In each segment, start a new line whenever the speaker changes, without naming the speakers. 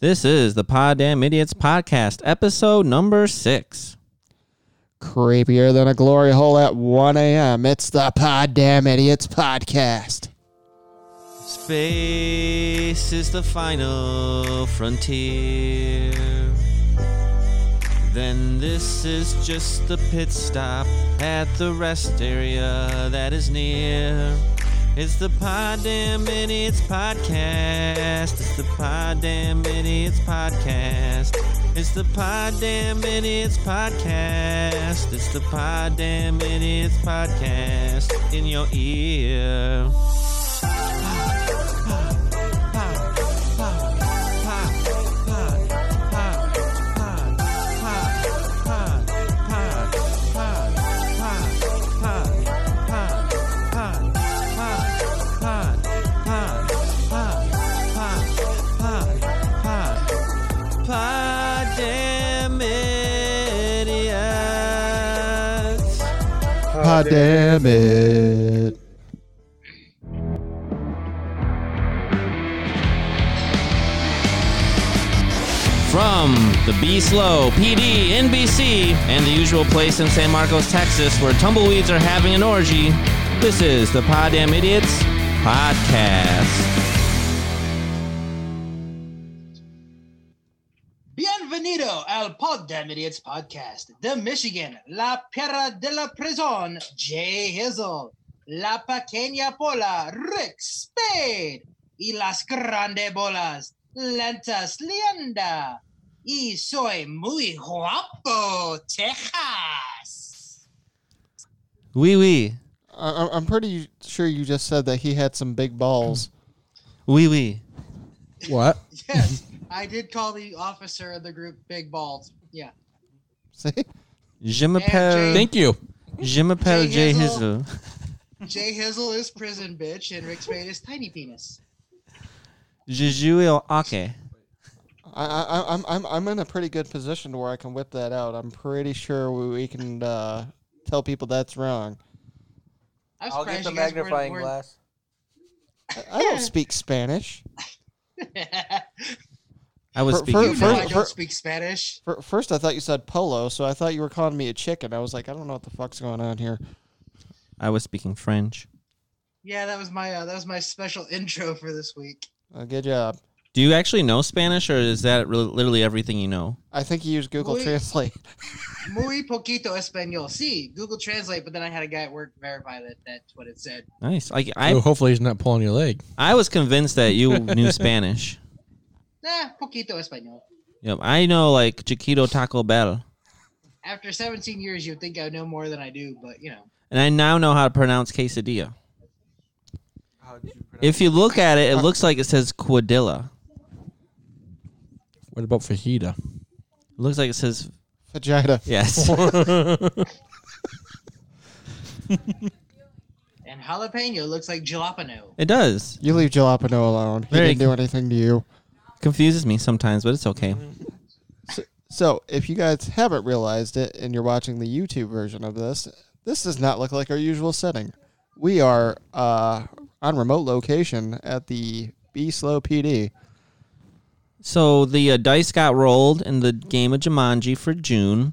This is the Pod Damn Idiots podcast, episode number six.
Creepier than a glory hole at 1 a.m. It's the Pod Damn Idiots podcast.
Space is the final frontier. Then this is just the pit stop at the rest area that is near. It's the Pod Damn Idiots podcast. It's the Pod Damn Idiots podcast. It's the Pod Damn Idiots podcast. It's the Pod Damn Idiots podcast in your ear.
Pod Damn It.
From the B Slow, PD, NBC, and the usual place in San Marcos, Texas, where tumbleweeds are having an orgy, this is the Pod Damn Idiots podcast.
Bienvenido al Pod Damn Idiots podcast de Michigan, la perra de la prison, Jay Hizzle, la pequeña bola, Rick Spade, y las grandes bolas, Lentas Lienda, y soy muy guapo, Texas.
Wee wee,
I- I'm pretty sure you just said that he had some big balls.
wee wee.
What?
Yes, I did call the officer of the group Big Balls. Yeah.
See?
Je m'appelle,
Jay-
Thank you.
je m'appelle Jay
Jay
Hizzle.
Hizzle. Jay Hizzle is prison bitch, and Rick Spade is tiny penis.
Je joue au hockey.
I, I, I'm, I'm, I'm in a pretty good position to where I can whip that out. I'm pretty sure we, we can uh, tell people that's wrong.
I'm
I'll get
surprised
the
you guys weren't-
magnifying
weren't-
glass.
I, I don't speak Spanish.
I was
For- for-
speaking
you know
First-
I
French.
don't
first-
speak Spanish.
Fir- First, I thought you said polo, so I thought you were calling me a chicken. I was like, I don't know what the fuck's going on here.
I was speaking French.
Yeah, that was my uh, that was my special intro for this week.
Uh, good job.
Do you actually know Spanish, or is that really, literally everything you know?
I think you used Google
Wait.
Translate.
Muy poquito español. See, Google Translate, but then I had a guy at work verify that that's what it said.
Nice. Like
Oh,
I,
hopefully he's not pulling your leg.
I was convinced that you knew Spanish.
Nah, poquito español.
Yep, I know like Chiquito Taco Bell,
After 17 years, you'd think I know more than I do, but you know.
and I now know how to pronounce quesadilla.
How did you
If you look at it, it looks like it says quadilla.
What about fajita?
It looks like it says
Vagina.
yes.
And jalapeno looks like jalapeno.
it does.
You leave Jalapeno alone. He
Very-
didn't do anything to you.
Confuses me sometimes, but it's okay.
So, if you guys haven't realized it and you're watching the YouTube version of this, this does not look like our usual setting. We are uh, on remote location at the B Slow PD.
So the uh, dice got rolled in the game of Jumanji for June,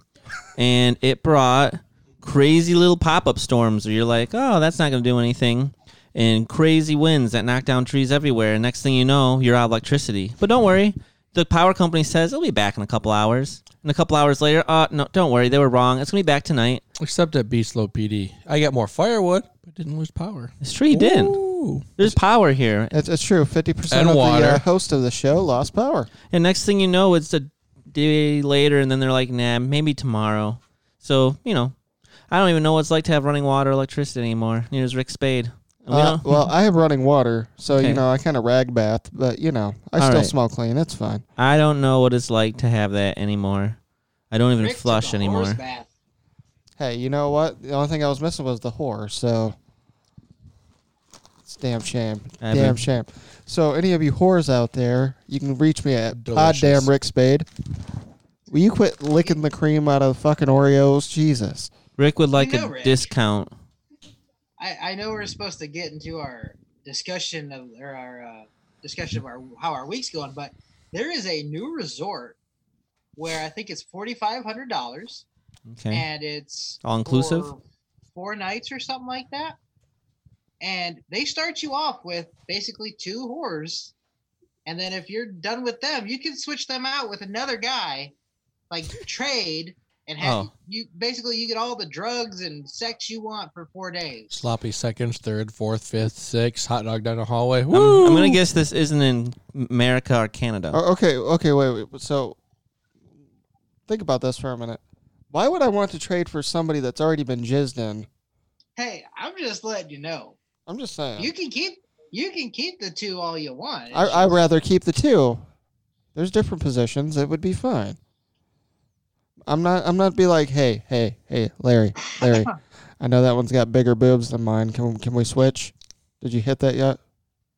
and it brought crazy little pop-up storms where you're like, "Oh, that's not going to do anything," and crazy winds that knock down trees everywhere. And next thing you know, you're out of electricity. But don't worry, the power company says it'll be back in a couple hours. And a couple hours later, uh, no, don't worry, they were wrong. It's gonna be back tonight.
Except at B Slow PD. I got more firewood, but didn't lose power.
It's true, you didn't.
Ooh.
There's power here,
It's, it's true. 50%
And
of the
water.
uh, host of the show lost power.
and next thing you know, it's a day later, and then they're like, "Nah, maybe tomorrow." So you know, I don't even know what it's like to have running water, or electricity anymore. Here's Rick Spade. And we
Uh,
don't-
well, I have running water, so,
Okay.
you know, I kind of rag bath, but, you know, I
All
still
right.
smell clean. It's fine.
I don't know what it's like to have that anymore. I don't even
Rick took a
flush
horse
anymore.
bath.
Hey, you know what? The only thing I was missing was the whore, so it's damn shame.
I
damn
bet.
shame. So any of you whores out there, you can reach me at God damn
Delicious.
Rick Spade. Will you quit licking the cream out of fucking Oreos? Jesus.
Rick would like
know,
a
Rick.
discount.
I, I know we're supposed to get into our discussion of or our uh, discussion of our how our week's going, but There is a new resort where I think it's forty five hundred dollars,
Okay.
and it's
All inclusive?
for four nights or something like that. And they start you off with basically two whores, and then if you're done with them, you can switch them out with another guy, like trade, and have
Oh.
you basically you get all the drugs and sex you want for four days.
Sloppy seconds, third, fourth, fifth, sixth, hot dog down the hallway.
I'm,
Woo!
I'm gonna guess this isn't in America or Canada.
O- Okay, okay, wait, wait. So think about this for a minute. Why would I want to trade for somebody that's already been jizzed in?
Hey, I'm just letting you know.
I'm just saying.
You can keep you can keep the two all you want. It's
I, I'd rather keep the two. There's different positions. It would be fine. I'm not. I'm not be like, hey, hey, hey, Larry, Larry. I know that one's got bigger boobs than mine. Can can we switch? Did you hit that yet?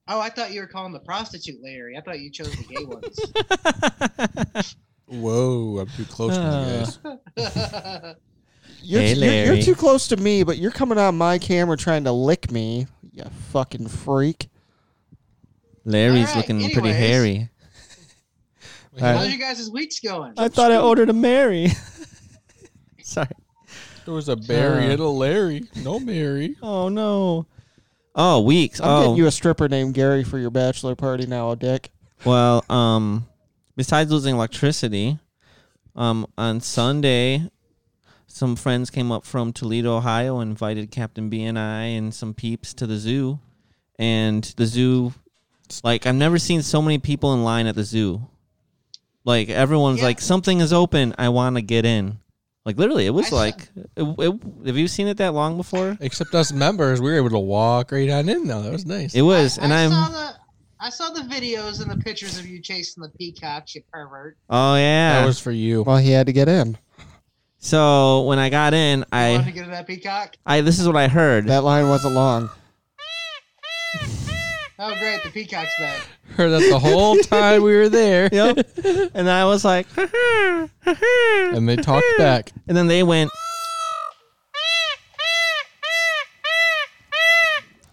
Oh, I thought you were calling the prostitute Larry. I thought you chose the gay ones.
Whoa, I'm too close to
Ah.
you guys.
You're,
Hey,
t- you're- You're,
Larry.
too close to me, but you're coming on my camera trying to lick me. You fucking freak.
Larry's
Alright,
looking pretty
anyways.
hairy.
How's your guys' weeks going?
I thought I ordered a Mary. Sorry.
There was a Barry
Uh.
and a Larry. No Mary.
Oh no. Oh, weeks.
I'm
oh,
getting you a stripper named Gary for your bachelor party now, Dick.
Well, um, besides losing electricity, um, on Sunday, some friends came up from Toledo, Ohio, invited Captain B and I and some peeps to the zoo, and the zoo, like I've never seen so many people in line at the zoo. Like everyone's
Yeah.
like something is open, I want to get in. Like literally, it
I
was
saw-
like, it- it- have you seen it that long before?
Except us members, we were able to walk right on in though. That was nice.
It was, and
I
I'm.
saw the I saw the videos and the pictures of you chasing the peacocks, you pervert.
Oh yeah.
That was for you.
Well, he had to get in.
so when I got in,
You wanted to
I,
get to that peacock?
I this is what I heard.
That line wasn't long.
Oh great, the peacock's back.
Heard that the whole time we were there.
yep. And I was like, and
And they talked back.
then they went.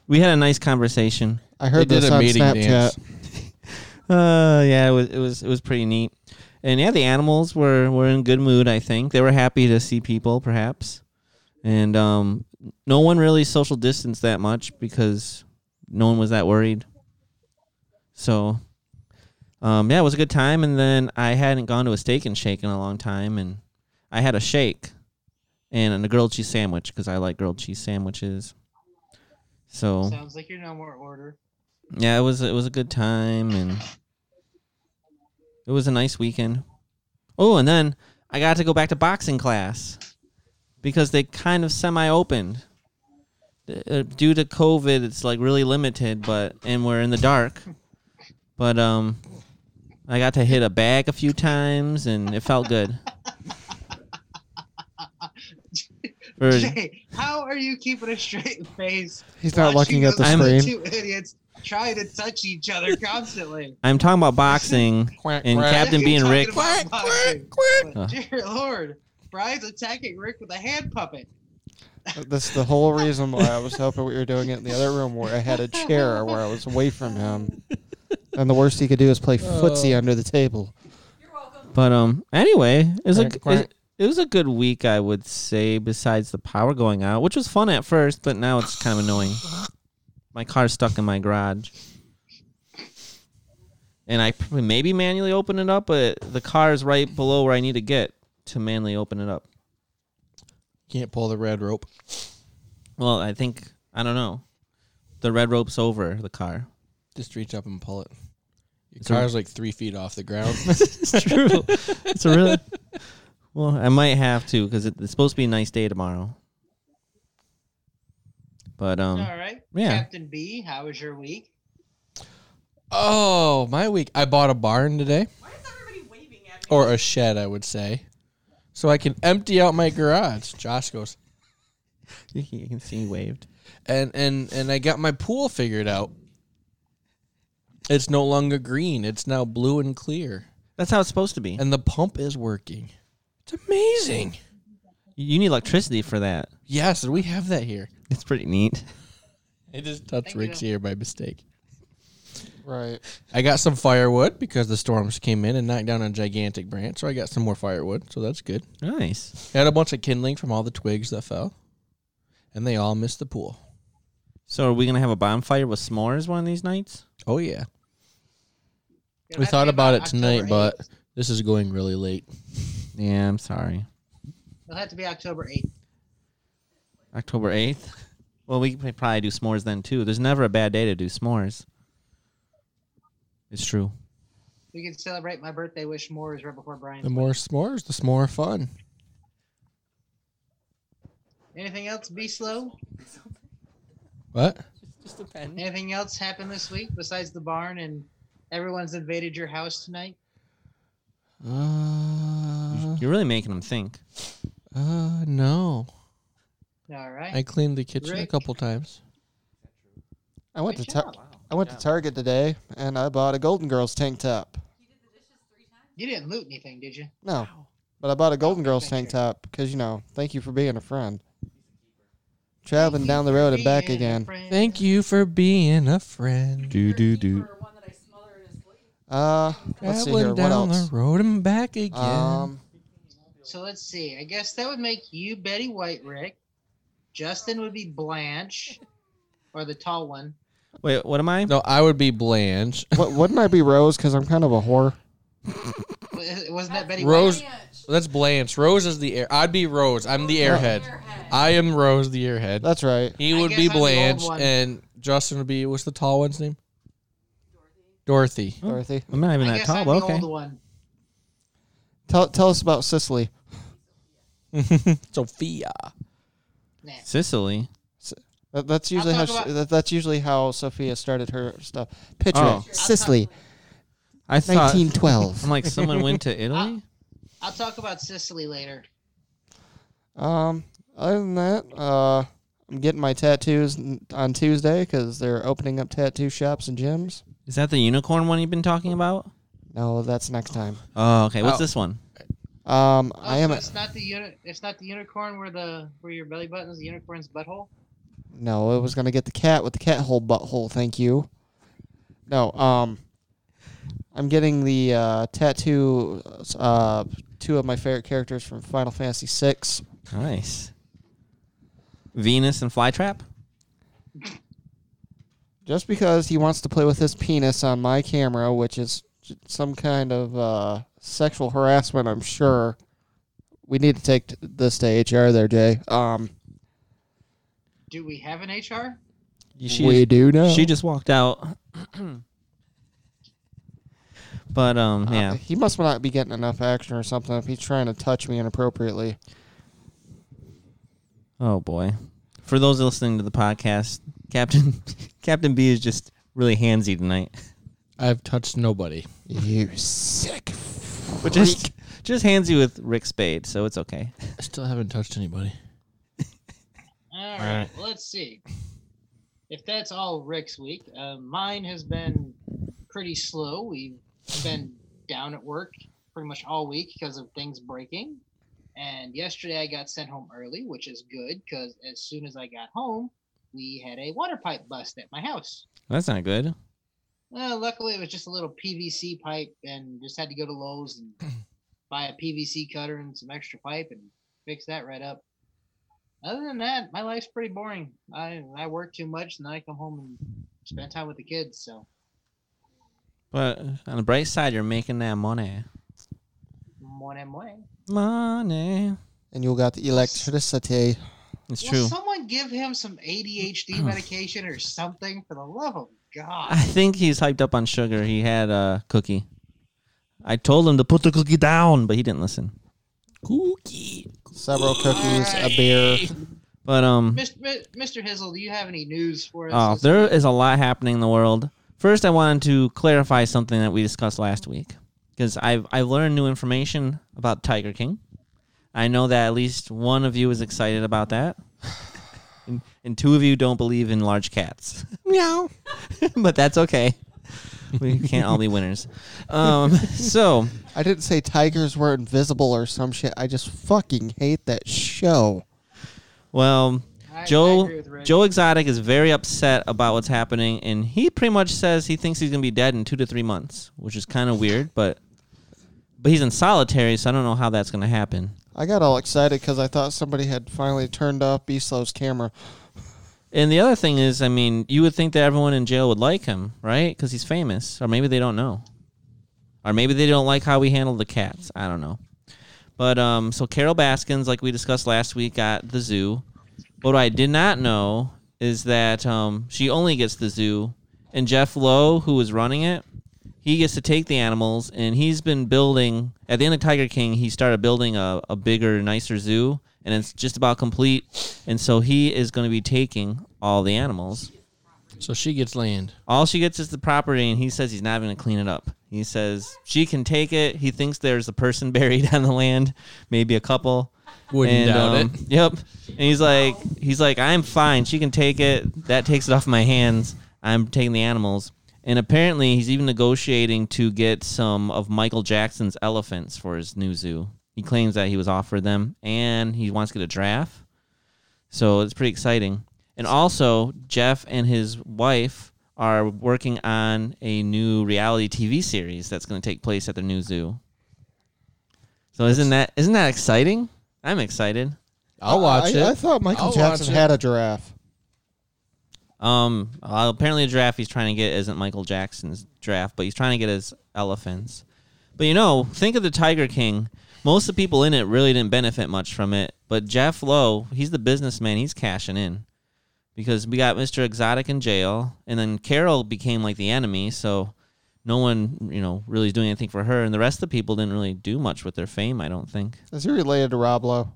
We had a nice conversation.
I
They
heard
did
this
a
on
meeting
Snapchat.
dance.
Uh, yeah, it was it was it was pretty neat. And yeah, the animals were were in good mood. I think they were happy to see people, perhaps. And um, no one really social distanced that much because no one was that worried. So, um, yeah, it was a good time. And then I hadn't gone to a steak and shake in a long time, and I had a shake and a grilled cheese sandwich because I like grilled cheese sandwiches. So
Sounds like you're no more order.
yeah, it was it was a good time and it was a nice weekend. Oh, and then I got to go back to boxing class because they kind of semi opened. Uh, due to COVID, it's like really limited, but and we're in the dark. But um I got to hit a bag a few times and it felt good. For-
Jay, how are you keeping a straight face?
He's not
watching
looking at the
those
I'm-
screen.
Two idiots try to touch each other constantly.
I'm talking about boxing.
Quack,
And
quack.
Captain B and Rick-
Quack, quack,
Uh.
Dear Lord, Brian's attacking Rick with a hand puppet.
That's the whole reason why I was hoping we were doing it in the other room where I had a chair where I was away from him. And the worst he could do is play
Oh.
footsie under the table.
But um, anyway, it was a
Quack, quack.
it, it was a good week, I would say. Besides the power going out, which was fun at first, but now it's kind of annoying. My car's stuck in my garage, and I probably maybe manually open it up, but the car is right below where I need to get to manually open it up.
Can't pull the red rope.
Well, I think I don't know. The red rope's over the car.
Just reach up and pull it. Your
So-
car's like three feet off the ground.
it's true. It's a real. Well, I might have to because it, it's supposed to be a nice day tomorrow. But um,
All right.
yeah.
Captain B, how was your week?
oh, my week. I bought a barn today,
Why is everybody waving at me?
or a shed, I would say, so I can empty out my garage. Josh goes,
you can see he waved.
and and and I got my pool figured out. It's no longer green. It's now blue and clear,
That's how it's supposed to be.
and the pump is working. It's amazing.
You need electricity for that.
Yes, we have that here.
It's pretty neat.
It just touched
Thank you.
Rick's ear by mistake.
Right.
I got some firewood because the storms came in and knocked down a gigantic branch, so I got some more firewood, so that's good.
Nice.
I had a bunch of kindling from all the twigs that fell, and they all missed the pool.
So are we gonna have a bonfire with s'mores one of these nights?
Oh yeah,
It'll have
we
to
thought
be
about it
October
tonight,
8th.
but this is going really late.
Yeah, I'm sorry.
it'll have to be October 8th.
October eighth. Well, we could probably do s'mores then too. There's never a bad day to do s'mores. It's true.
We can celebrate my birthday with s'mores right before Brian.
The more s'mores, the s'more fun.
Anything else? Be slow.
What?
Just a pen.
Anything else happened this week besides the barn and everyone's invaded your house tonight?
Uh,
You're really making them think.
uh, no.
All right.
I cleaned the kitchen a
Rick?
couple times.
I went
Good
to tar-
job.
I went to Target today and I bought a Golden Girls tank top.
You didn't loot anything, did you?
No, but I bought a Golden Girls tank
thank you.
top because you know, thank you for being a friend. Traveling down the road and back again.
Thank you for being a friend.
Do
One that I smother in his sleep.
Uh, let's see here.
Traveling
What
down
else?
the road and back again.
Um,
So let's see. I guess that would make you Betty White, Rick. Justin would be Blanche, or the tall one.
Wait, what am I?
no, I would be Blanche.
what, wouldn't I be Rose? Because I'm kind of a whore.
Wa- Wasn't that Betty
Rose-
White?
Ranch.
That's Blanche. Rose is the air. I'd be Rose. I'm the airhead. I am Rose, the airhead.
That's right.
He
I
would
guess
be
I'm the old
Blanche,
one.
and Justin would be what's the tall one's name? Dorothy.
Dorothy,
I'm not even
I
that
guess
tall,
I'm
but
the
okay.
old one.
tell tell us about Sicily.
Sophia.
Nah.
Sicily.
That, that's usually how
talk
she,
about-
that, that's usually how Sophia started her stuff. Picture
Oh.
it, Sicily,
I thought.
1912.
I'm like, someone went to Italy?
I'll talk about Sicily later.
Um, other than that, uh, I'm getting my tattoos n- on Tuesday because they're opening up tattoo shops and gyms.
Is that the unicorn one you've been talking about?
No, that's next time.
Oh, okay. What's
Oh.
this one?
Um,
Oh,
I am
so it's not the uni- It's not the unicorn where the where your belly button is the unicorn's butthole.
no, I was gonna get the cat with the cat hole butthole. Thank you. No, um, I'm getting the uh, tattoo. Uh, two of my favorite characters from Final Fantasy VI.
Nice. Venus and Flytrap?
Just because he wants to play with his penis on my camera, which is j- some kind of uh, sexual harassment, I'm sure. We need to take t- this to HR there, Jay. Um,
Do we have an HR?
She,
we do know.
she just walked out. but, um,
Uh,
yeah.
He must not be getting enough action or something if he's trying to touch me inappropriately.
Oh, boy. For those listening to the podcast, Captain Captain B is just really handsy tonight.
I've touched nobody.
You sick.
But just, just handsy with Rick Spade, so it's okay.
I still haven't touched anybody.
All
right.
right. well, Let's see. If that's all Rick's week, uh, mine has been pretty slow. We've been down at work pretty much all week because of things breaking. And yesterday I got sent home early, which is good because as soon as I got home, we had a water pipe bust at my house.
That's not good.
Well, luckily it was just a little PVC pipe, and just had to go to Lowe's and buy a PVC cutter and some extra pipe and fix that right up. Other than that, my life's pretty boring. I I work too much, and then I come home and spend time with the kids. So
But on the bright side, you're making that money.
morning, morning.
Money.
And you got the electricity.
It's
Will
true.
someone give him some ADHD medication or something for the love of God?
I think he's hyped up on sugar. He had a cookie. I told him to put the cookie down, but he didn't listen.
Cookie.
Several cookies, a beer.
But um,
Mr. Mr. Hizzle, do you have any news for us?
oh,
this
there
week?
is a lot happening in the world. First, I wanted to clarify something that we discussed last week because I've I've learned new information about Tiger King. I know that at least one of you is excited about that, and, and two of you don't believe in large cats.
Meow.
but that's okay. We can't all be winners. Um, so
I didn't say tigers were invisible or some shit. I just fucking hate that show.
Well,
I- I
Joe
agree with Rick.
Joe Exotic is very upset about what's happening, and he pretty much says he thinks he's gonna be dead in two to three months, which is kind of weird, but but he's in solitary, so I don't know how that's gonna happen.
I got all excited because I thought somebody had finally turned off Beslow's camera.
And the other thing is, I mean, you would think that everyone in jail would like him, right? Because he's famous, or maybe they don't know, or maybe they don't like how we handled the cats. I don't know. But um, so Carol Baskins, like we discussed last week, got the zoo. But what I did not know is that um, she only gets the zoo, and Jeff Lowe, who is running it, he gets to take the animals, and he's been building. At the end of Tiger King, he started building a, a bigger, nicer zoo, and it's just about complete. And so he is going to be taking all the animals.
So she gets land.
All she gets is the property, and he says he's not going to clean it up. He says she can take it. He thinks there's a person buried on the land, maybe a couple.
Wouldn't
And,
doubt
um,
it.
Yep. And he's like, he's like, I'm fine. She can take it. That takes it off my hands. I'm taking the animals. And apparently, he's even negotiating to get some of Michael Jackson's elephants for his new zoo. He claims that he was offered them, and he wants to get a giraffe. So it's pretty exciting. And also, Jeff and his wife are working on a new reality TV series that's going to take place at their new zoo. So isn't that isn't that exciting? I'm excited.
I'll watch
I,
it.
I thought Michael
I'll
Jackson
watch it.
had a giraffe.
Um, uh, apparently a giraffe he's trying to get isn't Michael Jackson's giraffe, but he's trying to get his elephants. But you know, think of the Tiger King. Most of the people in it really didn't benefit much from it, but Jeff Lowe, he's the businessman. He's cashing in because we got Mr. Exotic in jail, and then Carol became like the enemy, so no one, you know, really is doing anything for her, and the rest of the people didn't really do much with their fame. I don't think.
Is he related to Rob Lowe?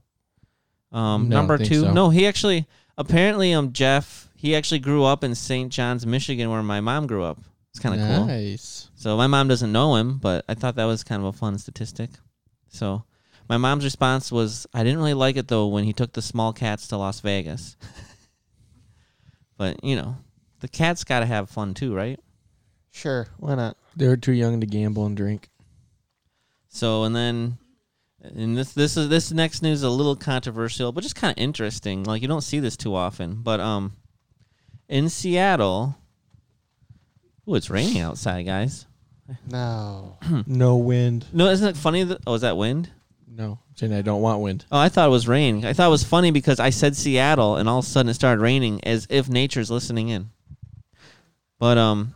Um,
No, I
number
think
two,
so.
no, he actually apparently um Jeff he actually grew up in St. John's, Michigan, where my mom grew up. It's kind of cool.
Nice.
So my mom doesn't know him, but I thought that was kind of a fun statistic. So my mom's response was, "I didn't really like it though when he took the small cats to Las Vegas." but you know, the cats got to have fun too, right?
Sure, why not?
They were too young to gamble and drink.
So and then and this this is this next news is a little controversial, but just kind of interesting. Like you don't see this too often, but um, in Seattle, oh, it's raining outside, guys.
No.
no wind.
No, isn't it funny? That, oh, is that wind?
No. Saying I don't want wind.
Oh, I thought it was rain. I thought it was funny because I said Seattle, and all of a sudden it started raining, as if nature's listening in. But um,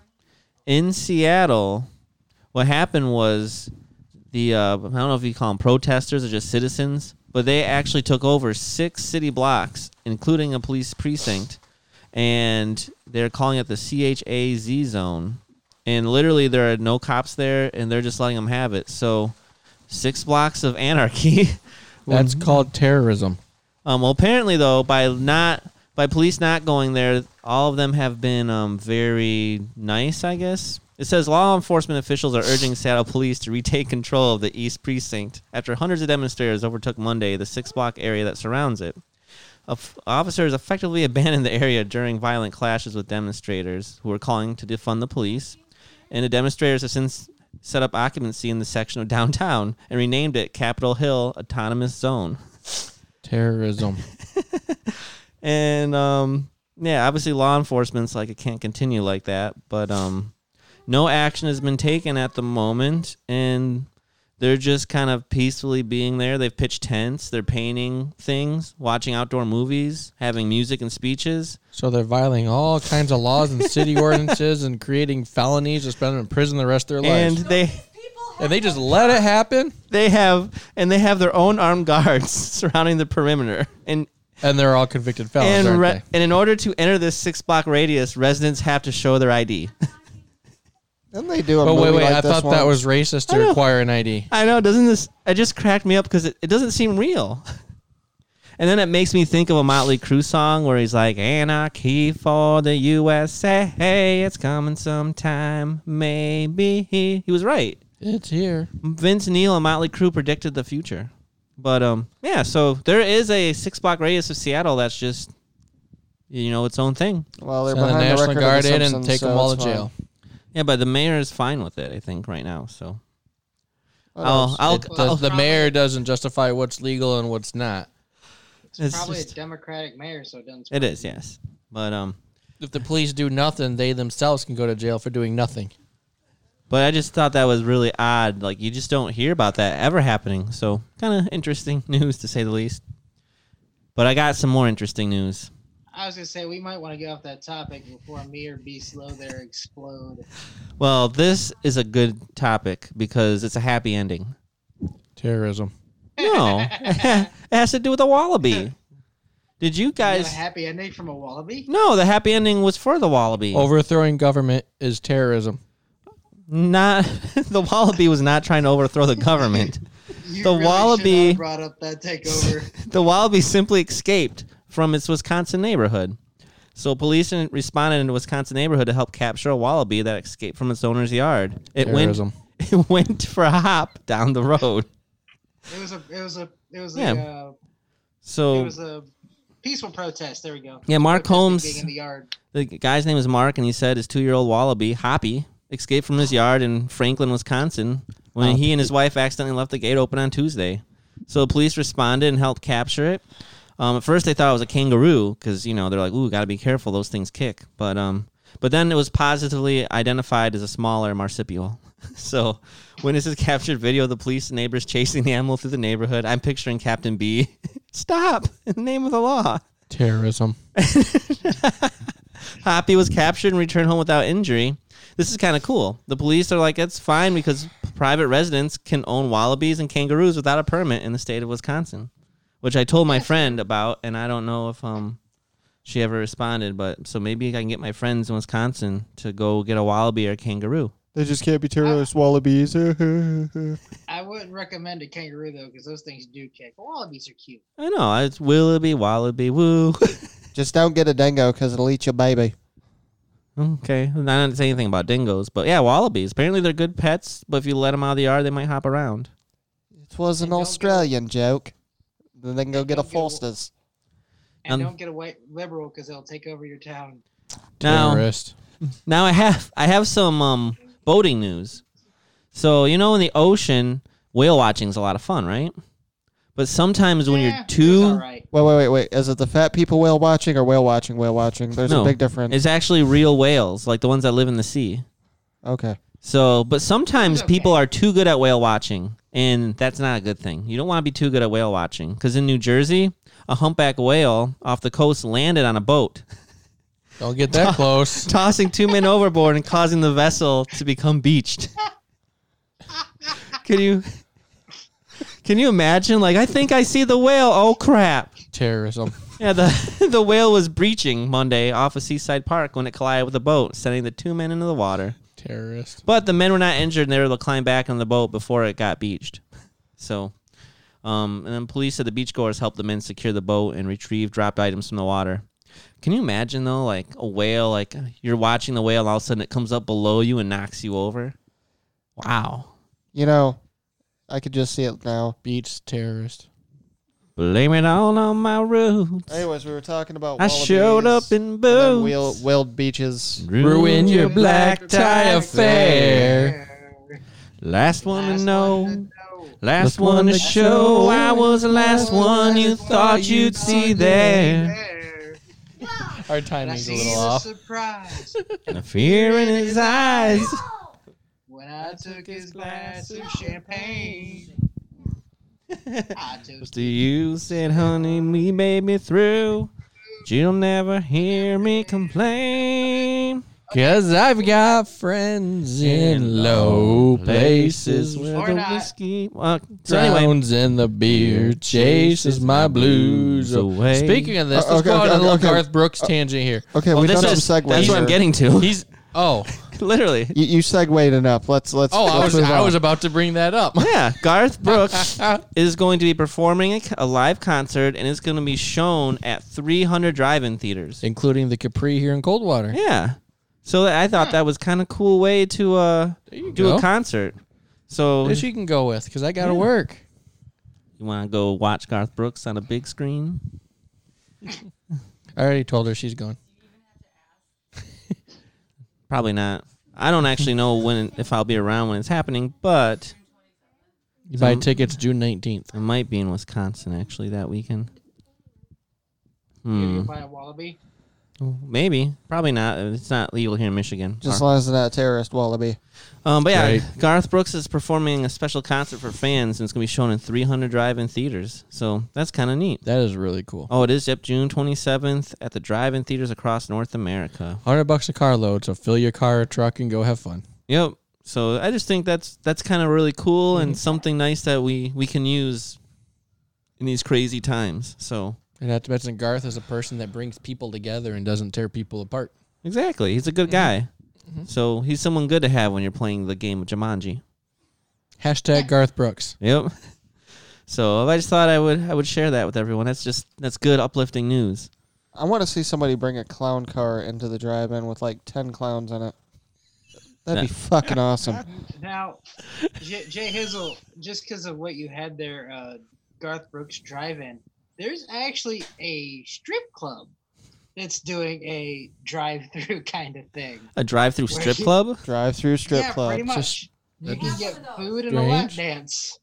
in Seattle, what happened was the uh, I don't know if you call them protesters or just citizens, but they actually took over six city blocks, including a police precinct, and they're calling it the CHAZ zone. And literally, there are no cops there, and they're just letting them have it. So, six blocks of anarchy.
That's called terrorism.
Um, well, apparently though, by not by police not going there, all of them have been um, very nice, I guess. It says law enforcement officials are urging Seattle police to retake control of the East Precinct after hundreds of demonstrators overtook Monday the six block area that surrounds it. Of- Officers effectively abandoned the area during violent clashes with demonstrators who were calling to defund the police. And the demonstrators have since set up occupancy in the section of downtown and renamed it Capitol Hill Autonomous Zone.
Terrorism.
And um, yeah, obviously law enforcement's like it can't continue like that, but um, no action has been taken at the moment, and they're just kind of peacefully being there. They've pitched tents, they're painting things, watching outdoor movies, having music and speeches.
so they're violating all kinds of laws and city ordinances and creating felonies to spend them in prison the rest of their
And
lives.
they
People have
And they just let it happen
they have and they have their own armed guards surrounding the perimeter. And
and they're all convicted felons,
and
Oh, aren't
re-
they?
and in order to enter this six block radius, residents have to show their ID.
Didn't they do a
But
movie
wait, wait!
like
I
this
thought
one?
that was racist
I
to
know.
require an ID.
I know. Doesn't this? It just cracked me up because it, it doesn't seem real. And then it makes me think of a Motley Crue song where he's like, "Anarchy for the USA, it's coming sometime, maybe." He was right.
It's here.
Vince Neil and Motley Crue predicted the future. But um, yeah. So there is a six block radius of Seattle that's just, you know, its own thing.
Well, they're
Send the
behind
National
record of
Guard
the
in and
Simpsons,
take
so
them all
it's
to
fine.
jail.
Yeah, but the mayor is fine with it, I think, right now. So
What
I'll,
else?
I'll,
It
Oh,
I'll
does- the mayor doesn't justify what's legal and what's not.
It's
Probably
just-
a Democratic mayor, so it doesn't.
it is, yes. But um,
If the police do nothing, they themselves can go to jail for doing nothing.
but I just thought that was really odd. Like you just don't hear about that ever happening. So kind of interesting news to say the least. But I got some more interesting news.
I was gonna say we might want to get off that topic before me or B slow there explode.
Well, this is a good topic because it's a happy ending.
Terrorism.
No, it has to do with a wallaby. Did you
You got
guys?
a happy ending from a wallaby.
no, the happy ending was for the wallaby.
Overthrowing government is terrorism.
Not the wallaby was not trying to overthrow the government.
You
The
really should
wallaby-
have brought up that takeover.
the wallaby simply escaped from its Wisconsin neighborhood. So police in- responded in a Wisconsin neighborhood to help capture a wallaby that escaped from its owner's yard. It
Terrorism.
went it went for a hop down the road.
it was a. It was a. It was
Yeah.
a. Uh, it
So
was a peaceful protest. There we go.
yeah, Mark
Protesting
Holmes
being in the yard.
the guy's name is Mark, and he said his two-year-old wallaby Hoppy escaped from his yard in Franklin, Wisconsin, when he and his wife accidentally left the gate open on Tuesday. So police responded and helped capture it. Um, at first, they thought it was a kangaroo because you know they're like, "Ooh, gotta be careful; those things kick." But um, but then it was positively identified as a smaller marsupial. so witnesses captured video of the police and neighbors chasing the animal through the neighborhood. I'm picturing Captain B. Stop! In the name of the law.
Terrorism.
Hoppy was captured and returned home without injury. This is kind of cool. The police are like, it's fine because private residents can own wallabies and kangaroos without a permit in the state of Wisconsin, which I told my friend about, and I don't know if um she ever responded, but so maybe I can get my friends in Wisconsin to go get a wallaby or a kangaroo.
They just can't be terrorist wallabies. They're
I wouldn't recommend a kangaroo though, because those things do kick. Wallabies are cute.
I know it's Willoughby, wallaby, woo.
Just don't get a dingo because it'll eat your baby.
okay, I didn't say anything about dingoes, but yeah, wallabies. Apparently they're good pets, but if you let them out of the yard, they might hop around.
It was an
And don't get-
Australian joke. Then they can go
And
get a
don't get a-
Foster's.
And
Um,
don't get a white liberal because they'll take over your town.
Now-
Terrorist.
Now I have I have some um, boating news. So you know in the ocean, whale watching's a lot of fun, right? But sometimes when
Eh,
you're
it was all
too,
right.
Wait, wait, wait, wait. Is it the fat people whale watching or whale watching whale watching? There's
No.
a big difference.
it's actually real whales, like the ones that live in the sea.
okay.
So, but sometimes
It's okay.
people are too good at whale watching, and that's not a good thing. You don't want to be too good at whale watching because in New Jersey, a humpback whale off the coast landed on a boat,
Don't get that close.
tossing two men overboard and causing the vessel to become beached. Can you Can you imagine? Like, I think I see the whale. Oh crap.
Terrorism.
Yeah, the the whale was breaching Monday off of Seaside Park when it collided with a boat, sending the two men into the water.
Terrorist.
But the men were not injured and they were able to climb back on the boat before it got beached. So um, and then police said the beachgoers helped the men secure the boat and retrieve dropped items from the water. Can you imagine though, like a whale, like you're watching the whale, all of a sudden it comes up below you and knocks you over? Wow.
You know, I could just see it now.
Beats terrorist.
Blame it all on my roots.
Anyways, we were talking about.
I showed up in boots.
wheel, wheeled beaches.
Ruin your black tie affair. Last
Last
one to know.
one to know.
Last one to show. I was the last one you thought you'd see there.
There.
Our
And I
timing's
see
a little
the
off.
surprise
And the fear in his eyes.
when I took his glass of champagne. I took
To you said, honey, we made me through. But you'll never hear me complain.
Cause I've got friends in low places
with
Or
the
not.
whiskey. Uh, so
So
anyway,
Drowns in the beer, chases my blues away. Speaking of this,
Uh,
let's
okay,
go on
okay,
a little
okay.
Garth Brooks tangent here.
Okay,
well,
we
oh, this
done
is,
some segues.
that's what I'm
here.
getting to.
He's oh
Literally.
You, you segued enough. Let's let's.
oh I
let's
was
move
I
on.
was about to bring that up.
Yeah, Garth Brooks is going to be performing a, a live concert and it's going to be shown at 300 drive-in theaters.
Including the Capri here in Coldwater.
Yeah. So that- I thought that was kind of cool way to uh, do
you
a
go.
concert. So
This you can go with because I gotta work.
you want to go watch Garth Brooks on a big screen?
I already told her she's going.
Probably not. I don't actually know when if I'll be around when it's happening, but
You buy tickets June nineteenth.
I might be in Wisconsin actually that weekend.
if
Hmm.
you're buying a wallaby.
Maybe. Probably not. It's not legal here in Michigan.
Just as long as it's not a terrorist wallaby.
Um, but yeah,
Right.
Garth Brooks is performing a special concert for fans, and it's going to be shown in 300 drive-in theaters. So that's kind of neat.
That is really cool.
Oh, it is. Yep, June 27th at the drive-in theaters across North America.
Hundred bucks a carload, so fill your car or truck and go have fun.
Yep. So I just think that's that's kind of really cool and something nice that we we can use in these crazy times. So
And not to mention Garth is a person that brings people together and doesn't tear people apart.
exactly, he's a good guy. So he's someone good to have when you're playing the game of Jumanji.
Hashtag Garth Brooks.
Yep. So I just thought I would I would share that with everyone. That's just that's good uplifting news.
I want to see somebody bring a clown car into the drive-in with like ten clowns in it. That'd be fucking awesome.
Now, J- Jay Hizzle, just because of what you had there, uh, Garth Brooks Drive-In, there's actually a strip club that's doing a drive-through kind of thing.
A drive-through strip club?
Drive-through strip
yeah,
club.
pretty much.
just-
you
that'd
can
be
get food and a lap dance.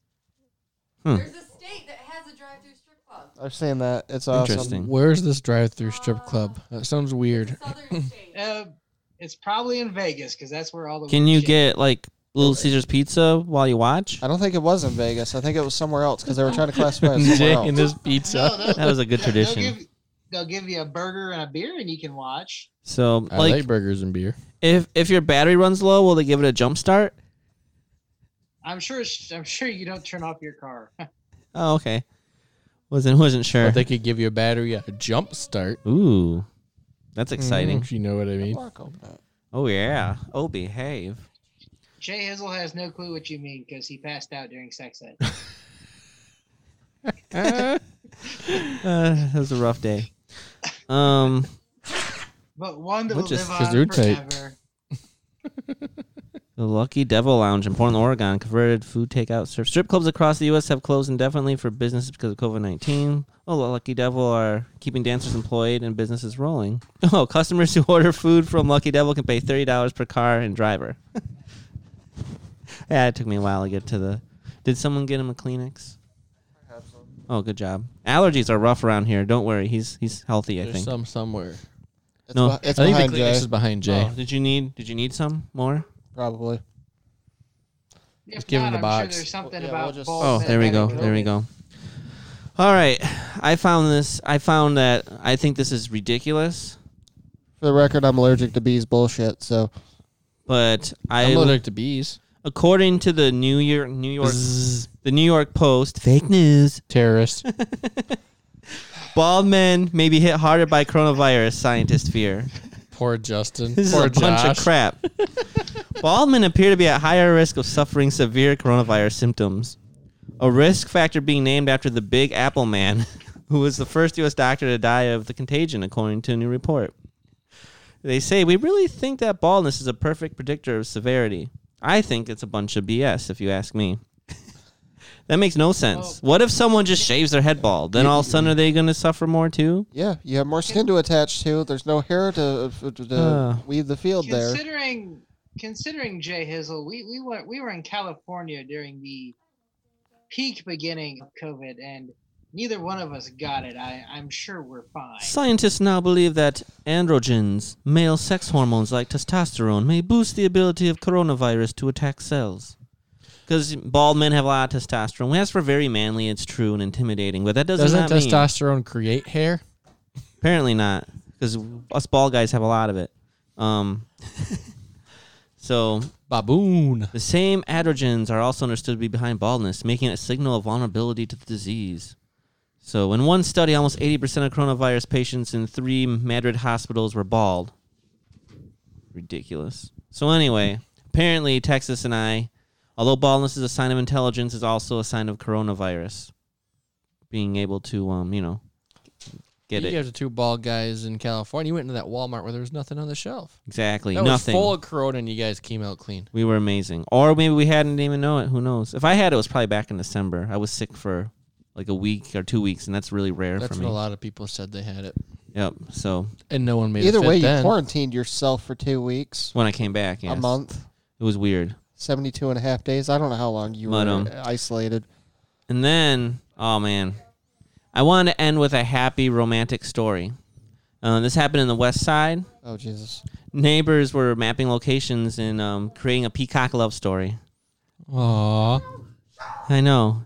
Hmm.
There's a state that has a drive-through strip club.
I've seen that. It's awesome.
Interesting.
Where's this drive-through strip club? That sounds
It's
weird.
a southern state.
Uh, it's probably in Vegas because that's where all the.
Can
weird
you
shit-
get like Little Caesars pizza while you watch?
I don't think it was in Vegas. I think it was somewhere else because they were trying to classify it somewhere
Jay
else.
and his
No,
pizza.
they'll-
That was a good
they'll- They'll
tradition.
give, they'll give you a burger and a beer, and you can watch.
So
I
like
like burgers and beer.
if if your battery runs low, will they give it a jump start?
I'm sure. it's- I'm sure you don't turn off your car.
Oh, okay. Wasn't wasn't sure.
But they could give you a battery a jump start.
Ooh. That's exciting.
If you know what Mm-hmm. I mean.
Fuck, open up.
Oh yeah. Oh behave.
Jay Hizzle has no clue what you mean because he passed out during sex ed.
Uh, it was a rough day. Um
But one that
Which
will
is-
live
is
on
root tape.
forever.
The Lucky Devil Lounge in Portland, Oregon, converted food takeout serve. Strip clubs across the U.S. have closed indefinitely for businesses because of COVID 19. Oh, the Lucky Devil are keeping dancers employed and businesses rolling. Oh, customers who order food from Lucky Devil can pay $30 per car and driver. yeah, it took me a while to get to the. Did someone get him a Kleenex? Oh, good job. Allergies are rough around here. Don't worry. He's he's healthy, I
There's
think.
some somewhere.
It's,
No,
beh- it's
I think
behind
the
Jay,
Kleenex is behind Jay.
Oh, did you need did you need some more?
probably.
If
Just give
not,
him the
I'm
box.
Sure there's something
Well, yeah,
about
we'll just-
balls
Oh,
that
there we
have
go.
been
There we
COVID.
go. All right. I found this. I found that I think this is ridiculous,
For the record, I'm allergic to bees bullshit. So
but
I'm
I
allergic to bees.
according to the New York New York the New York Post, fake news.
Terrorists.
Bald men may be hit harder by coronavirus, scientists fear.
Poor Justin.
This
Poor
is a bunch
Josh.
of crap. Bald men appear to be at higher risk of suffering severe coronavirus symptoms, a risk factor being named after the Big Apple Man, who was the first U.S. doctor to die of the contagion, according to a new report. They say, We really think that baldness is a perfect predictor of severity. I think it's a bunch of BS, if you ask me. that makes no sense. What if someone just shaves their head bald? Then all of a sudden, are they going to suffer more too?
yeah, you have more skin to attach to. There's no hair to, to, to
Uh.
weed the field there.
Considering considering Jay Hizzle, we we were we were in California during the peak beginning of COVID, and neither one of us got it. I I'm sure we're fine.
Scientists now believe that androgens, male sex hormones like testosterone, may boost the ability of coronavirus to attack cells. Because bald men have a lot of testosterone. As for very manly, it's true and intimidating, but that doesn't,
Doesn't
not mean.
testosterone create hair?
Apparently not, because us bald guys have a lot of it. Um, so
Baboon.
the same androgens are also understood to be behind baldness, making it a signal of vulnerability to the disease. So, in one study, almost 80% of coronavirus patients in three Madrid hospitals were bald. Ridiculous. So, anyway, apparently, Texas and I, although baldness is a sign of intelligence, is also a sign of coronavirus. Being able to, um, you know, get
you
it.
gave the two bald guys in California. You went into that Walmart where there was nothing on the shelf.
Exactly.
That
Nothing.
was full of corona, and you guys came out clean.
We were amazing. Or maybe we hadn't even know it. Who knows? If I had it, it was probably back in December. I was sick for like a week or two weeks, and that's really rare
That's
for
what
me.
a lot of people said they had it,
Yep. So
and no one made a
Either
fit
way, you
then.
quarantined yourself for two weeks,
when I came back, yes,
a month,
it was weird.
72 and a uh, half days. I don't know how long you
Mud 'em.
were isolated.
And then, oh man, I want to end with a happy romantic story. Uh, this happened in the West Side.
Oh Jesus.
Neighbors were mapping locations and um, creating a peacock love story.
Aw.
I know.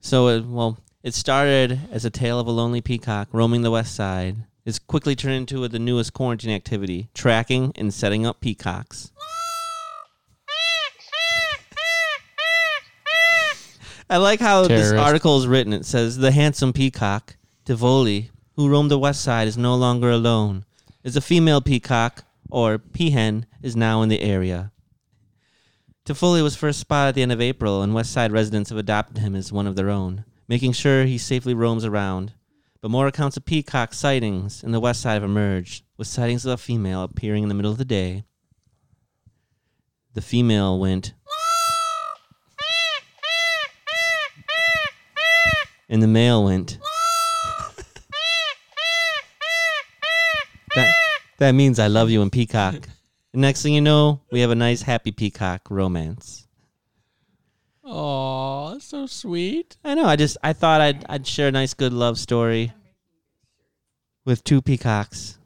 So, it, well, it started as a tale of a lonely peacock roaming the West Side. It's quickly turned into the newest quarantine activity tracking and setting up peacocks. I like how this
Terrorist.
article is written. It says the handsome peacock, Tivoli, who roamed the west side, is no longer alone. As a female peacock, or peahen, is now in the area. Tivoli was first spotted at the end of April, and west side residents have adopted him as one of their own, making sure he safely roams around. But more accounts of peacock sightings in the west side have emerged, with sightings of a female appearing in the middle of the day. The female went and the male went. that, that means I love you in peacock. The next thing you know, we have a nice happy peacock romance.
Aw, that's so sweet.
I know. I just I thought I'd I'd share a nice good love story with two peacocks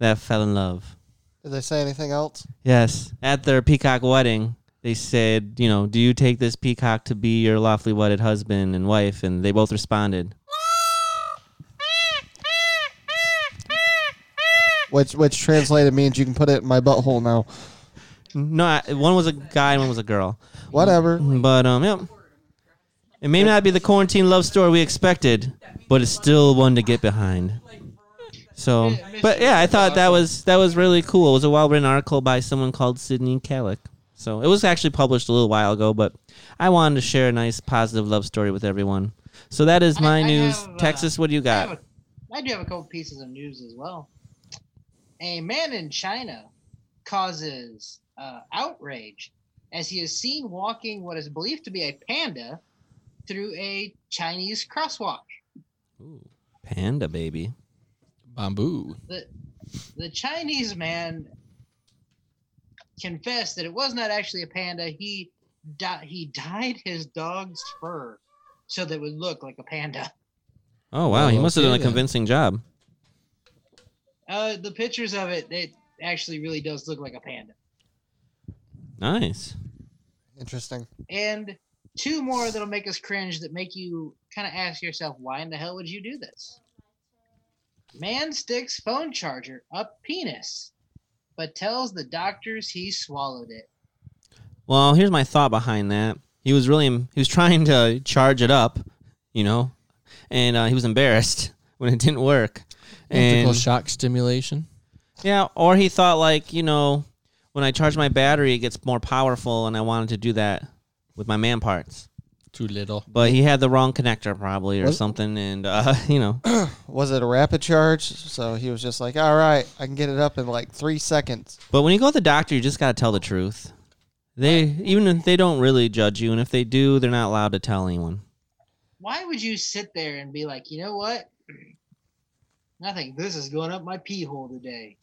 that fell in love.
Did they say anything else?
Yes, at their peacock wedding, they said, you know, do you take this peacock to be your lawfully wedded husband and wife? And they both responded,
Which which translated means you can put it in my butthole now.
no. I, one was a guy, and one was a girl.
Whatever.
But um, yeah. It may not be the quarantine love story we expected, but it's still one to get behind. So, but yeah, I thought that was that was really cool. It was a well written article by someone called Sydney Kalick. So it was actually published a little while ago, but I wanted to share a nice positive love story with everyone. So that is my
I- I
news.
have, uh,
Texas, what do you
I, have
got?
a, I do have a couple pieces of news as well. A man in China causes uh, outrage as he is seen walking what is believed to be a panda through a Chinese crosswalk.
Panda baby.
Bamboo.
The Chinese man confessed that it was not actually a panda. He di- he dyed his dog's fur so that it would look like a panda.
Oh wow, he
Oh,
must have
okay
done a
then.
convincing job.
Uh, the pictures of it, it actually really does look like a panda.
Nice.
Interesting.
and two more that'll make us cringe that make you kind of ask yourself why in the hell would you do this man sticks phone charger up penis but tells the doctors he swallowed it
Well, here's my thought behind that. He was really he was trying to charge it up, you know, and uh, he was embarrassed when it didn't work.
Electrical
And
shock stimulation.
yeah, or he thought like you know, when I charge my battery, it gets more powerful, and I wanted to do that with my man parts.
Too little.
But he had the wrong connector probably or
Was-
something, and uh, you know,
Was it a rapid charge? So he was just like, "All right, I can get it up in like three seconds."
But when you go to the doctor, you just gotta tell the truth. They even if they don't really judge you, and if they do, they're not allowed to tell anyone.
why would you sit there and be like you know what nothing this is going up my pee hole today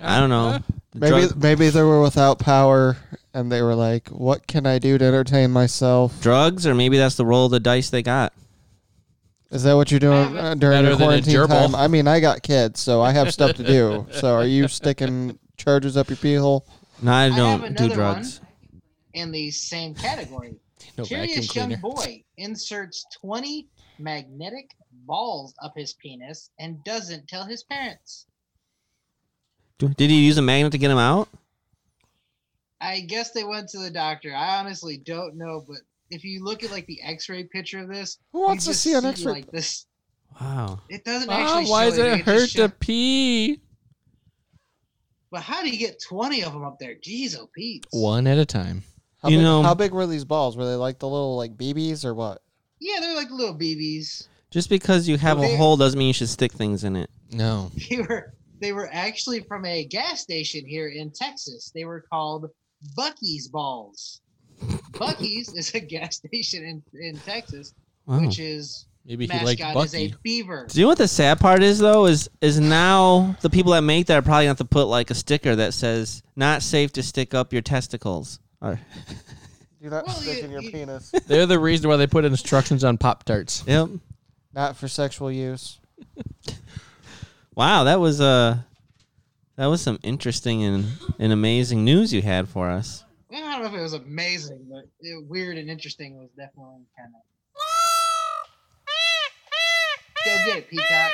I don't know. The
Maybe
drug-
maybe they were without power and they were like, "What can I do to entertain myself?"
drugs, or maybe that's the roll of the dice they got.
Is that what you're doing uh, during
Better
the
than a
quarantine
gerbil.
time? I mean, I got kids, so I have stuff to do. So are you sticking chargers up your pee hole?
No, I
have
don't do
another
drugs.
in the same category
No vacuum
curious young
cleaner.
boy inserts 20 magnetic balls up his penis and doesn't tell his parents
D- Did he use a magnet to get him out?
I guess they went to the doctor. I honestly don't know, but if you look at like the X-ray picture of this,
Who
you
wants to
just
see an X-ray? Ah,
Like this,
Wow.
it doesn't
Mom,
actually.
Ah, why
show
does it
It just
hurt
show-
to pee?
But how do you get twenty of them up there? Jeez, oh Pete.
One at a time.
How
You
big,
know-
how big were these balls? Were they like the little like BBs or what?
Yeah, they're like little BBs.
Just because you have a
Okay.
hole doesn't mean you should stick things in it.
No.
They were they were actually from a gas station here in Texas. They were called Bucky's balls. Bucky's is a gas station in, in Texas,
Wow.
which is
Oh. Maybe he liked
mascot is a
Bucky.
beaver.
Do you know what the sad part is though? Is is now the people that make that are probably gonna have to put like a sticker that says "Not safe to stick up your testicles." Or
Do not
Well,
stick
you-
in your
you-
penis.
They're the reason why they put instructions on Pop Tarts.
Yep.
not for sexual use.
Wow, that was uh that was some interesting and, and amazing news you had for us.
I don't know if it was amazing, but it, weird and interesting was definitely kind of. Go get it, Peacock.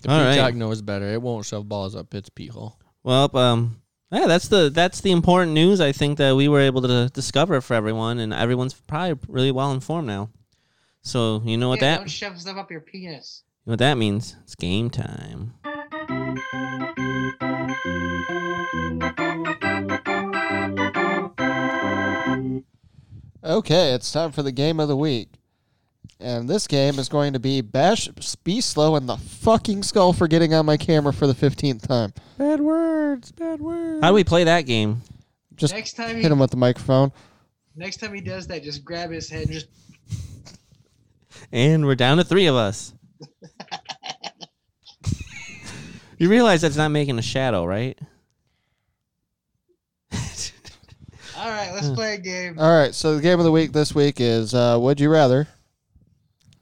The
All right.
peacock knows better. It won't shove balls up its pee hole.
Well, um yeah, that's the that's the important news I think that we were able to discover for everyone and everyone's probably really well informed now. So, you know what
Yeah,
that
Don't shove stuff up your penis.
you know what that means? It's game time.
Okay, it's time for the game of the week. And this game is going to be Bash Be Slow in the fucking skull for getting on my camera for the 15th time.
Bad words. Bad words.
How do we play that game?
Just
Next time
hit him with the microphone.
Next time he does that, just grab his head and just
And we're down to three of us. you realize that's not making a shadow, right?
all right, let's play a game.
All right, so the game of the week this week is uh, Would You Rather?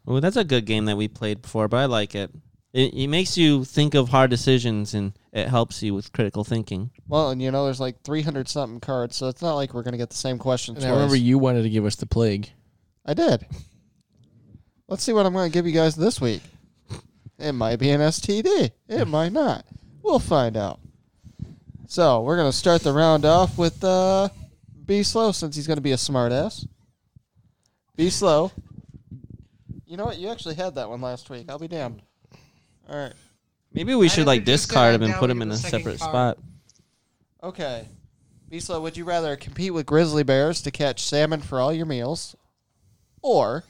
Oh, that's a good game that we played before, but I like it. It, it makes you think of hard decisions and it helps you with critical thinking.
Well, and you know, there's like 300 something cards, so it's not like we're going to get the same question
And
twice.
I remember you wanted to give us the plague.
I did. Let's see what I'm going to give you guys this week. It might be an STD. It might not. We'll find out. So we're going to start the round off with uh, Be Slow since he's going to be a smartass. Be Slow. You know what? You actually had that one last week. I'll be damned. All right.
Maybe we
I
should
never
like
did
discard
that.
him and
Now
put
we
him
get
in
the
a
second
separate
card.
spot.
Okay. Bisla, would you rather compete with grizzly bears to catch salmon for all your meals or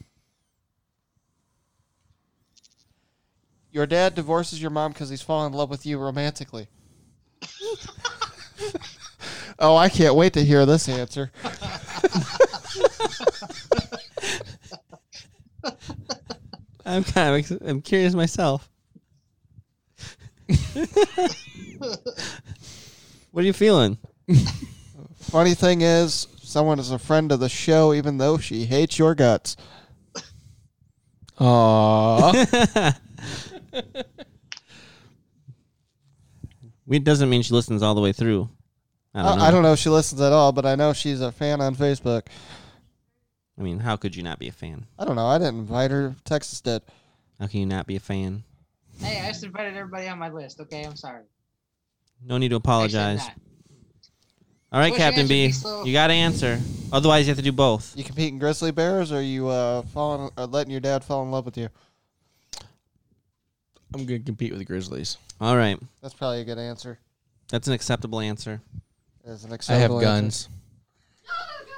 your dad divorces your mom because he's fallen in love with you romantically? oh, I can't wait to hear this answer.
I'm kind of ex- I'm curious myself. what are you feeling?
Funny thing is, someone is a friend of the show even though she hates your guts.
Aww.
It doesn't mean she listens all the way through. I
Uh,
don't
I-
know.
I don't know if she listens at all, but I know she's a fan on Facebook.
I mean, how could you not be a fan?
I don't know. I didn't invite her. Texas did.
How can you not be a fan?
Hey, I just invited everybody on my list. Okay, I'm sorry.
No need to
I said
apologize.
not.
All right,
What's your
Captain
answer,
B,
Diesel?
you got to answer. Otherwise, you have to do both.
You competing grizzly bears, or you uh, falling, or letting your dad fall in love with you?
I'm going to compete with the Grizzlies.
All right,
That's probably a good answer.
that's an acceptable answer.
As an
I have
acceptable
guns.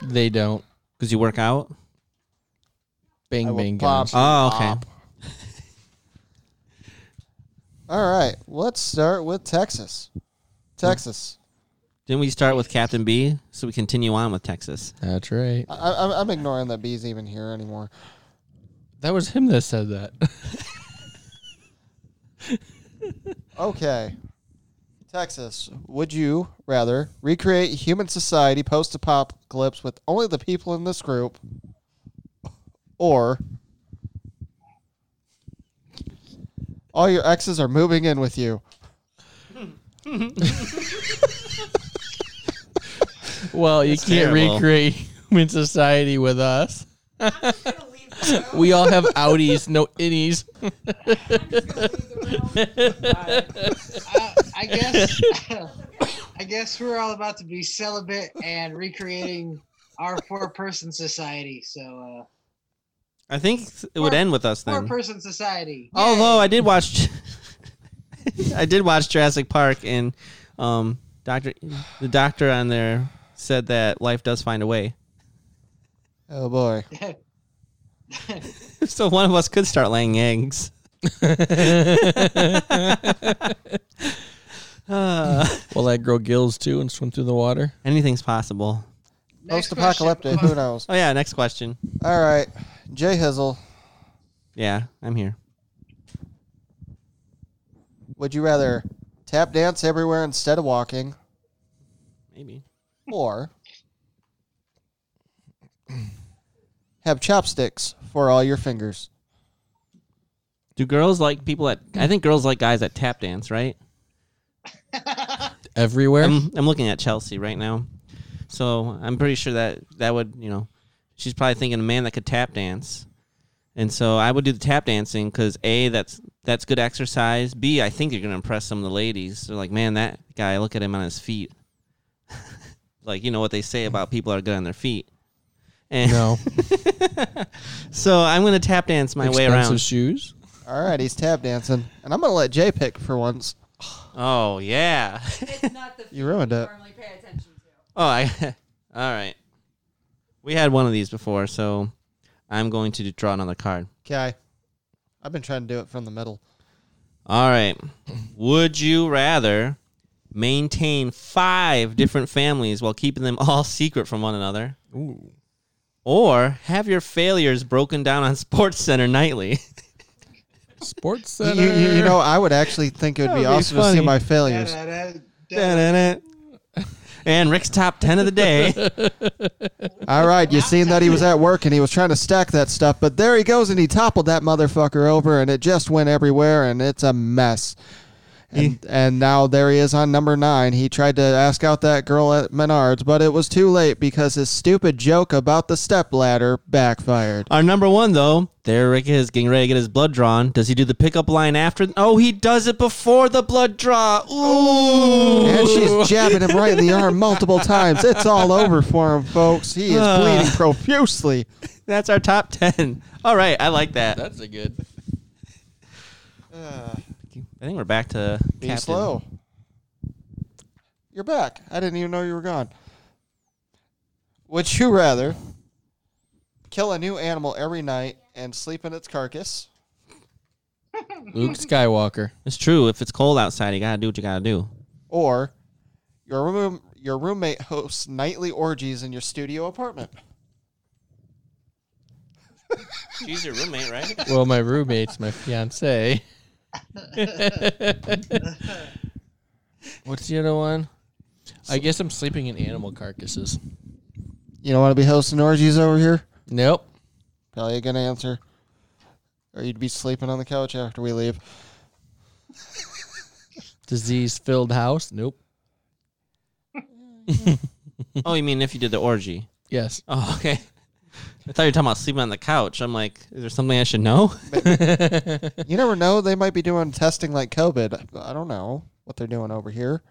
They don't.
Because you work out.
answer. I
Bang,
will
bang,
pop
guns.
you
Oh, okay.
up. All right, let's start with Texas. Texas.
Didn't we start with Captain B? So we continue on with Texas.
That's right.
I, I, I'm ignoring that B's even here anymore.
That was him that said that.
Okay. Texas, would you rather recreate human society post apocalypse with only the people in this group or all your exes are moving in with you?
well, you can't
terrible.
recreate human society with us.
I'm just gonna leave the room.
We all have outies, no innies.
I'm just gonna leave the room.
Uh, I guess. I guess we're all about to be celibate and recreating our four-person society. So uh,
I think it would
Four-
end with us then.
four-person society.
Although I did watch, I did watch Jurassic Park, and um, Doctor, the doctor on there said that life does find a way.
Oh boy.
So one of us could start laying eggs. Uh,
Will that grow gills too and swim through the water?
anything's possible.
Next
Post
question.
apocalyptic, who knows?
Oh yeah, next question.
All right. Jay Hizzle,
Yeah, I'm here.
would you rather tap dance everywhere instead of walking
Maybe.
or Have chopsticks for all your fingers.
Do girls like people that? I think girls like guys that tap dance, right?
Everywhere.
I'm, I'm looking at Chelsea right now, so I'm pretty sure that that would you know, she's probably thinking a man that could tap dance, and so I would do the tap dancing because a that's that's good exercise. B I think you're gonna impress some of the ladies. They're like, man, that guy. Look at him on his feet. like you know what they say about people that are good on their feet. And
no.
so I'm gonna tap dance my way
Expensive
around.
shoes.
All right, he's tap dancing, and I'm gonna let Jay pick for once.
oh yeah.
It's not the
You ruined it.
normally pay attention to.
Oh, I, all right. We had one of these before, so I'm going to draw another card.
Okay, I've been trying to do it from the middle.
All right. Would you rather maintain five different families while keeping them all secret from one another?
Ooh.
Or have your failures broken down on Sports Center nightly.
Sports
You,
Center.
you, you know, I would actually think it would be
That would be
awesome to
funny.
see my failures.
Da-da-da-da.
and Rick's top ten of the day.
All right, you seen that he was at work and he was trying to stack that stuff, but there he goes and he toppled that motherfucker over and it just went everywhere and it's a mess. And, and now there he is on number nine. He tried to ask out that girl at Menards, but it was too late because his stupid joke about the stepladder backfired.
Our number one, though, there Rick is getting ready to get his blood drawn. Does he do the pickup line after? Oh, he does it before the blood draw. Ooh.
And she's jabbing him right in the arm multiple times. It's all over for him, folks. He is
Ah.
bleeding profusely.
That's our top 10. All right, I like that.
That's a good.
I think we're back to
Be
Captain.
slow. You're back. I didn't even know you were gone. Would you rather kill a new animal every night and sleep in its carcass?
Luke Skywalker.
It's true. If it's cold outside, you got to do what you got to do.
Or your room your roommate hosts nightly orgies in your studio apartment?
She's your roommate, right?
Well, my roommate's my fiance. What's the other one? I guess I'm sleeping in animal carcasses.
You don't want to be hosting orgies over here?
Nope.
Probably a good answer. Or you'd be sleeping on the couch after we leave.
Disease filled house. Nope.
oh, you mean if you did the orgy?
Yes.
Oh, okay. I thought you were talking about sleeping on the couch. I'm like, is there something I should know?
You never know. They might be doing testing like COVID. I don't know what they're doing over here.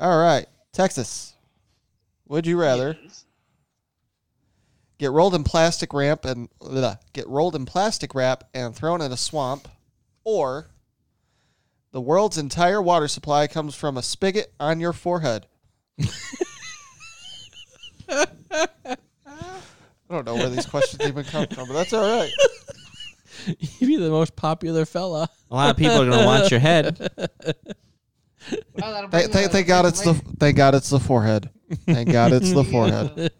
All right. Texas. Would you rather get rolled in plastic ramp and ugh, get rolled in plastic wrap and thrown in a swamp or the world's entire water supply comes from a spigot on your forehead? I don't know where these questions even come from, but that's all right.
You'd be the most popular fella.
A lot of people are going to want your head.
Well,
uh,
that'll bring
Thank, thank,
the-
thank God it's the thank God it's the forehead. Thank God it's the forehead.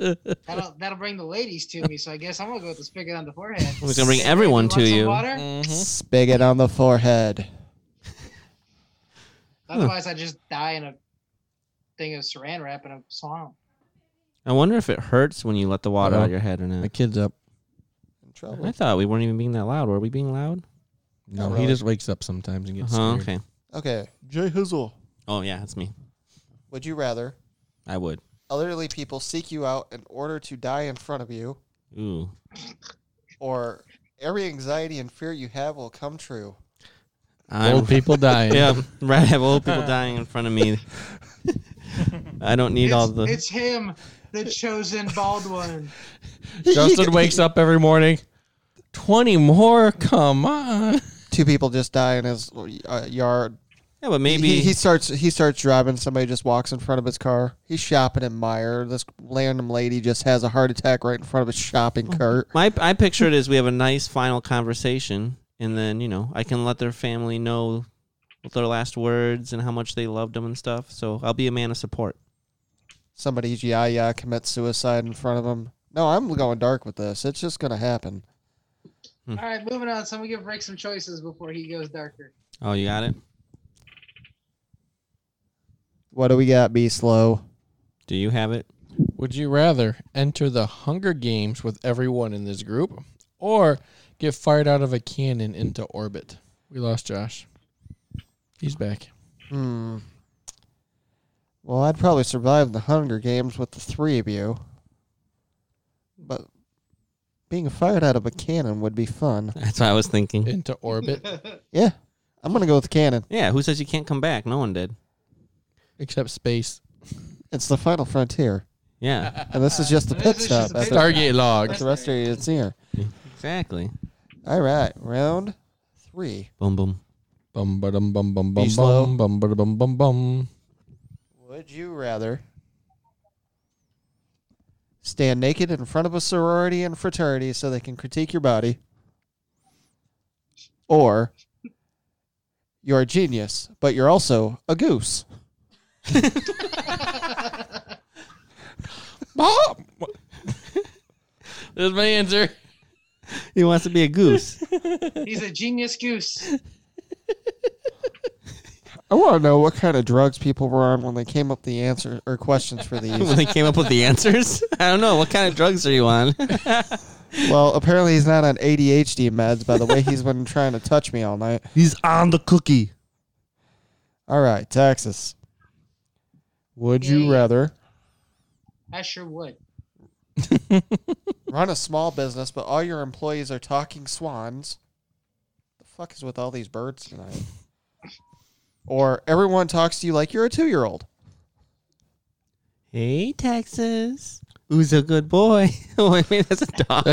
That'll, that'll bring the ladies to me, so I guess I'm gonna go with the spigot on the forehead.
I'm just going to bring everyone to
Want some
you. Mm.
water?
Mm-hmm.
Spigot on the forehead.
Otherwise, I just die in a thing of saran wrap in a swamp.
I wonder if it hurts when you let the water out of your head or
My
not.
kid's up.
In
I
trouble.
thought we weren't even being that loud. Were we being loud?
No,
Not
he
really.
just wakes up sometimes and gets
Uh-huh,
scared.
okay.
Okay, Jay Hizzle.
Oh, yeah, that's me.
Would you rather
I would.
elderly people seek you out in order to die in front of you,
Ooh.
or every anxiety and fear you have will come true?
I'm,
Old people dying.
yeah, right. I have old people dying in front of me. I don't need
It's,
all the.
it's him, the chosen bald one.
Justin wakes up every morning. 20 more? Come on.
Two people just die in his uh, yard.
yeah, but
He-
maybe
he, starts he starts driving. Somebody just walks in front of his car. He's shopping in Meyer. This random lady just has a heart attack right in front of his shopping cart.
my I picture it as we have a nice final conversation, and then you know I can let their family know what their last words and how much they loved them and stuff. So I'll be a man of support.
somebody's yaya commits suicide in front of them. No, I'm going dark with this. It's just going to happen.
All right, moving on. So I'm gonna give Rick some choices before he goes darker.
Oh, you got it.
What do we got? Be slow.
Do you have it?
Would you rather enter the Hunger Games with everyone in this group or get fired out of a cannon into orbit? We lost Josh. He's back.
Hmm. Well, I'd probably survive the Hunger Games with the three of you. But being fired out of a cannon would be fun.
That's what I was thinking.
Into orbit,
Yeah. I'm going to go with cannon.
Yeah, who says you can't come back? No one did.
except space.
It's the final frontier.
Yeah,
And this is just the pit
This is
stop.
just the
That's
pit-
Stargate log.
the rest of it's here.
exactly.
All right. Round three.
Boom, boom.
Bum ba dum bum bum bum
Be slow.
bum bum ba bum bum bum.
Would you rather stand naked in front of a sorority and fraternity so they can critique your body? Or you're a genius, but you're also a goose.
Mom! There's my answer.
He wants to be a goose.
He's a genius goose.
I want to know what kind of drugs people were on when they came up the answer or questions for
when
these.
they came up with the answers, I don't know what kind of drugs are you on.
well, apparently he's not on ADHD meds by the way he's been trying to touch me all night.
He's on the cookie.
All right, Texas. Would you
Yay.
rather
I sure would.
run a small business, but all your employees are talking swans. The fuck is with all these birds tonight? Or everyone talks to you like you're a two year old.
Hey, Texas. Who's a good boy? oh, I mean, that's a dog.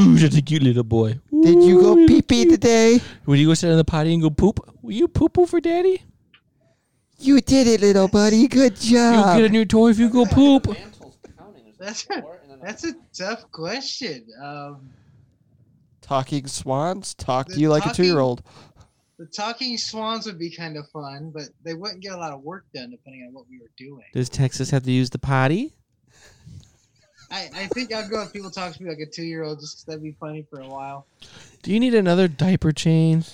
Ooh, just a cute little boy.
Did you go
Ooh,
pee pee today?
Would you go sit on the potty and go poop? Will you poop over daddy?
You did it, little buddy. Good
You'll get a
job.
new toy if you go poop.
That's a, that's a tough question. Um,
Talking swans talk to
The
you like a
talking-
two year old.
the talking swans would be kind of fun, but they wouldn't get a lot of work done depending on what we were doing.
Does Texas have to use the potty?
I, I think I'll go if people talk to me like a two year old just 'cause that'd be funny for a while.
Do you need another diaper change?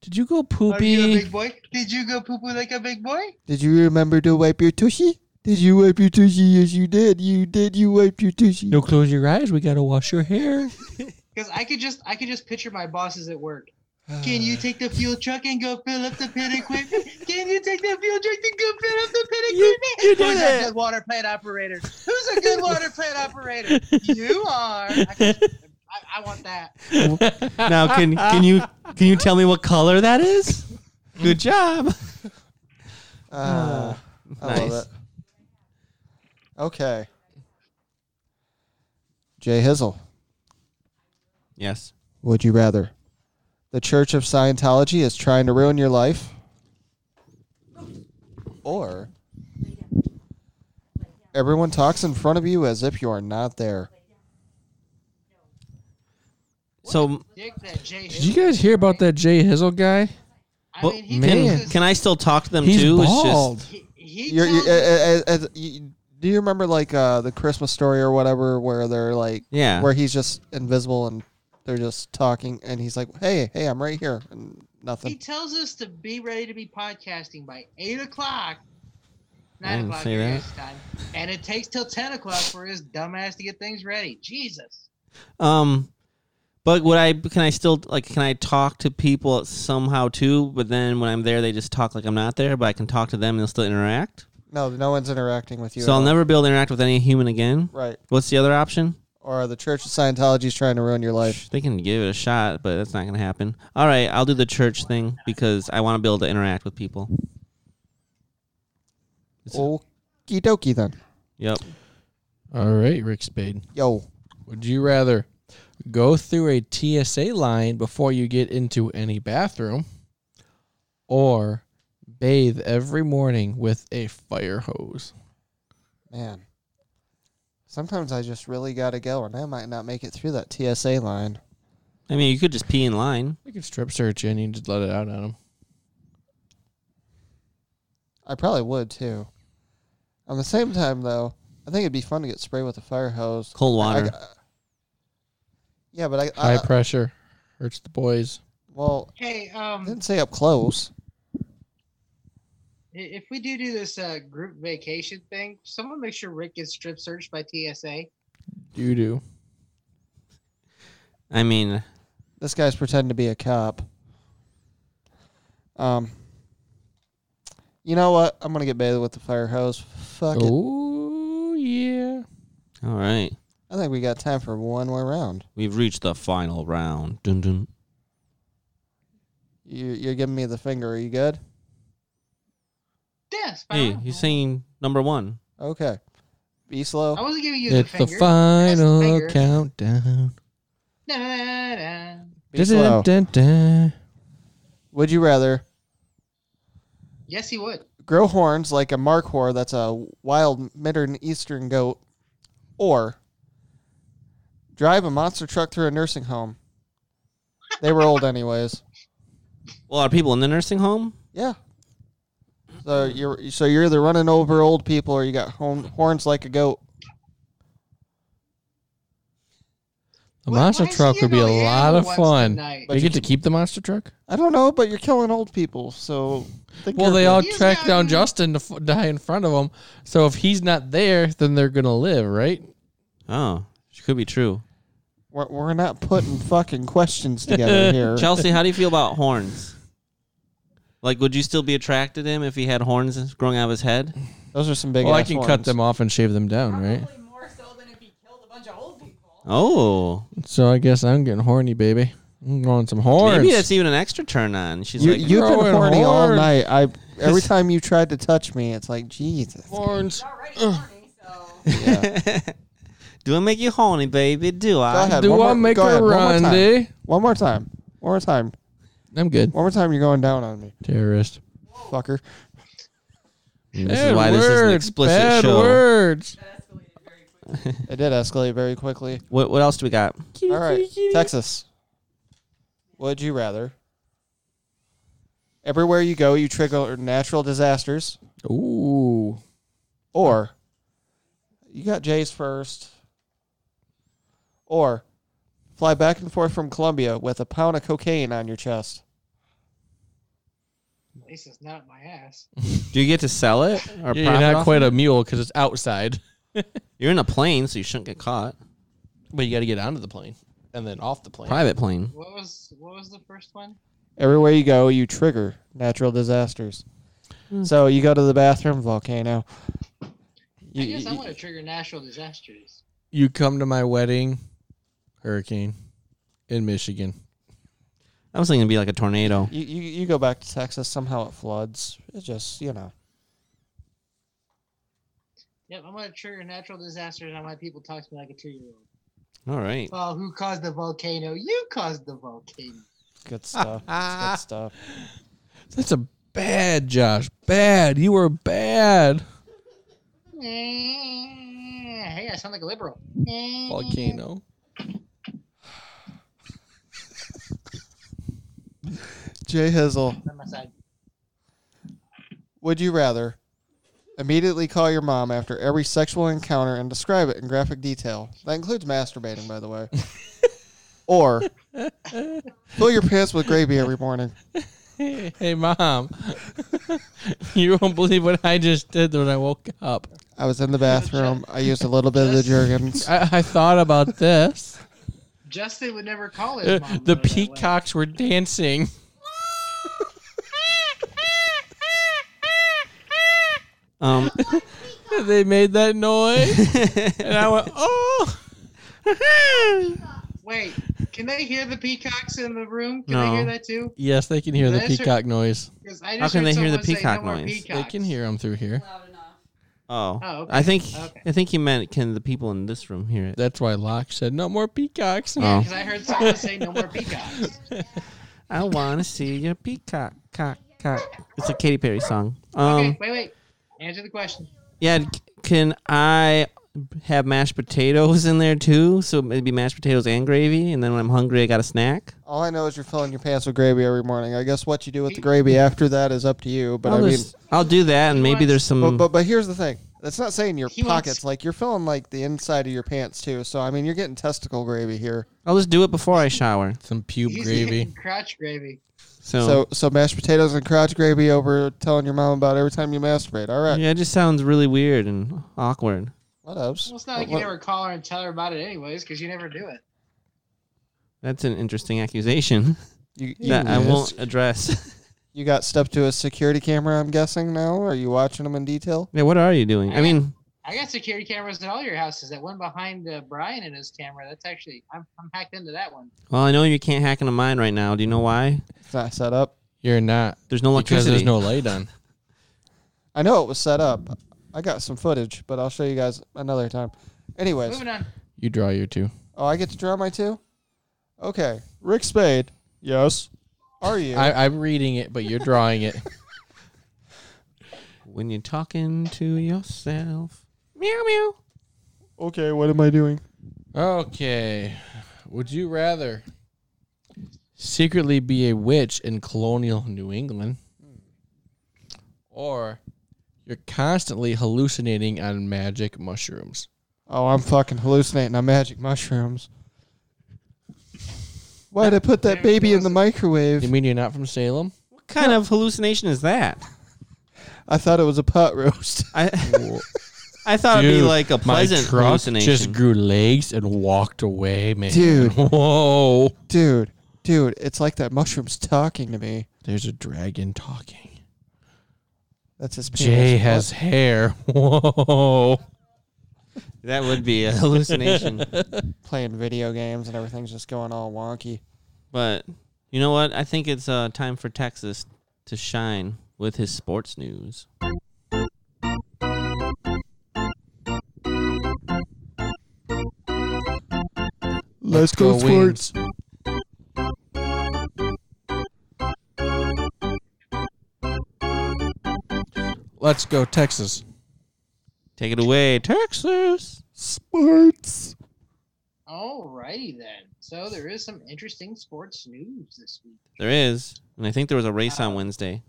Did you
Are
go
you a
poopy?
big boy? Did you go poo poo like a big boy?
Did you remember to wipe your tushy? Did you wipe your tushy? Yes, you did. You did. You wiped your tushy.
No, close your eyes. We gotta wash your hair.
Because I could just I could just picture my bosses at work. Can
Uh.
you take the fuel truck and go fill up the pit equipment? Can you take the fuel truck and go fill up the pit equipment?
you do
Who's
that.
a good water plant operator? Who's a good water plant operator? You are. I, could- I, I want that.
Now, can can you can you tell me what color that is? Good job.
Uh, I love
Nice.
it. Okay. Jay Hizzle.
Yes.
Would you rather? The Church of Scientology is trying to ruin your life? Or everyone talks in front of you as if you are not there.
So,
Dig that Jay.
Did you guys hear about that Jay Hizzle guy?
I mean, he
man.
tells
can,
us-
can I still talk to them
He's
too? It's just-
bald.
he, he
You're, you,
tells
uh,
us-
uh, uh, uh, you- do you remember like uh, the Christmas story or whatever where they're like,
yeah.
where he's just invisible and they're just talking and he's like, hey, hey, I'm right here and
he
nothing.
tells us to be ready to be podcasting by eight
I
o'clock. Nine
didn't
o'clock
say
here
that.
this time. And it takes till ten o'clock for his dumbass to get things ready. Jesus.
Um, but would I? Can I still like? Can I talk to people somehow too? But then when I'm there, they just talk like I'm not there. But I can talk to them and they'll still interact.
No, no one's interacting with you.
so
at
I'll
all.
never be able to interact with any human again.
Right.
What's the other option?
Or the Church of Scientology is trying to ruin your life.
They can give it a shot, but that's not going to happen. All right, I'll do the church thing because I want to be able to interact with people.
Okie dokie then.
Yep.
All right, Rick Spade.
Yo.
Would you rather go through a TSA line before you get into any bathroom or bathe every morning with a fire hose?
Man. Sometimes I just really got to go, and I might not make it through that TSA line.
I mean, you could just pee in line.
I could strip search you and you just let it out on him.
I probably would, too. On the same time, though, I think it'd be fun to get sprayed with a fire hose.
Cold water.
I- I- yeah, but I, I,
High pressure hurts the boys.
well,
Hey,
I
um
didn't say up close.
if we do do this uh, group vacation thing, someone make sure Rick gets strip searched by TSA.
You do.
I mean,
This guy's pretending to be a cop. Um, you know what? I'm gonna get bathed with the fire hose. Fuck it.
Oh yeah.
all right.
I think we got time for one more round.
We've reached the final round. Dun, dun.
You, you're giving me the finger. Are you good?
Yes, but
Hey, he's saying number one.
Okay. Be
I
slow.
wasn't giving you
It's
the
the
finger.
final
finger.
countdown.
Da, da, da, da.
Be slow.
Dun-dun-dun-dun.
Would you rather
Yes, he would.
grow horns like a markhor that's a wild midern eastern goat or drive a monster truck through a nursing home they were old anyways
Well, are people in the nursing home?
yeah so you're so you're either running over old people or you got horn, horns like a goat
The
Why-
monster
why is
truck
he
would be a
annoying
lot of
once
fun.
tonight?
They get to keep the monster truck.
i don't know but you're killing old people so think
Well,
you're-
they all
He's
track
got-
down Justin to f- die in front of him. So if he's not there, then they're gonna live, right?
Oh, it could be true.
we're, we're not putting fucking questions together here
Chelsea, how do you feel about horns? Like, would you still be attracted to him if he had horns growing out of his head?
those are some big
well, I
ass
can cut
horns.
them off and shave them down,
Probably
right?
more so than if he killed a bunch of old people.
Oh,
So I guess I'm getting horny, baby. I'm growing some horns.
maybe that's even an extra turn on. She's
you,
like,
you've been
growing
horny all
horns.
night i every time you tried to touch me it's like jesus
horns.
He's already horny, so
yeah
do I make you horny, baby? Do I?
Go ahead.
Do
one
I
more-
make
go
a
ahead, one more time.
Randy?
One more time. One more time.
I'm good.
One more time. You're going down on me,
Terrorist.
fucker.
And This is why this is an explicit
bad
show.
words.
that escalated very quickly.
It did escalate very quickly.
What, what else do we got?
All right, Texas. Would you rather? Everywhere you go, you trigger natural disasters,
Ooh.
or you got Jay's first, or fly back and forth from Colombia with a pound of cocaine on your chest.
At least it's not up my ass.
Do you get to sell it? Or
Yeah, you're
profit
not
off
quite
it?
a mule because it's outside.
You're in a plane, so you shouldn't get caught.
But you got to get onto the plane and then off the plane.
Private plane.
What was what was the first one?
Everywhere you go, you trigger natural disasters. So you go to the bathroom, volcano.
I
You-
guess I
you-
want to trigger natural disasters.
You come to my wedding, hurricane in Michigan.
I was thinking it'd be like a tornado.
you, you, you go back to Texas, somehow it floods. It's just, you know.
Yep, I'm gonna trigger natural disasters. and I want people to talk to me like a two year old.
All right.
Well, who caused the volcano? You caused the volcano.
Good stuff. It's good stuff.
That's a bad, Josh. Bad. You were bad.
Hey, Eh, I sound like a liberal. Eh.
Volcano.
Jay Hizzle,
On my side.
would you rather immediately call your mom after every sexual encounter and describe it in graphic detail? That includes masturbating, by the way. or fill your pants with gravy every morning.
Hey, hey, mom. you won't believe what I just did when I woke up.
I was in the bathroom. I used a little bit of the Jergens.
I, I thought about this.
Justin would never call
Uh,
his mom.
the
though, that way.
peacocks were dancing.
Um,
they made that noise. and I went, oh.
Wait, can they hear the peacocks in the room? Can
No.
they hear that too?
yes, they can hear the
That's her-
peacock noise.
'Cause I
How
just
can
heard
they hear the
someone say,
peacock
"No more
noise?"
They
peacocks."
can hear them through here.
Loud enough.
oh,
Oh, okay.
I think
Okay.
I think he meant can the people in this room hear it?
That's why Locke said, no more peacocks.
Oh.
Because I heard someone say no more peacocks.
I want to see your peacock, cock, cock. It's a Katy Perry song. Um,
Okay, wait, wait. Answer the question.
yeah. c- Can I have mashed potatoes in there too? So maybe mashed potatoes and gravy, and then when I'm hungry, I got a snack.
All I know is you're filling your pants with gravy every morning. I guess what you do with the gravy after that is up to you. But
I'll,
I mean,
just- I'll do that, and maybe there's some.
But, but but here's the thing: That's not saying your
He wants-
pockets. Like you're filling like the inside of your pants too. So I mean, you're getting testicle gravy here.
I'll just do it before I shower.
Some pube
He's
gravy.
getting crotch gravy.
So,
So so mashed potatoes and crotch gravy over telling your mom about every time you masturbate. All right,
yeah, it just sounds really weird and awkward.
what else?
Well, it's not like you never call her and tell her about it anyways, because you never do it.
That's an interesting accusation
You, you,
that I won't address.
you got stepped to a security camera. I'm guessing now. Are you watching them in detail?
yeah, what are you doing? I mean,
I got security cameras at all your houses. That one behind uh, Brian and his camera. That's actually I'm, I'm hacked into that one.
well, I know you can't hack into mine right now. Do you know why?
It's not set up.
You're not
There's no
because
electricity.
there's no light on.
I know it was set up. I got some footage, but I'll show you guys another time. Anyways,
Moving on.
You draw your two.
oh, I get to draw my two. Okay, Rick Spade. Yes. Are you?
I, I'm reading it, but you're drawing it.
When you're talking to yourself. Meow meow.
okay. What am I doing?
Okay. Would you rather secretly be a witch in colonial New England or you're constantly hallucinating on magic mushrooms?
Oh, I'm fucking hallucinating on magic mushrooms. Why'd I put that baby in the
You
microwave?
mean you're not from Salem?
What kind of hallucination is that?
I thought it was a pot roast.
I I thought it'd be
Dude,
like a pleasant
My truck
hallucination.
just grew legs and walked away, man.
Dude.
Whoa.
Dude, dude, it's like that mushroom's talking to me.
There's a dragon talking.
That's his penis.
Jay has hair. Whoa.
that would be a hallucination.
playing video games and everything's just going all wonky.
but you know what? I think it's uh, time for Texas to shine with his sports news.
Let's
go sports. Let's
Oh,
go, Texas.
Take it away, Texas.
Sports.
Alrighty then. So there is some interesting sports news this week.
There is, and I think there was a race on Wednesday.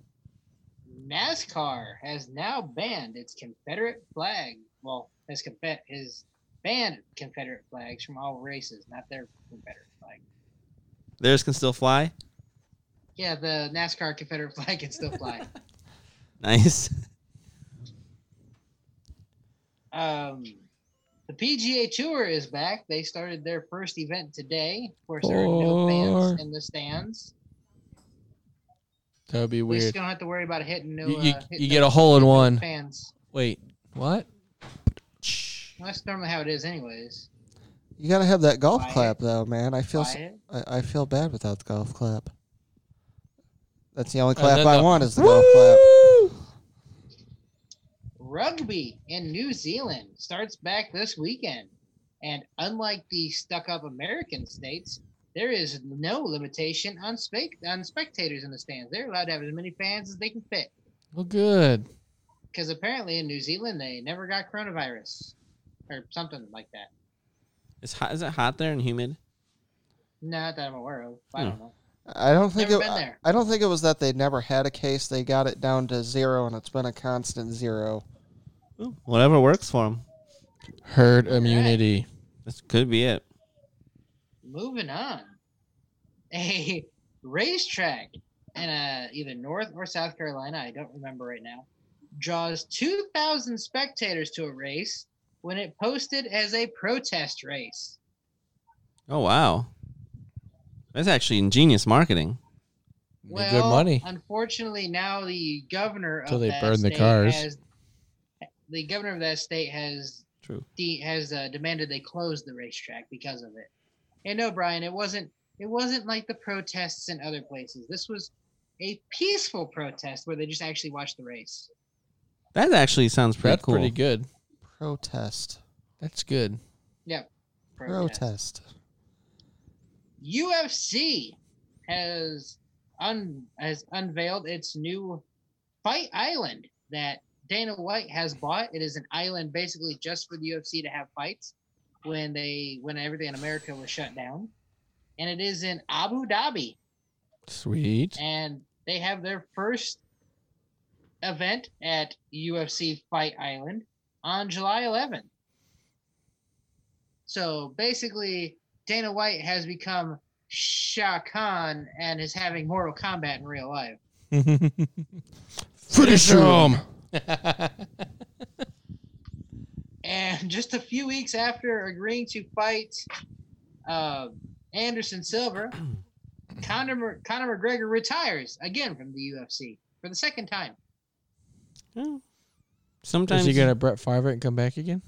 NASCAR has now banned its Confederate flag. Well, has confed has banned Confederate flags from all races, not their Confederate flag.
Theirs can still fly.
Yeah, the NASCAR Confederate flag can still fly.
Nice.
Um, the PGA Tour is back. They started their first event today. Of course, there are no
Four.
fans in the stands.
That would be
We just
weird.
don't have to worry about hitting no.
You, you,
uh, hitting
you
no
get a hole in one.
fans.
Wait, what?
That's normally how it is, anyways.
You gotta have that golf
Quiet.
clap though, man. I feel s-
Quiet.
I, I feel bad without the golf clap. That's the only
And
clap
then
I
the-
want is the golf clap.
Rugby in New Zealand starts back this weekend. And unlike the stuck up American states, there is no limitation on, spec- on spectators in the stands. They're allowed to have as many fans as they can fit.
Well, good.
Because apparently in New Zealand, they never got coronavirus or something like that.
It's hot. Is it hot there and humid?
Not that I'm aware of. I don't know.
I don't think
Never
it,
been
I-
there.
I don't think it was that they never had a case. They got it down to zero, and it's been a constant zero.
Oh.
Ooh, whatever works for him.
Herd immunity.
This could be it.
Moving on. A racetrack in uh, either North or South Carolina, I don't remember right now, draws 2,000 spectators to a race when it posted as a protest race.
Oh wow, that's actually ingenious marketing.
Be good money.
Unfortunately, now the governor
Till
of
they
that
burn the
state
cars.
has the governor of that state has
True.
de- has uh, demanded they close the racetrack because of it. And no, Brian, it wasn't. It wasn't like the protests in other places. This was a peaceful protest where they just actually watched the race.
That actually sounds pretty
That's
cool.
pretty good.
Protest.
That's good.
Yep. Protest.
Protest.
UFC has un has unveiled its new fight island that Dana White has bought. It is an island basically just for the UFC to have fights when they when everything in America was shut down. And it is in Abu Dhabi.
Sweet.
And they have their first event at UFC Fight Island. on July 11th. So basically, Dana White has become Shao Kahn and is having Mortal Kombat in real life.
Finish him.
And just a few weeks after agreeing to fight uh, Anderson Silva, Conor, Mc- Conor McGregor retires again from the UFC for the second time.
Sometimes
Is he gonna Brett Favre it and come back again?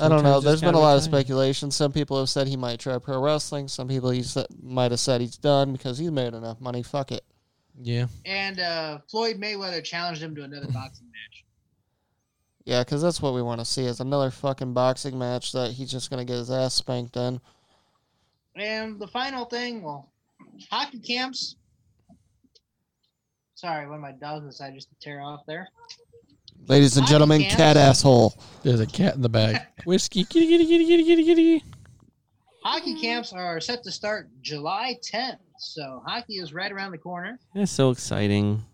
I don't know.
Sometimes
There's
it's
been a
gotta
lot of
retire.
speculation. Some people have said he might try pro wrestling. Some people he sa- might have said he's done because he's made enough money. Fuck it.
Yeah.
And uh, Floyd Mayweather challenged him to another boxing match.
Yeah, because that's what we want to see is another fucking boxing match that he's just gonna get his ass spanked in.
And the final thing, well, hockey camps. Sorry, one of my dogs decided just to tear off there.
Ladies and
I
gentlemen,
can't-
cat asshole.
There's a cat in the bag. Whiskey. Kitty kitty kitty kitty kitty kitty.
Hockey camps are set to start July 10th, so hockey is right around the corner.
That's so exciting.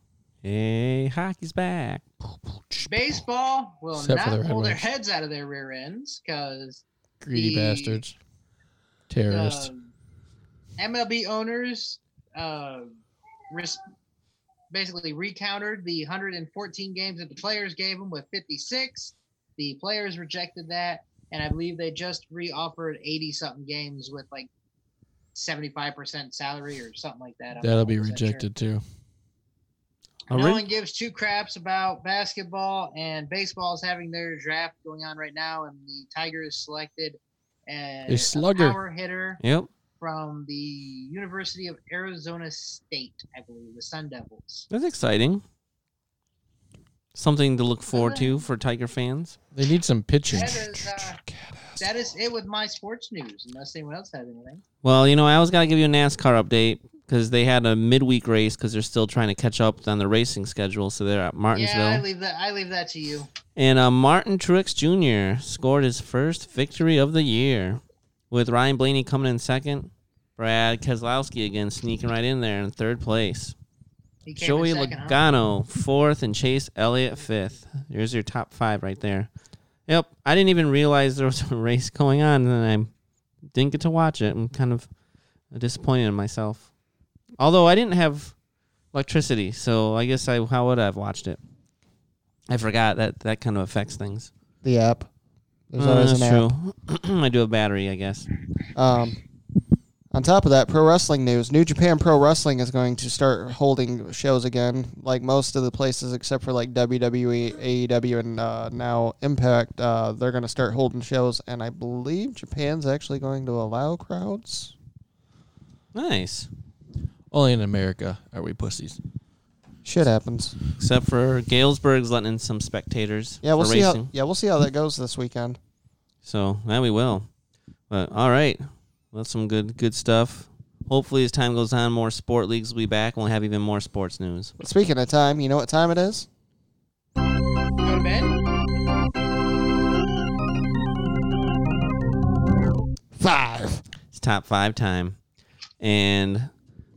Hey, hockey's back.
Baseball will
Except for
not
the Red
pull their
Wings.
heads out of their rear ends because
Greedy
The-
bastards.
Uh,
Terrorists.
Um, MLB owners uh, res- basically recounted the 114 games that the players gave them with 56. The players rejected that, and I believe they just re-offered 80 something games with like 75% salary or something like that. I'm
That'll
not 100%
be
sure.
rejected too.
Are
No
we-
one gives two craps about basketball, and baseball's having their draft going on right now, and the Tigers selected a,
A slugger.
power hitter
Yep.
from the University of Arizona State, I believe, the Sun Devils.
That's exciting. Something to look forward to for Tiger fans.
They need some pitching.
That is, uh, that is it with my sports news, unless anyone else has anything.
Well, you know, I always got to give you a NASCAR update because they had a midweek race because they're still trying to catch up on the racing schedule. So they're at Martinsville.
Yeah, I leave that. I leave that to you.
And uh, Martin Truex Jr. scored his first victory of the year with Ryan Blaney coming in second. Brad Keselowski again sneaking right in there in third place.
He came in
Joey
second, huh?
Logano fourth and Chase Elliott fifth. There's your top five right there. Yep, I didn't even realize there was a race going on, and I didn't get to watch it. I'm kind of disappointed in myself. Although I didn't have electricity, so I guess I how would I have watched it? I forgot that that kind of affects things.
The app. There's
Uh,
always
that's
an app.
true. I do have battery, I guess.
Um, on top of that, pro wrestling news. New Japan Pro Wrestling is going to start holding shows again, like most of the places except for like E, WWE, AEW, and uh, now Impact. Uh, they're going to start holding shows, and I believe Japan's actually going to allow crowds.
Nice,
Only in America are we pussies.
Shit happens.
except for Galesburg's letting in some spectators.
Yeah, we'll
for
see
racing.
how. Yeah, we'll see how that goes this weekend.
So that we will. But all right, well, that's some good good stuff. Hopefully, as time goes on, more sport leagues will be back, and we'll have even more sports news.
But speaking of time, you know what time it is?
Go to bed.
Five.
It's top five time, and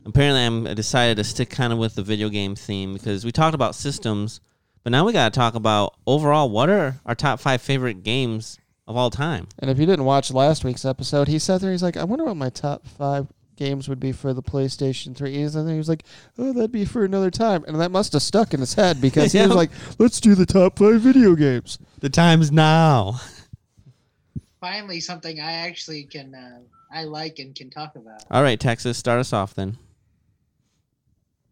apparently, I'm I decided to stick kind of with the video game theme because we talked about systems, but now we got to talk about overall what are our top five favorite games of all time.
And if you didn't watch last week's episode, he sat there. He's like, I wonder what my top five games would be for the PlayStation 3. He's in there. He was like, Oh, that'd be for another time. And that must have stuck in his head because he was
Yeah.
like, Let's do the top five video games.
The time's now.
Finally, something I actually can, uh, I like and can talk about.
All right, Texas, start us off then.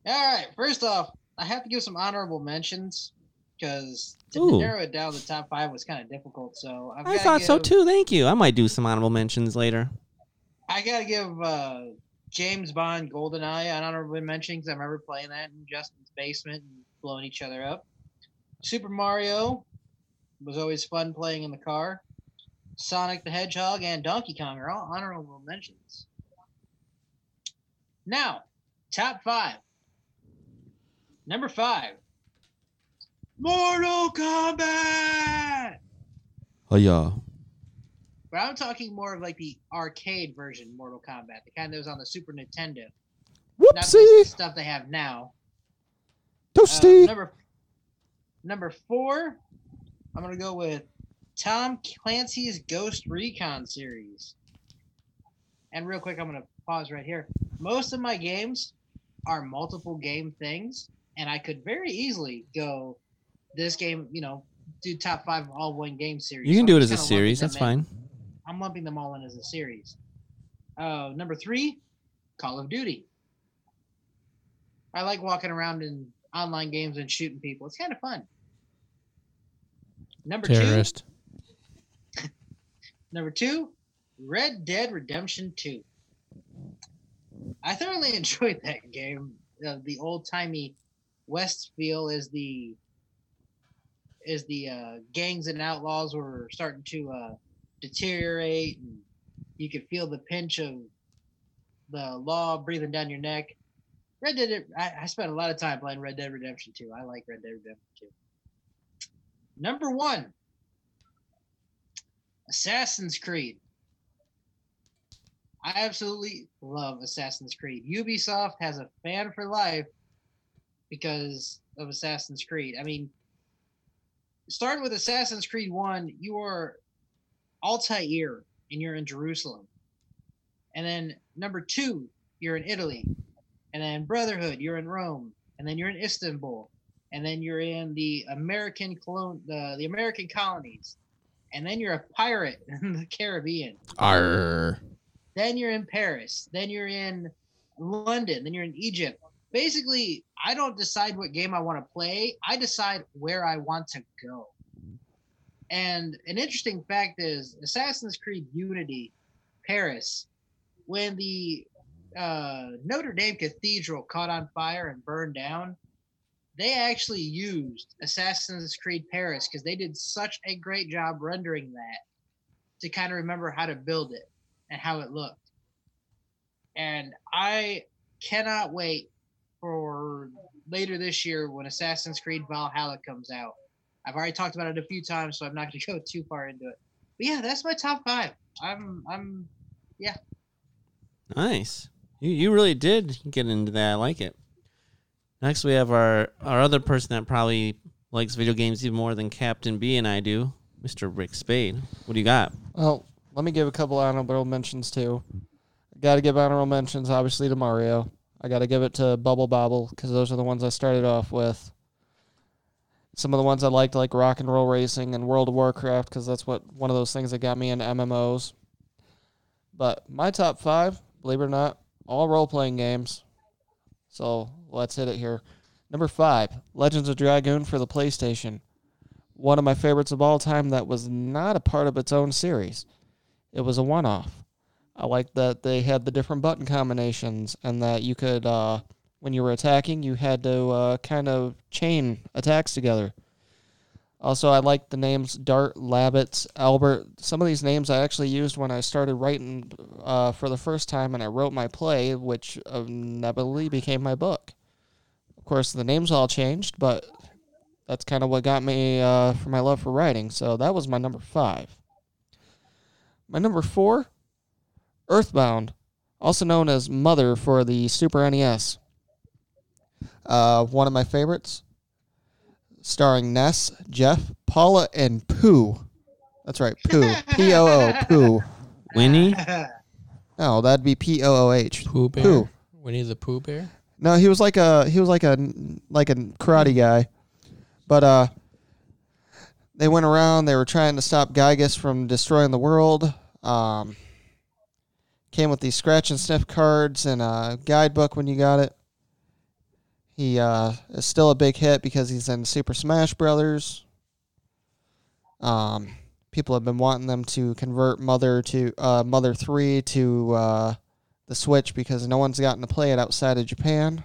All right. First off, I have to give some honorable mentions because to
Ooh.
narrow it down, the top five was kind of difficult. So I've
I
gotta
thought so
give-
too. Thank you. I might do some honorable mentions later.
I gotta give uh, James Bond GoldenEye an honorable mention because I remember playing that in Justin's basement and blowing each other up. Super Mario was always fun playing in the car. Sonic the Hedgehog and Donkey Kong are all honorable mentions. Now, top five. Number five. Mortal Kombat.
Oh yeah.
But I'm talking more of like the arcade version Mortal Kombat, the kind that was on the Super Nintendo. Not the
Whoopsie.
stuff they have now. Uh,
Toasty.
number number four, I'm gonna go with Tom Clancy's Ghost Recon series. And real quick, I'm going to pause right here. Most of my games are multiple game things, and I could very easily go this game, you know, do top five all one game series.
You can
So
do
I'm
it as
just
a
kinda lumping
series.
them
That's
in.
fine.
I'm lumping them all in as a series. Uh, number three, Call of Duty. I like walking around in online games and shooting people. It's kind of fun. Number two,
Terrorist.
number two, Red Dead Redemption Two. I thoroughly enjoyed that game. Uh, the old timey West feel is the is the uh, gangs and outlaws were starting to uh, deteriorate, and you could feel the pinch of the law breathing down your neck. Red Dead. I, I spent a lot of time playing Red Dead Redemption 2. I like Red Dead Redemption 2. Number one, Assassin's Creed. I absolutely love Assassin's Creed. Ubisoft has a fan for life because of Assassin's Creed. I mean, starting with Assassin's Creed 1, you are Altair and you're in Jerusalem. And then number 2, you're in Italy. And then Brotherhood, you're in Rome. And then you're in Istanbul. And then you're in the American colon the, the American colonies. And then you're a pirate in the Caribbean.
Arr.
Then you're in Paris. Then you're in London. Then you're in Egypt. Basically, I don't decide what game I want to play. I decide where I want to go. And an interesting fact is Assassin's Creed Unity, Paris, when the uh, Notre Dame Cathedral caught on fire and burned down, they actually used Assassin's Creed Paris because they did such a great job rendering that to kind of remember how to build it and how it looked. And I cannot wait for later this year when Assassin's Creed Valhalla comes out. I've already talked about it a few times, so I'm not going to go too far into it. But yeah, that's my top five. I'm I'm
Nice. You you really did get into that. I like it. Next we have our our other person that probably likes video games even more than Captain B and I do, Mr. Rick Spade. What do you got?
Well, let me give a couple honorable mentions too. Got to give honorable mentions, obviously, to Mario. I got to give it to Bubble Bobble because those are the ones I started off with. Some of the ones I liked, like Rock and Roll Racing and World of Warcraft, because that's what one of those things that got me into MMOs. But my top five, believe it or not, all role playing games. So let's hit it here. Number five, Legends of Dragoon for the PlayStation one of my favorites of all time that was not a part of its own series. It was a one off. I liked that they had the different button combinations and that you could, uh, when you were attacking, you had to uh, kind of chain attacks together. Also, I liked the names Dart, Labbits, Albert. Some of these names I actually used when I started writing uh, for the first time and I wrote my play, which inevitably became my book. Of course, the names all changed, but that's kind of what got me uh, for my love for writing. So that was my number five. My number four, Earthbound, also known as Mother for the Super NES. Uh, one of my favorites, starring Ness, Jeff, Paula, and Pooh. That's right, Pooh. P O O, Pooh.
Winnie?
No, that'd be P O O H.
Pooh Bear.
Pooh.
Winnie the Pooh Bear.
No, he was like a he was like a like a karate guy, but uh, they went around. They were trying to stop Gygas from destroying the world. Um, came with these scratch and sniff cards and a guidebook when you got it. He uh, is still a big hit because he's in Super Smash Brothers. Um, people have been wanting them to convert Mother to uh, Mother Three to uh, the Switch because no one's gotten to play it outside of Japan.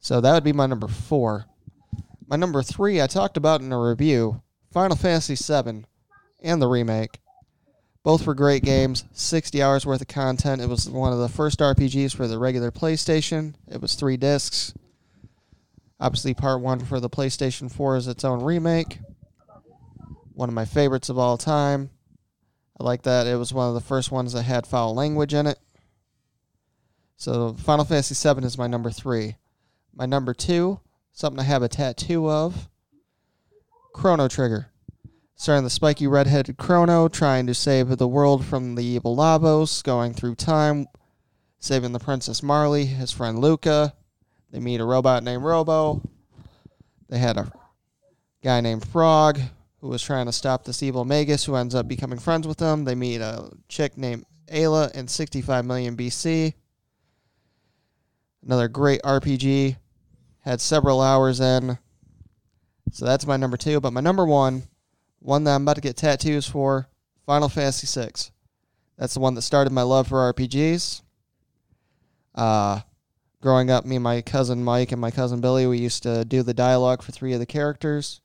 So that would be my number four. My number three, I talked about in a review Final Fantasy VII and the remake. Both were great games, 60 hours worth of content. It was one of the first RPGs for the regular PlayStation. It was three discs. Obviously, part one for the PlayStation 4 is its own remake. One of my favorites of all time. I like that it was one of the first ones that had foul language in it. So Final Fantasy VII is my number three. My number two, something I have a tattoo of, Chrono Trigger. starting the spiky redheaded Chrono, trying to save the world from the evil Labos, going through time, saving the Princess Marley, his friend Luca. They meet a robot named Robo. They had a guy named Frog who was trying to stop this evil Magus who ends up becoming friends with them. They meet a chick named Ayla in 65 million BC. Another great RPG. Had several hours in. So that's my number two. But my number one, one that I'm about to get tattoos for, Final Fantasy VI. That's the one that started my love for RPGs. Uh, growing up, me and my cousin Mike and my cousin Billy, we used to do the dialogue for three of the characters.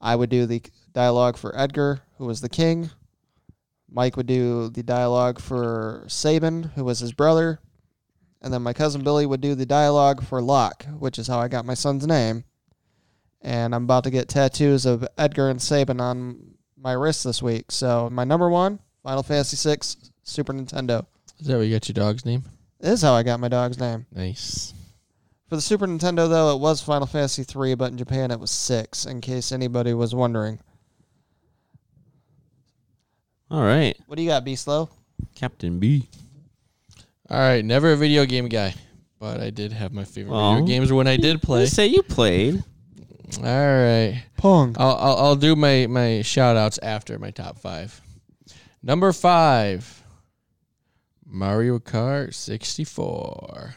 I would do the dialogue for Edgar, who was the king. Mike would do the dialogue for Sabin, who was his brother. And then my cousin Billy would do the dialogue for Locke, which is how I got my son's name. And I'm about to get tattoos of Edgar and Sabin on my wrist this week. So my number one, Final Fantasy VI, Super Nintendo.
Is that where you got your dog's name?
This is how I got my dog's name.
Nice.
For the Super Nintendo, though, it was Final Fantasy three, but in Japan it was six. In case anybody was wondering,
All right,
what do you got, B Slow?
Captain B.
All right, never a video game guy, but I did have my favorite
Aw.
video games when I did play.
You say you played.
All right.
Pong.
I'll, I'll, I'll do my, my shout outs after my top five. Number five, Mario Kart 64.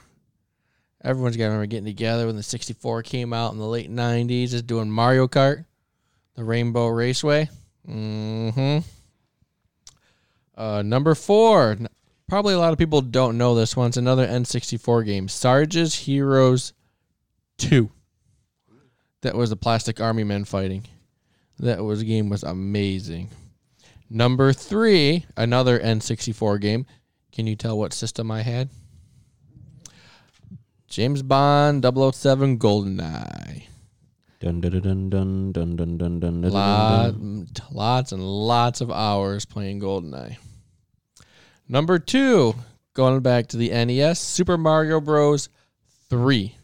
Everyone's got to remember getting together when the 64 came out in the late 90s, just doing Mario Kart, the Rainbow Raceway. hmm Uh, number four, n- probably a lot of people don't know this one. It's another N64 game, Sarge's Heroes 2 that was the plastic army men fighting. That was game was amazing. Number three, another N64 game. Can you tell what system I had? James Bond 007 GoldenEye.
Dun dun dun dun dun dun dun dun. dun,
Lot,
dun,
lots and lots of hours playing GoldenEye. Number two, going back to the NES, Super Mario Bros. 3.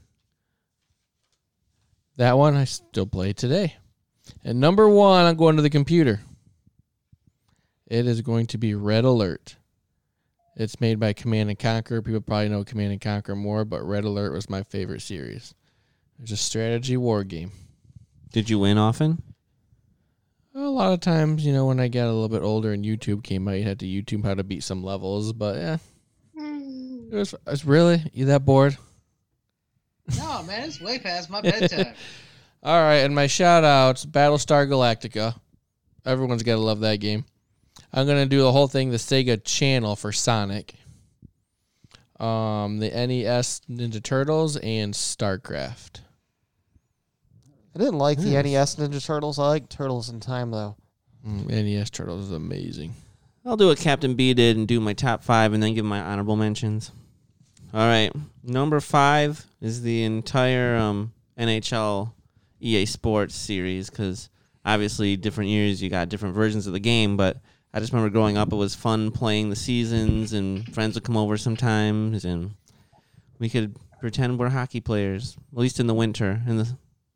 That one I still play today. And number one, I'm going to the computer. It is going to be Red Alert. It's made by Command and Conquer. People probably know Command and Conquer more, but Red Alert was my favorite series. It's a strategy war game.
Did you win often?
A lot of times, you know, when I got a little bit older and YouTube came out, you had to YouTube how to beat some levels, but yeah. It was, it was really you that bored.
No, man, it's way past my bedtime.
All right, and my shout outs Battlestar Galactica. Everyone's got to love that game. I'm going to do the whole thing the Sega channel for Sonic. Um, the NES Ninja Turtles and StarCraft.
I didn't like the NES Ninja Turtles. I like Turtles in Time though.
Mm, NES Turtles is amazing.
I'll do what Captain B did and do my top five and then give my honorable mentions. All right. Number five is the entire um, NHL EA E Sports series because obviously, different years you got different versions of the game. But I just remember growing up, it was fun playing the seasons, and friends would come over sometimes, and we could pretend we're hockey players, at least in the winter. In the,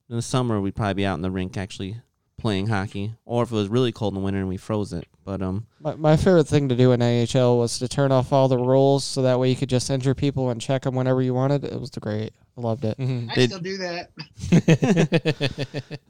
in the summer, we'd probably be out in the rink actually playing hockey, or if it was really cold in the winter and we froze it. But, um,
My, my favorite thing to do in AHL was to turn off all the rules so that way you could just injure people and check them whenever you wanted. It was great. I loved it.
I
Did-
still do that.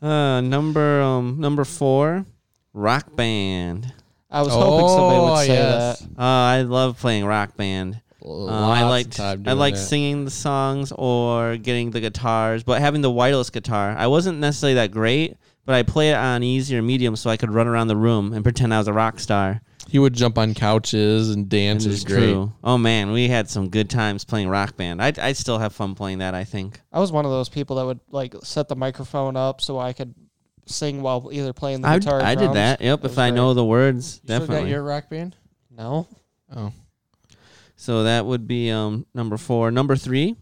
Uh, number um number four, Rock Band.
I was hoping somebody
Oh,
would say that.
Uh, I love playing Rock Band. Uh, I liked I like
singing.
singing the songs or getting the guitars, but having the wireless guitar, I wasn't necessarily that great, but I play it on easy or medium so I could run around the room and pretend I was a rock star.
He would jump on couches and dance.
And
It was
it's
great.
true. Oh man, we had some good times playing Rock Band. I I still have fun playing that. I think.
I was one of those people that would like set the microphone up so I could sing while either playing the
I,
guitar. or
I did
drums.
that. Yep.
It
If
was
I
great.
know the words,
Still got
definitely.
your rock band?
no.
Oh.
So that would be um, number four. Number three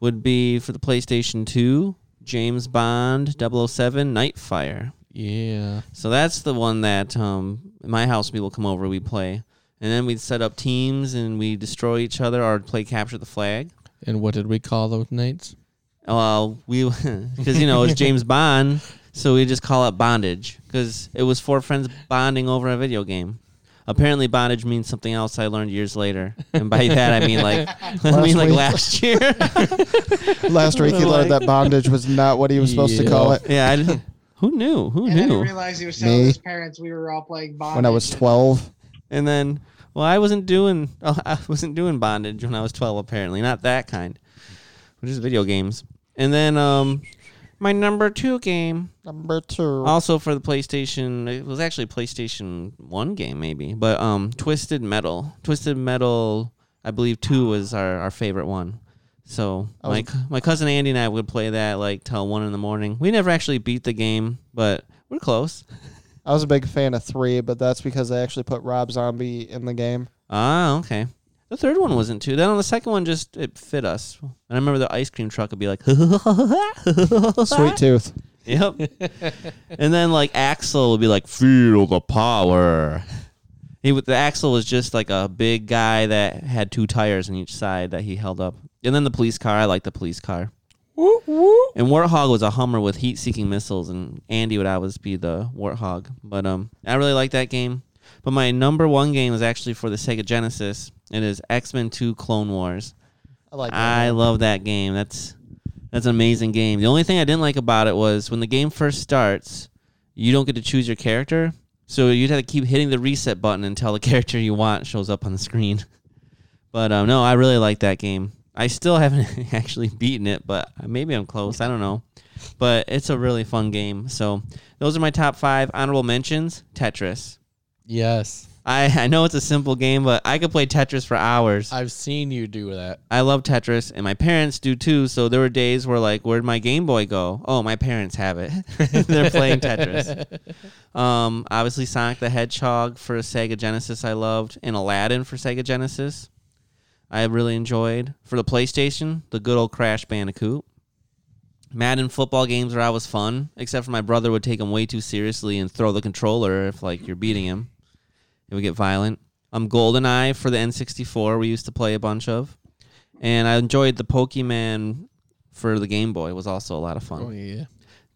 would be for the PlayStation 2, James Bond 007 Nightfire.
Yeah.
So that's the one that um, in my house people come over, we play. And then we'd set up teams and we destroy each other or play capture the flag.
And what did we call those nights?
Well, we because you know it's James Bond, So we just call it bondage because it was four friends bonding over a video game. Apparently, bondage means something else I learned years later, and by that I mean like I mean like
week.
last year.
Last week he learned that bondage was not what he was supposed to call
Yeah.
it
yeah, I didn't, who knew? Who
And then we
knew?
realized he was telling
Me.
his parents we were all playing bondage.
when I was 12.
and then well i wasn't doing oh, i wasn't doing bondage when i was 12 apparently not that kind which is video games and then um my number two game
Number two.
also for the playstation it was actually a playstation 1 game maybe but um twisted metal twisted metal i believe 2 was our, our favorite one so
I
my,
was-
cou- my cousin andy and i would play that like till 1 in the morning we never actually beat the game but we're close
I was a big fan of three, but that's because they actually put Rob Zombie in the game.
Ah, okay. The third one wasn't too. Then on the second one, just it fit us. And I remember the ice cream truck would be like,
Sweet Tooth.
yep. and then like Axel would be like, feel the power. He would, the Axel was just like a big guy that had two tires on each side that he held up. And then the police car. I like the police car. And Warthog was a Hummer with heat-seeking missiles, and Andy would always be the Warthog. But um, I really like that game. But my number one game is actually for the Sega Genesis. It is X-Men 2 Clone Wars.
I like
I
that.
love that game. That's that's an amazing game. The only thing I didn't like about it was when the game first starts, you don't get to choose your character, so you'd have to keep hitting the reset button until the character you want shows up on the screen. But um, no, I really like that game. I still haven't actually beaten it, but maybe I'm close. I don't know. But it's a really fun game. So those are my top five honorable mentions. Tetris.
Yes.
I, I know it's a simple game, but I could play Tetris for hours.
I've seen you do that.
I love Tetris, and my parents do too. So there were days where like, where'd my Game Boy go? Oh, my parents have it. They're playing Tetris. Um, obviously Sonic the Hedgehog for Sega Genesis, I loved, and Aladdin for Sega Genesis. I really enjoyed for the PlayStation, the good old Crash Bandicoot. Madden football games are always fun, except for my brother would take them way too seriously and throw the controller if like you're beating him. It would get violent. Um, GoldenEye for the N64, we used to play a bunch of and I enjoyed the Pokemon for the Game Boy. was also a lot of fun.
Oh yeah.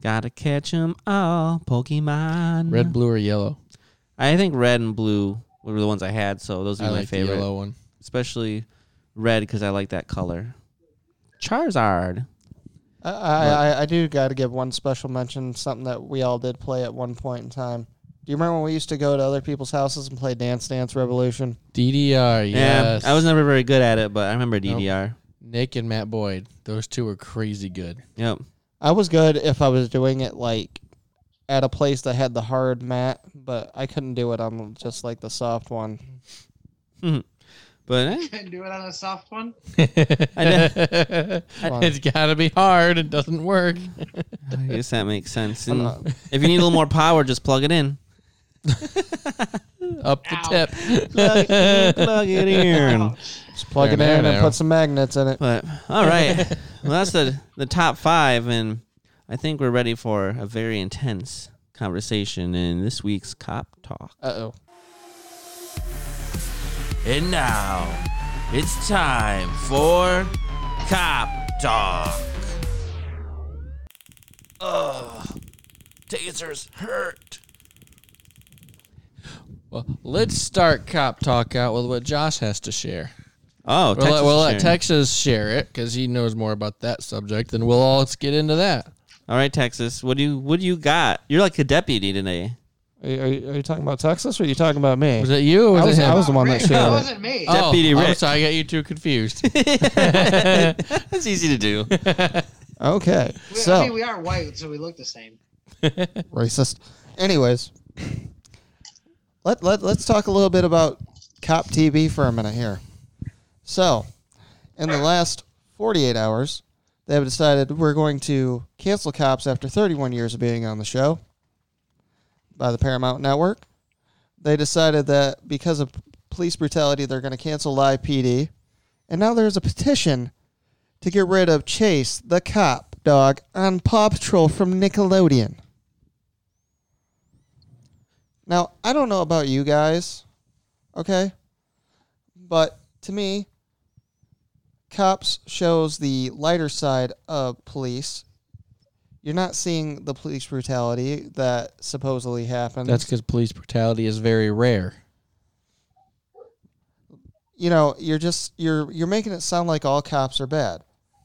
Gotta catch 'em all, Pokemon.
Red, blue, or yellow.
I think red and blue were the ones I had, so those are
I
my
like the
favorite.
yellow one.
Especially red because I like that color. Charizard.
I, I, I, I do got to give one special mention, something that we all did play at one point in time. Do you remember when we used to go to other people's houses and play Dance Dance Revolution?
DDR. Yes.
Yeah, I was never very good at it, but I remember DDR.
Nick and Matt Boyd. Those two were crazy good.
Yep.
I was good if I was doing it like at a place that had the hard mat, but I couldn't do it on just like the soft one.
But eh,
Couldn't do it on a soft one.
it's got to be hard. It doesn't work.
I guess that makes sense.
I'm
And
not-
if you need a little more power, just plug it in.
Up the
Ow.
tip.
Plug it in. Plug it in.
Just plug it in and put some magnets in it.
But all right, well that's the the top five, and I think we're ready for a very intense conversation in this week's cop talk.
Uh oh.
And now it's time for cop talk. Ugh, tasers hurt.
Well, let's start cop talk out with what Josh has to share.
Oh,
We'll,
Texas
let, we'll uh, let
sharing.
Texas share it because he knows more about that subject, and we'll all let's get into that.
all right, Texas. What do you what do you got? You're like a deputy today.
Are you, are you- are you talking about Texas or are you talking about me?
Was it you? Or was,
I was-
it him?
I was the one that
Rick,
shared
That
it.
wasn't me.
Oh,
Deputy
I'm
Rick.
sorry, I got you two confused.
That's easy to do.
Okay.
We- I mean,
So,
we are white, so we look the same.
racist. Anyways, let, let, let's talk a little bit about cop TV for a minute here. So, in the last 48 hours, they have decided we're going to cancel cops after 31 years of being on the show by the Paramount Network. They decided that because of police brutality, they're going to cancel live PD. And now there's a petition to get rid of Chase, the cop dog, on Paw Patrol from Nickelodeon. Now, I don't know about you guys, okay? But to me, cops shows the lighter side of police. You're not seeing the police brutality that supposedly happened.
That's because police brutality is very rare.
you know, you're just you're you're making it sound like all cops are bad.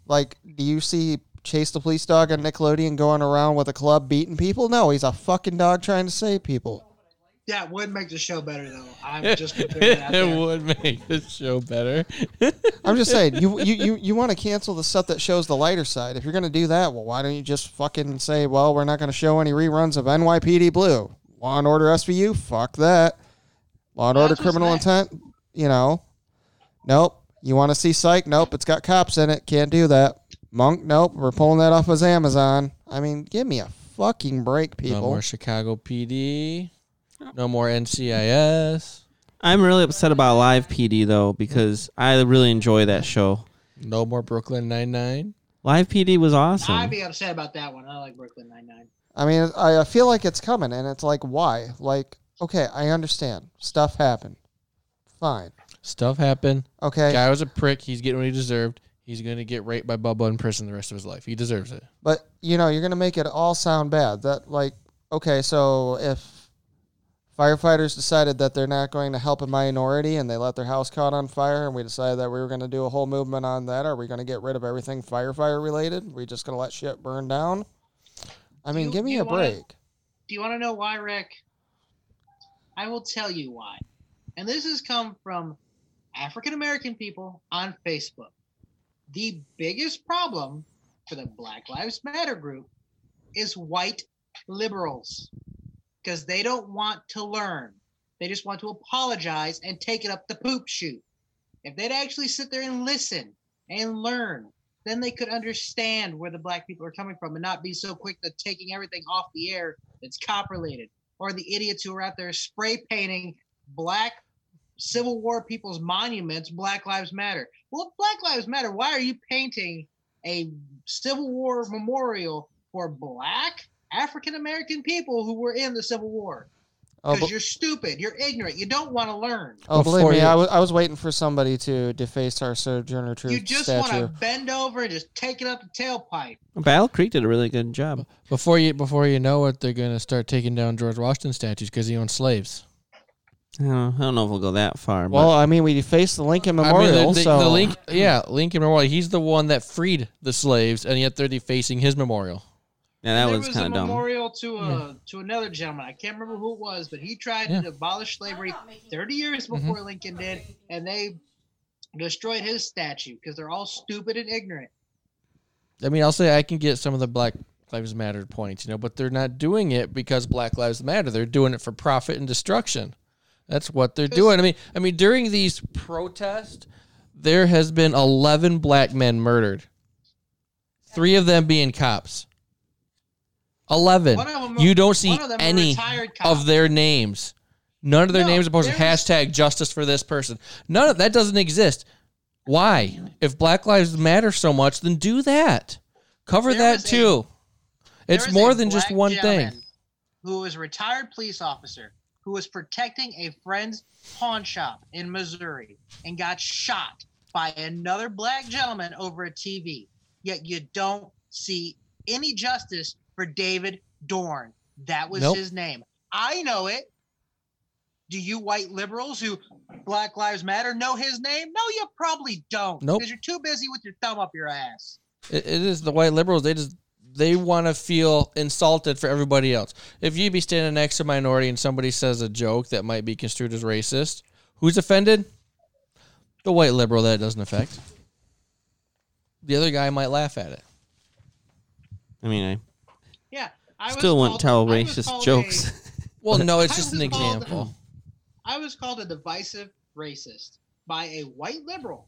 Like, do you see Chase the police dog on Nickelodeon going around with a club beating people? No, he's a fucking dog trying to save people.
That would make the show better, though. I'm just gonna put it out
it
there.
would make this show better.
I'm just saying, you you you, you want to cancel the stuff that shows the lighter side. If you're gonna do that, well, why don't you just fucking say, well, we're not gonna show any reruns of NYPD Blue, Law and Order SVU, fuck that, Law and
Well,
Order
that's what's
Criminal
next.
Intent, you know, nope. You want to see Psych? Nope, it's got cops in it. Can't do that. Monk? Nope, we're pulling that off as Amazon. I mean, give me a fucking break,
No
people.
more Chicago PD. No more NCIS.
I'm really upset about Live PD though because I really enjoy that show.
No more Brooklyn Nine Nine.
Live PD was
I'd
awesome.
be upset about that one. I like Brooklyn Nine Nine.
I mean, I I feel like it's coming, and it's like, why? Like, okay, I understand stuff happened. Fine.
Stuff happened.
Okay.
Guy was a prick. He's getting what he deserved. He's gonna get raped by Bubba in prison the rest of his life. He deserves it.
But you know, you're gonna make it all sound bad. That like, okay, so if firefighters decided that they're not going to help a minority and they let their house caught on fire, and we decided that we were gonna do a whole movement on that, are we gonna get rid of everything firefighter related? we just gonna let shit burn down? I mean,
You-
give me
you
a
wanna-
break.
Do you want to know why, Rick? I will tell you why. And this has come from African American people on Facebook. The biggest problem for the Black Lives Matter group is white liberals because they don't want to learn. They just want to apologize and take it up the poop chute. If they'd actually sit there and listen and learn, then they could understand where the black people are coming from and not be so quick to taking everything off the air that's cop related, or the idiots who are out there spray painting black Civil War people's monuments, Black Lives Matter. Well, if Black Lives Matter, why are you painting a Civil War memorial for black African American people who were in the Civil War?
Oh,
Because
but-
you're stupid, you're ignorant, you don't want to learn.
oh, believe
Before
me,
you-
I was I was waiting for somebody to deface our Sojourner Truth
You just want
statue.
to bend over and just take it up the tailpipe.
Battle Creek did a really good job.
Before you before you know it, they're gonna start taking down George Washington statues because he owned slaves.
I don't, I don't know if we'll go that far.
Well, I mean, we defaced the Lincoln Memorial,
I mean, the, the,
so
the Link, yeah, Lincoln Memorial. He's the one that freed the slaves, and yet they're defacing his memorial.
but, yeah, that
there
was
a
kind of dumb.
memorial to a to another gentleman. I can't remember who it was, but he tried
Yeah.
to abolish slavery 30 years before Lincoln did, and they destroyed his statue because they're all stupid and ignorant.
I mean, I'll say I can get some of the Black Lives Matter points, you know, but they're not doing it because Black Lives Matter. They're doing it for profit and destruction. That's what they're doing. I mean, I mean, during these protests, there has been eleven black men murdered. Three of them being cops. Eleven.
One of them-
You don't see
one of them a
any
retired
of
cop.
their names. None of their
No,
names are posted.
there was-
Hashtag justice for this person. None of that doesn't exist. Why? If Black Lives Matter so much, then do that. Cover
There
that
was a-
too.
There
it's
is
more
a
than just
black
one thing.
gentleman Who was a retired police officer who was protecting a friend's pawn shop in Missouri and got shot by another black gentleman over a TV. Yet you don't see any justice for David Dorn. That was
Nope.
his name. I know it. Do you white liberals who Black Lives Matter know his name? No, you probably don't.
Nope.
Because you're too busy with your thumb up your ass.
It, it is the white liberals. They just they want to feel insulted for everybody else. If you be standing next to a minority and somebody says a joke that might be construed as racist, who's offended? The white liberal that it doesn't affect. The other guy might laugh at it.
I mean,
Yeah.
I
I was
still wouldn't
called-
tell
I was called
racist
a-
jokes.
Well, no, it's
I
just
was
an
called-
example.
I was called a divisive racist by a white liberal.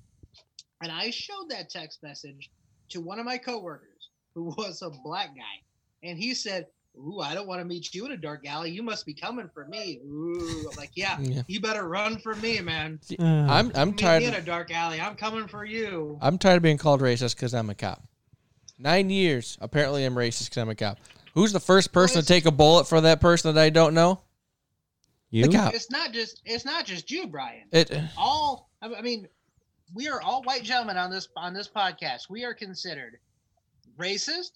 And I showed that text message to one of my coworkers who was a black guy. And he said, Ooh, I don't want to meet you in a dark alley. You must be coming for me. Ooh. I'm like, yeah,
Yeah.
you better run for me, man.
I'm I'm
Meet
tired.
me in
Of,
a dark alley. I'm coming for you.
I'm tired of being called racist because I'm a cop. Nine years. Apparently, I'm racist because I'm a cop. Who's the first person to
it's-
take a bullet for that person that I don't know?
you?
The cop.
It's not just it's not just you, Brian.
It.
all I I mean, we are all white gentlemen on this on this podcast. We are considered racist,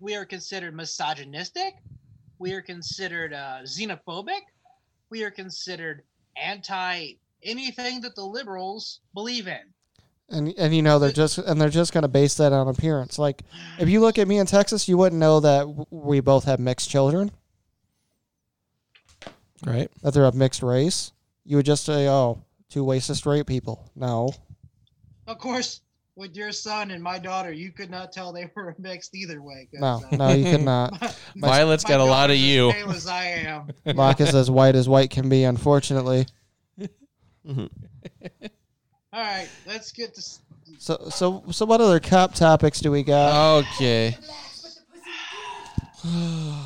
We are considered misogynistic. We are considered uh, xenophobic. We are considered anti anything that the liberals believe in.
and and you know they're just and they're just going to base that on appearance. Like if you look at me in Texas, you wouldn't know that w- we both have mixed children,
Right.
that they're of mixed race. You would just say, "Oh, two racist straight people." No,
Of course, with your son and my daughter, you could not tell they were mixed either way. 'cause,
no,
uh,
no, you could not.
my-
Violet's
my
got a lot of
daughter's
you.
As pale as I am.
Locke is as white as white can be, unfortunately.
All right, let's get to. s-
So, so, so, what other cop topics do we
Uh,
got?
Okay.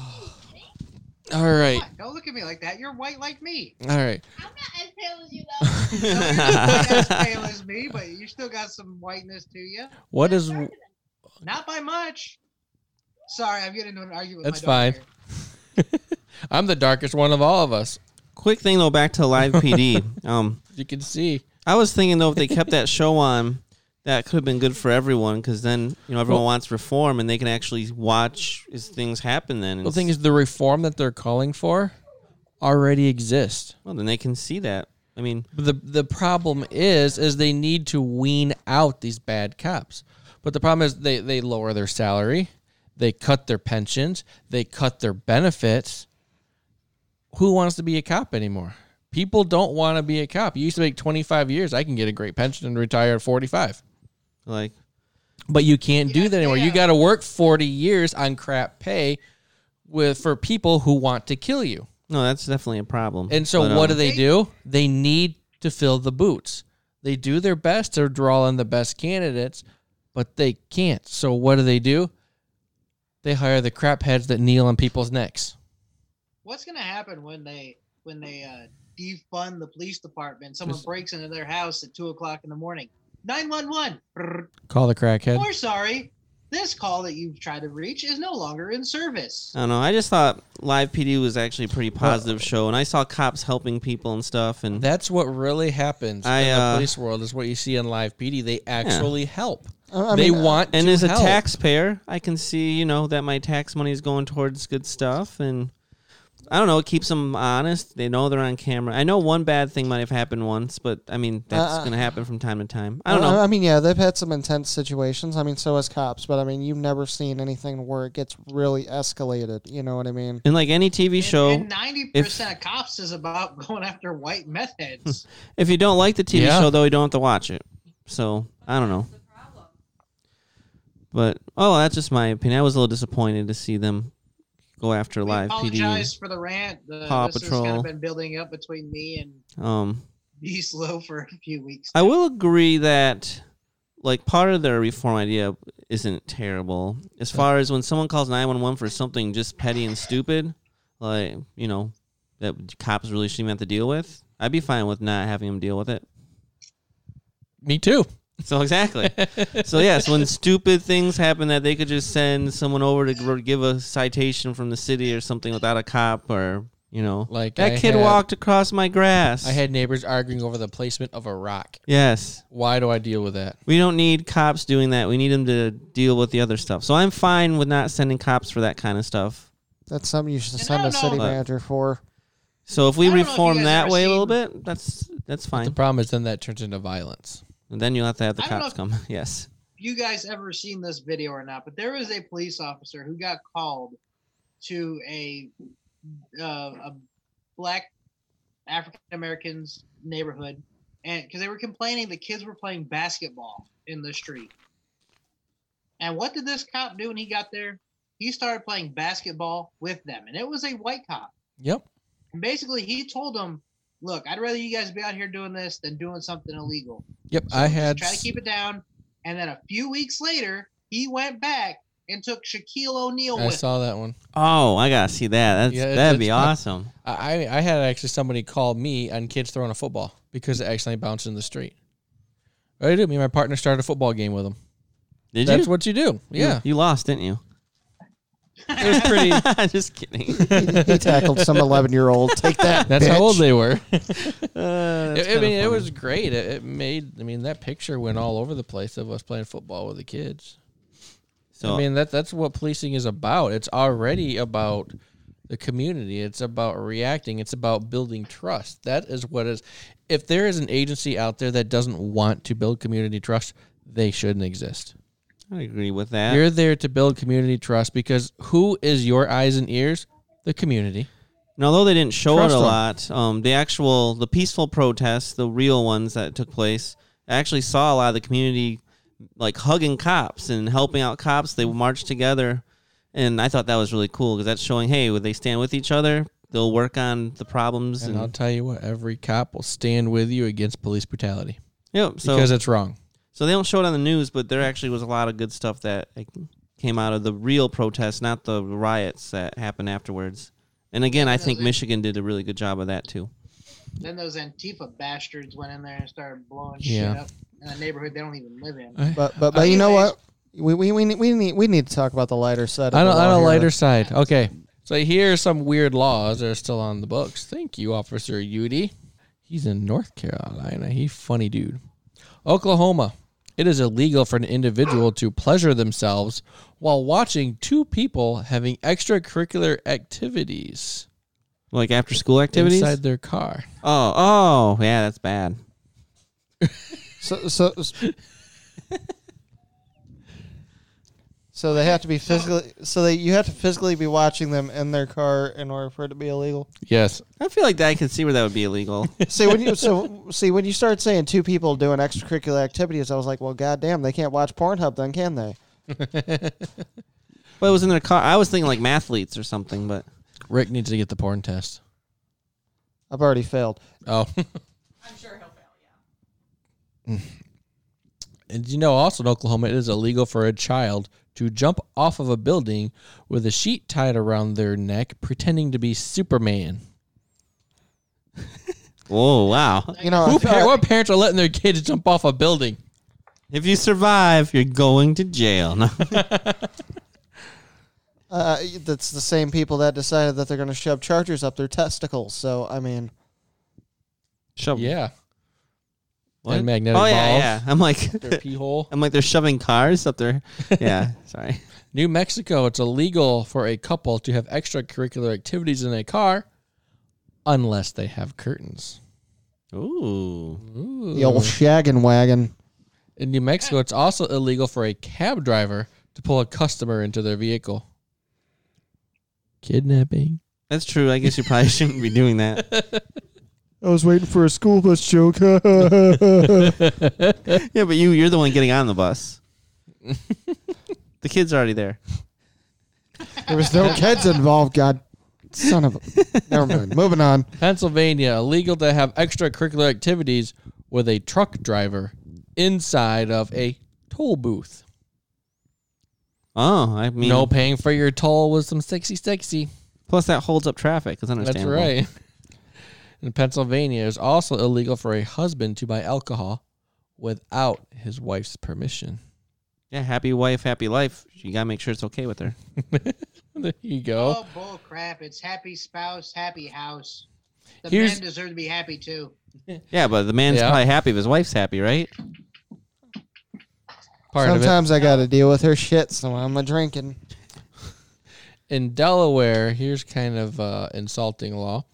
All right.
Don't look at me like that. You're white like me.
All right.
I'm not as pale as you though.
You're not as pale as me, but you still got some whiteness to you.
What is
Not by much. Sorry, I'm getting into an argument.
That's
with my daughter
fine. I'm the darkest one of all of us.
Quick thing though, back to live PD. Um,
You can see.
I was thinking though, if they kept that show on, that could have been good for everyone because then you know everyone wants reform and they can actually watch as things happen. Then and
The thing is, the reform that they're calling for already exists.
well, then they can see that. I mean,
But the the problem is, is they need to wean out these bad cops. But the problem is, they they lower their salary, they cut their pensions, they cut their benefits. Who wants to be a cop anymore? People don't want to be a cop. You used to make twenty five years. I can get a great pension and retire at forty five.
like
But you can't do
Yeah,
that anymore. You
yeah.
got to work 40 years on crap pay with for people who want to kill you.
no, that's definitely a problem.
And so
But,
what do
um,
they do? They need to fill the boots. They do their best to draw in the best candidates, but they can't. So what do they do? They hire the crap heads that kneel on people's necks.
What's gonna happen when they when they uh, defund the police department? Someone
Just-
breaks into their house at two o'clock in the morning. Nine one one.
Call the crackhead.
Or sorry, this call that you've tried to reach is no longer in service.
I don't know. I just thought Live PD was actually a pretty positive show, and I saw cops helping people and stuff. And
That's what really happens
I,
in the
uh,
police world is what you see on live PD. They actually help.
I- I
they
mean,
want
and
to
as a
help.
taxpayer, I can see you know that my tax money is going towards good stuff, and I don't know. It keeps them honest. They know they're on camera. I know one bad thing might have happened once, but I mean that's
Uh, uh,
going to happen from time to time. I don't
Uh,
know.
I mean, yeah, they've had some intense situations. I mean, so has cops, but I mean, you've never seen anything where it gets really escalated. You know what I mean?
and like any TV show,
ninety percent
if-
of cops is about going after white meth heads.
if you don't like the TV
Yeah.
show, though, you don't have to watch it. So I don't know. But oh, that's just my opinion. I was a little disappointed to see them go after
we
live
apologize
PD.
for the rant. The,
Paw
this has kind
Patrol.
of been building up between me and
Um,
B Slow for a few weeks.
I will agree that like part of their reform idea isn't terrible. As far as when someone calls 911 for something just petty and stupid, like, you know, that cops really shouldn't have to deal with, I'd be fine with not having them deal with it.
Me too.
So exactly. so yes, when stupid things happen that they could just send someone over to gr- give a citation from the city or something without a cop or, you know,
Like
that
I
kid
had-
walked across my grass.
I had neighbors arguing over the placement of a rock.
Yes.
Why do I deal with that?
We don't need cops doing that. We need them to deal with the other stuff. So I'm fine with not sending cops for that kind of stuff.
That's something you should
And I
send a
don't
city
know-
manager for.
So if
I
we
don't know if you
reform
guys
that
ever
way a little
seen-
bit, that's that's
The
fine.
problem is then that turns into violence.
And then you'll have to have the
I don't know
cops come. Yes.
if you guys ever seen this video or not, but there was a police officer who got called to a uh, a black African Americans neighborhood, and because they were complaining the kids were playing basketball in the street. And what did this cop do when he got there? He started playing basketball with them, and it was a white cop.
Yep.
And basically, he told them, "Look, I'd rather you guys be out here doing this than doing something illegal."
Yep.
So
I
just
had
try to keep it down. And then a few weeks later, he went back and took Shaquille O'Neal
I
with. him.
saw that one.
Oh, I gotta see that. That's
Yeah, it's-
that'd be
it's not-
awesome.
I I I had actually somebody call me on kids throwing a football because it accidentally bounced in the street. What did I do? Me and my partner started a football game with them.
Did
That's
you?
what you do. Yeah.
You, you lost, didn't you?
It was pretty.
Just kidding.
He, he tackled some 11 year old. Take that.
That's
bitch.
how old they were.
Uh, that's
I mean,
kinda
it
funny.
was great. It, it made. I mean, that picture went all over the place of us playing football with the kids.
So
I mean that that's what policing is about. It's already about the community. It's about reacting. It's about building trust. That is what is. If there is an agency out there that doesn't want to build community trust, they shouldn't exist.
I agree with that.
You're there to build community trust because who is your eyes and ears? The community.
And although they didn't show it
Trust
a
'em.
lot, um, the actual, the peaceful protests, the real ones that took place, I actually saw a lot of the community like hugging cops and helping out cops. They marched together, and I thought that was really cool because that's showing, hey, when they stand with each other, they'll work on the problems.
And
And,
I'll tell you what, every cop will stand with you against police brutality
yep. So
because it's wrong.
so they don't show it on the news, but there actually was a lot of good stuff that like, came out of the real protests, not the riots that happened afterwards. And again, I think Michigan did a really good job of that too.
Then those Antifa bastards went in there and started blowing shit
Yeah.
up in a neighborhood they don't even live in.
But but but you know what? We we, we, need, we need we need to talk about the lighter side. Of
on a,
the law
on a
here.
lighter side. Okay. So here are some weird laws that are still on the books. Thank you, Officer Udi. He's in North Carolina. He funny dude. Oklahoma. It is illegal for an individual to pleasure themselves while watching two people having extracurricular activities
Like after school activities.
inside their car.
Oh, oh, yeah, that's bad.
So so. So they have to be physically. So they you have to physically be watching them in their car in order for it to be illegal.
Yes.
I feel like that I could see where that would be illegal.
See when you so see when you start saying two people doing extracurricular activities, I was like, well, goddamn, they can't watch Pornhub then, can they?
but it was in their car. I was thinking like mathletes or something, but
Rick needs to get the porn test.
I've already failed.
Oh.
I'm sure he'll fail. Yeah.
And you know, also in Oklahoma, it is illegal for a child to jump off of a building with a sheet tied around their neck, pretending to be Superman.
whoa, wow.
You know, I
Who
feel-
par- what parents are letting their kids jump off a building?
If you survive, you're going to jail. No.
Uh, that's the same people that decided that they're going to shove chargers up their testicles. So I mean,
Shove-
Yeah,
what?
and magnetic
oh, yeah,
balls.
yeah. I'm like,
their pee hole.
I'm like they're shoving cars up there. Yeah, sorry.
New Mexico, it's illegal for a couple to have extracurricular activities in a car, unless they have curtains.
Ooh,
Ooh.
the old shaggin' wagon.
In New Mexico, it's also illegal for a cab driver to pull a customer into their vehicle. Kidnapping.
that's true. I guess you probably shouldn't be doing that.
I was waiting for a school bus joke.
Yeah, but you, you're the one getting on the bus. the kid's already there.
there was no kids involved. God, son of a. Never mind. Moving on.
Pennsylvania, illegal to have extracurricular activities with a truck driver inside of a toll booth.
Oh, I mean,
No paying for your toll was some sexy, sexy.
Plus, that holds up traffic. It's
That's
understandable.
right. In Pennsylvania, it's also illegal for a husband to buy alcohol without his wife's permission.
Yeah, happy wife, happy life. You gotta make sure it's okay with her.
There you go.
Oh, bull crap. It's happy spouse, happy house. The
Here's-
men deserve to be happy too.
Yeah, but the man's
Yeah.
probably happy if his wife's happy, right?
Part of it.
Sometimes I got to deal with her shit, so I'm a drinking.
in Delaware, here's kind of uh, insulting law.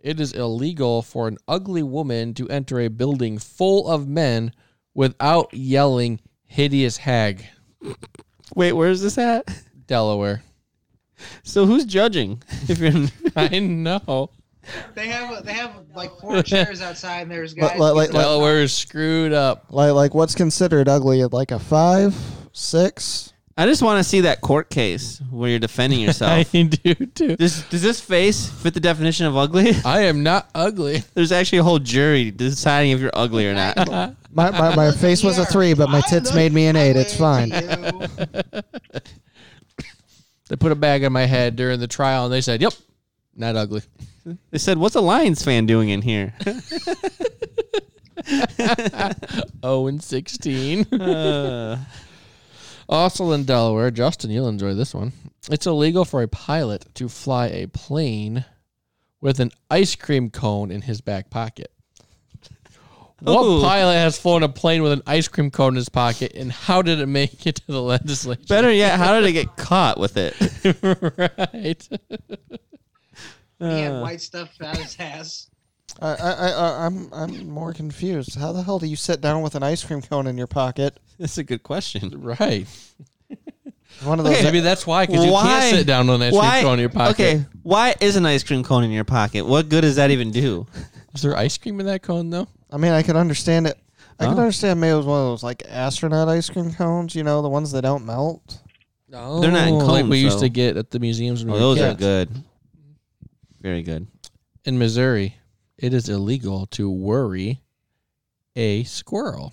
It is illegal for an ugly woman to enter a building full of men without yelling "hideous hag."
Wait, where's this at?
Delaware.
So who's judging? If you're
I know
They have they have like four chairs outside, and there's
Like,
guys.
like, like, like,
Delaware is screwed up.
like, like what's considered ugly? Like a five, six?
I just want to see that court case where you're defending yourself.
do too.
Does, does this face fit the definition of ugly?
I am not ugly.
There's actually a whole jury deciding if you're ugly or not.
My, my, my face was a three, but my tits made me an eight. It's fine.
They put a bag on my head during the trial, and they said, "Yep, not ugly."
They said, "What's a Lions fan doing in here?"
Oh, and sixteen.
Uh,
Also in Delaware, Justin, you'll enjoy this one. It's illegal for a pilot to fly a plane with an ice cream cone in his back pocket.
Ooh.
What pilot has flown a plane with an ice cream cone in his pocket, and how did it make it to the legislature?
Better yet, how did I get caught with it?
right.
He had white stuff out his ass.
I, I, I, I- I'm, I'm more confused. How the hell do you sit down with an ice cream cone in your pocket?
That's a good question.
Right.
One of those.
Maybe that's why, because you
Why-
can't sit down with an ice
Why?
cream cone in your pocket.
Okay, why is an ice cream cone in your pocket? What good does that even do?
Is there ice cream in that cone, though?
I mean, I can understand it. I can
Oh.
understand maybe it was one of those like astronaut ice cream cones. You know, the ones that don't melt.
No.
They're not in
Like we
cones,
used
though.
to get at the museums when
Oh,
we were
those are
kids.
good. Very good.
In Missouri, it is illegal to worry a squirrel.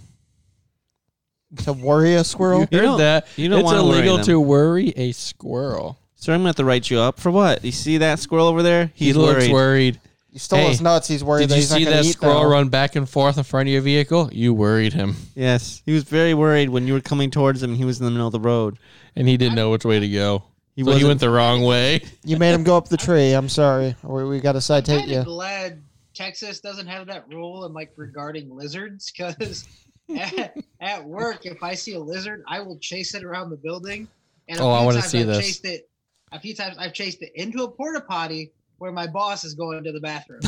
To worry a squirrel.
You
Heard
don't-
that?
you don't
it's
wanna worry
illegal
them.
to worry a squirrel.
Sir, I'm gonna have to write you up for what? You see that squirrel over there? He's
he looks
worried.
worried.
He stole
Hey,
his nuts. He's worried
Did
that
you
he's
see
not going
that
to eat
squirrel
them.
run back and forth in front of your vehicle? You worried him,
Yes, he was very worried when you were coming towards him. and He was in the middle of the road.
and he didn't know which way to go.
He
so he
wasn't-
went the wrong way.
You made him go up the tree. I'm sorry. We, we got to citate
Kind of
you.
glad Texas doesn't have that rule in like regarding lizards, because at, at work, if I see a lizard, I will chase it around the building. And a
Oh, I
few
wanna
times
see
I've
this.
Chased it, a few times I've chased it into a porta potty where my boss is going to the bathroom,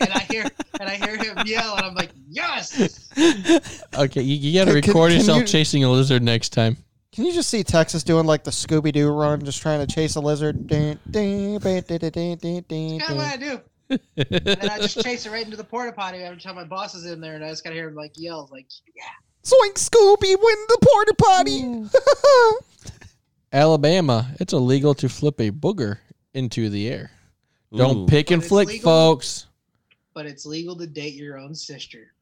and I hear and I hear him yell, and I'm like, "Yes!"
Okay, you, you got to
Can- can-
record
can
yourself
you-
chasing a lizard next time.
Can you just see Texas doing like the Scooby Doo run, just trying to chase a lizard? Dun, dun, ba- dun, dun, dun, dun, dun,
Kind of what
dun.
I do. And then I just chase it right into the porta potty every time my boss is in there, and I just gotta hear him like yell, like,
Zoink, Scooby, win the porta potty.
Alabama, it's illegal to flip a booger into the air. Don't pick and
But it's
flick,
legal.
folks.
"But it's legal to date your own sister."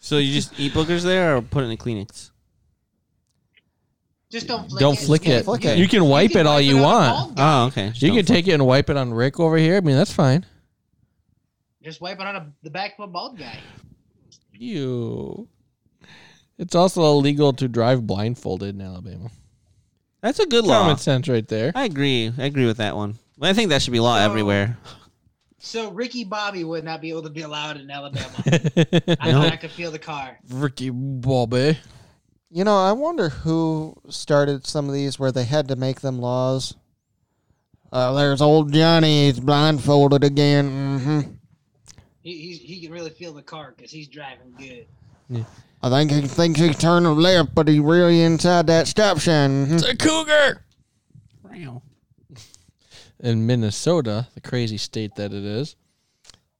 So you just eat boogers there, or put it in the Kleenex?
Just don't flick
Don't
it.
flick
You
it.
can-
Flick it.
You can wipe
can
it all
wipe
you
on a
want. Uh,
ball-
Oh, okay. Just
You
don't
can
fuck-
take it and wipe it on Rick over here. I mean, that's fine.
Just wipe it on a, the back of a bald guy.
You. It's also illegal to drive blindfolded in Alabama.
That's a good law.
Common sense, right there.
I agree. I agree with that one. I think that should be law
So-
everywhere.
So Ricky Bobby would not be able to be allowed in Alabama. I
No.
thought I could feel the car.
Ricky Bobby.
You know, I wonder who started some of these where they had to make them laws. Uh, there's old Johnny. He's blindfolded again. hmm
He, he's, he can really feel the car because he's driving good.
I think he thinks he's turning left, but he really inside that stop sign. Mhm.
The cougar. In Minnesota, the crazy state that it is,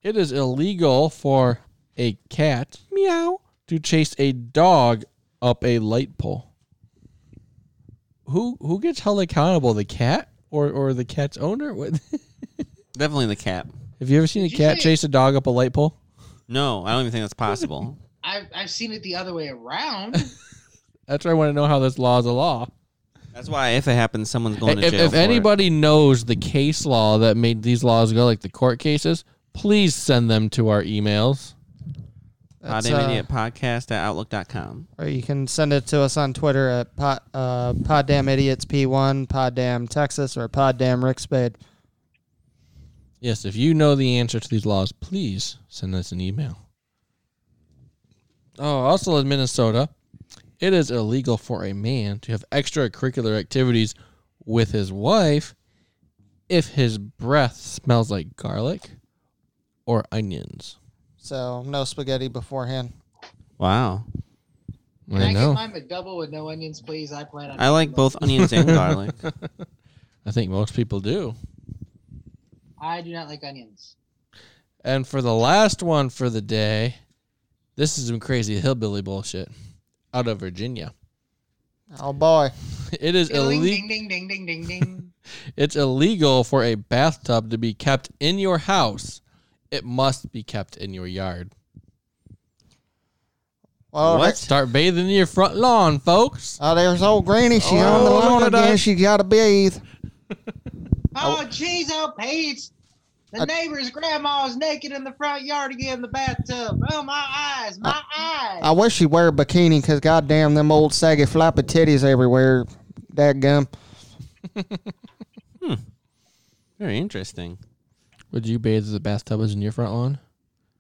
it is illegal for a cat meow to chase a dog up a light pole. Who who gets held accountable? The cat or or the cat's owner? What?
Definitely the cap.
Have you ever seen a
you
cat
say-
chase a dog up a light pole?
No, I don't even think that's possible.
I've, I've seen it the other way around.
That's why I want to know how this law is a law.
that's why if it happens, someone's going to
If,
jail.
if
for it.
anybody knows the case law that made these laws go, like the court cases, please send them to our emails.
Hot
That's,
Damn
uh,
Idiot podcast at outlook.com.
Or you can send it to us on Twitter at pod, uh, Poddam Idiots P1, Poddam Texas, or Poddam Rick Spade.
Yes, if you know the answer to these laws, please send us an email. Oh, also in Minnesota, it is illegal for a man to have extracurricular activities with his wife if his breath smells like garlic or onions.
So no spaghetti beforehand.
Wow.
Can I, get mine McDouble with no onions, please? I plan on.
I like both onions and garlic.
I think most people do.
I do not like onions.
And for the last one for the day, this is some crazy hillbilly bullshit out of Virginia.
Oh boy.
It is
Ding
illegal.
ding ding ding ding ding.
It's illegal for a bathtub to be kept in your house. It must be kept in your yard.
Well,
What?
that's-
Start bathing in your front lawn, folks.
Oh, there's old Granny. She on
Oh,
the
look
lawn
at
again.
that.
She got to bathe.
oh, jeez, oh, Pete. The
I-
neighbor's grandma's naked in the front yard again in the bathtub. Oh, my eyes, my eyes.
I wish she'd wear a bikini because goddamn them old saggy floppy titties everywhere. That gum.
Very interesting.
Would you bathe if the bathtub was in your front lawn?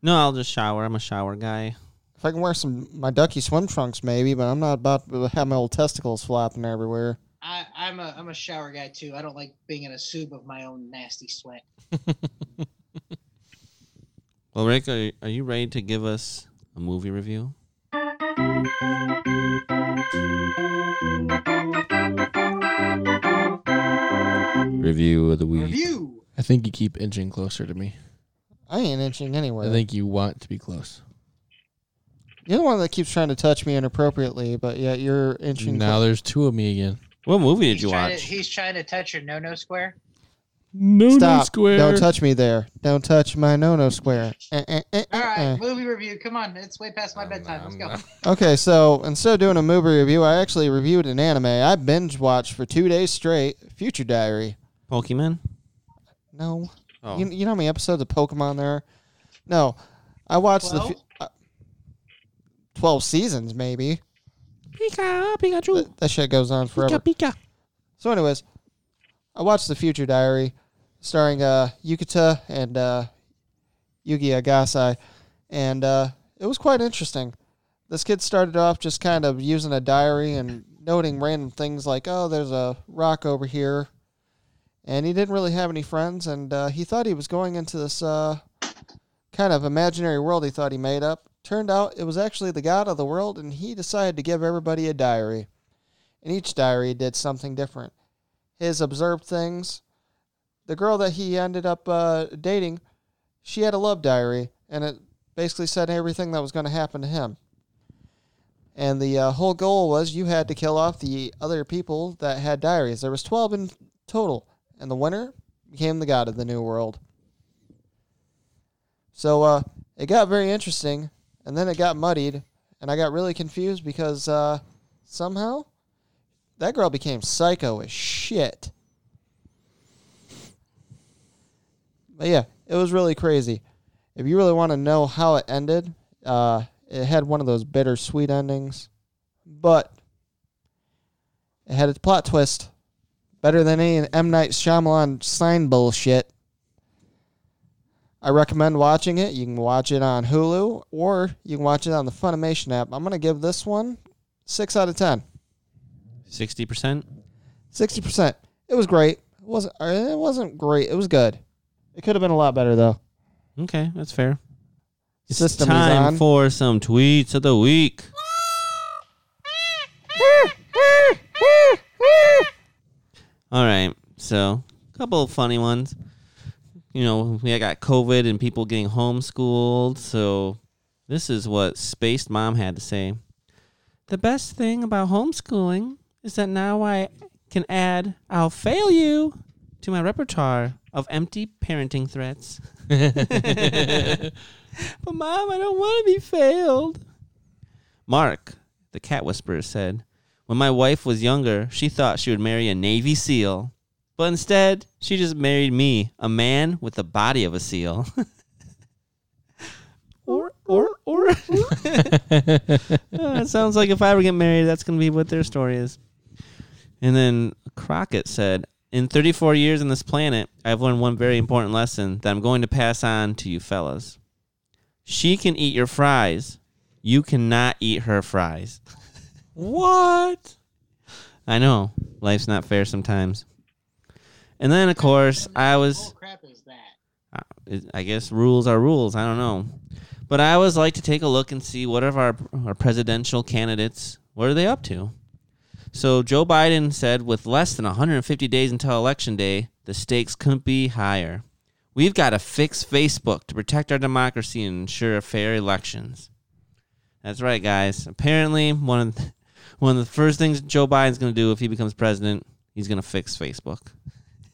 No, I'll just shower. I'm a shower guy.
If I can wear some my ducky swim trunks, maybe, but I'm not about to have my old testicles flopping everywhere.
I, I'm a I'm a shower guy too. I don't like being in a soup of my own nasty sweat.
Well, Rick, are, are you ready to give us a movie review? Review of the week.
Review.
I think you keep inching closer to me.
I ain't inching anywhere.
I think you want to be close.
you're the one that keeps trying to touch me inappropriately, but yet you're inching.
Now there's two of me again.
What movie did
he's
you
trying
watch?
To, he's trying to touch your no no square.
No,
clo- Stop! Don't touch me there. Don't touch my no-no square. Eh, eh,
Uh,
eh, eh,
All right,
eh.
movie review. Come on, it's way past my bedtime. Let's go.
Okay, so instead of doing a movie review, I actually reviewed an anime. I binge watched for two days straight. Future Diary.
Pokemon.
No,
Oh,
you, you know how many episodes of Pokemon there are. No, I watched the
Twelve?
fu- uh, twelve seasons maybe.
Pika, Pikachu,
That, that shit goes on forever.
Pika.
So, anyways, I watched The Future Diary, starring uh, Yukuta and uh, Yugi Agasai, and uh, it was quite interesting. This kid started off just kind of using a diary and noting random things like, "Oh, there's a rock over here," and he didn't really have any friends, and uh, he thought he was going into this uh, kind of imaginary world he thought he made up. Turned out it was actually the god of the world, and he decided to give everybody a diary. And each diary did something different his observed things. The girl that he ended up uh, dating, she had a love diary, and it basically said everything that was going to happen to him. And the uh, whole goal was you had to kill off the other people that had diaries. There was twelve in total, and the winner became the god of the new world. So uh, it got very interesting, and then it got muddied, and I got really confused because uh, somehow that girl became psycho as shit. But yeah, it was really crazy. If you really want to know how it ended, uh, it had one of those bittersweet endings, but it had its plot twist. Better than any M. Night Shyamalan sign bullshit. I recommend watching it. You can watch it on Hulu or you can watch it on the Funimation app. I'm going to give this one 6 out of 10.
Sixty percent.
Sixty percent. It was great. It wasn't. uh, It wasn't great. It was good. It could have been a lot better though.
Okay, that's fair. It's
System is
time
on.
for some tweets of the week. All right, so a couple of funny ones. You know, we got COVID and people getting homeschooled, so this is what Spaced Mom had to say. The best thing about homeschooling is that now I can add "I'll fail you" to my repertoire of empty parenting threats. But mom, I don't want to be failed. Mark, the cat whisperer, said, When my wife was younger, she thought she would marry a Navy SEAL. But instead, she just married me, a man with the body of a seal. or, or, or. Uh, it sounds like if I ever get married, that's going to be what their story is. And then Crockett said, In 34 years on this planet, I've learned one very important lesson that I'm going to pass on to you fellas. She can eat your fries. You cannot eat her fries.
what?
I know. Life's not fair sometimes. And then, of course, I was.
What crap is that?
it- I guess rules are rules. I don't know. But I always like to take a look and see what are our, our presidential candidates, what are they up to? So Joe Biden said with less than 150 days until election day, the stakes couldn't be higher. We've got to fix Facebook to protect our democracy and ensure fair elections. That's right, guys. Apparently, one of the, one of the first things Joe Biden's going to do if he becomes president, he's going to fix Facebook.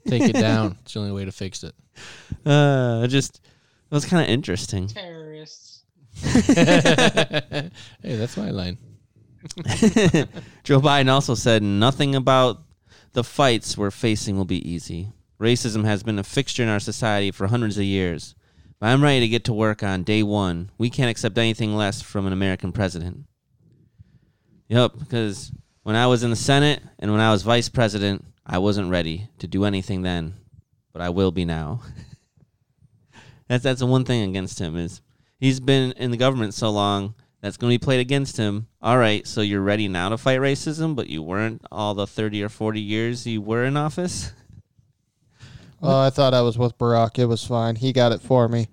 Take it down. It's the only way to fix it.
Uh, just it was kind of interesting.
Terrorists.
hey, that's my line.
Joe Biden also said nothing about the fights we're facing will be easy. Racism has been a fixture in our society for hundreds of years. But I'm ready to get to work on day one. We can't accept anything less from an American president. Yep, because when I was in the Senate and when I was vice president, I wasn't ready to do anything then, but I will be now. that's that's the one thing against him is he's been in the government so long that's going to be played against him. All right, so you're ready now to fight racism, but you weren't all the 30 or 40 years you were in office.
Oh, I thought I was with Barack. It was fine. He got it for me.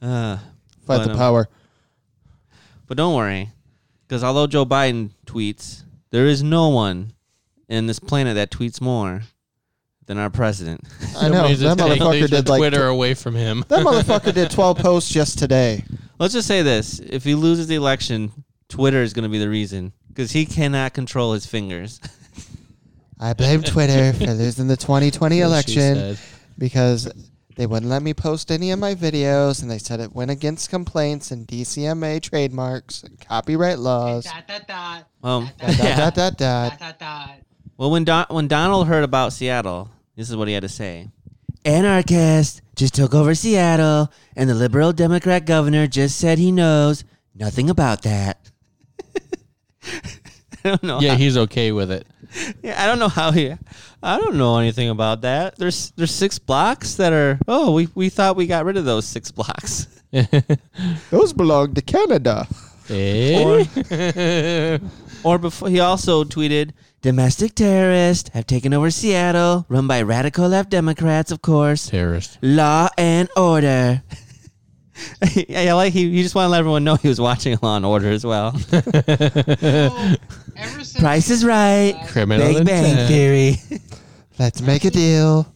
Uh,
Fight
But,
the
um,
power.
But don't worry, because although Joe Biden tweets, there is no one in this planet that tweets more than our president.
I know
Somebody's
that
just taking
motherfucker
the
did like
Twitter
tw-
away from him.
that motherfucker did twelve posts just today.
Let's just say this: if he loses the election, Twitter is going to be the reason because he cannot control his fingers.
I blame Twitter for losing the 2020
That's what she
election
said.
because they wouldn't let me post any of my videos, and they said it went against complaints and DCMA trademarks and copyright
Uh,
laws.
Dot, dot, dot.
Um,
Dot,
yeah.
dot, dot,
Dot,
uh,
dot.
dot, dot.
Well, when Don- when Donald heard about Seattle, this is what he had to say: Anarchists just took over Seattle, and the liberal Democrat governor just said he knows nothing about that. I don't know.
Yeah,
how-
he's okay with it.
yeah, I don't know how he. I don't know anything about that. There's there's six blocks that are. Oh, we we thought we got rid of those six blocks.
Those belong to Canada.
Eh?
Or before he also tweeted, "Domestic terrorists have taken over Seattle, run by radical left Democrats, of course.
Terrorist.
Law and order." yeah, yeah, like he, he just wanted to let everyone know he was watching Law and Order as well.
So, Oh, ever since
uh. Price is Right,
Criminal
Big Bang
intent.
Theory.
Let's make a deal.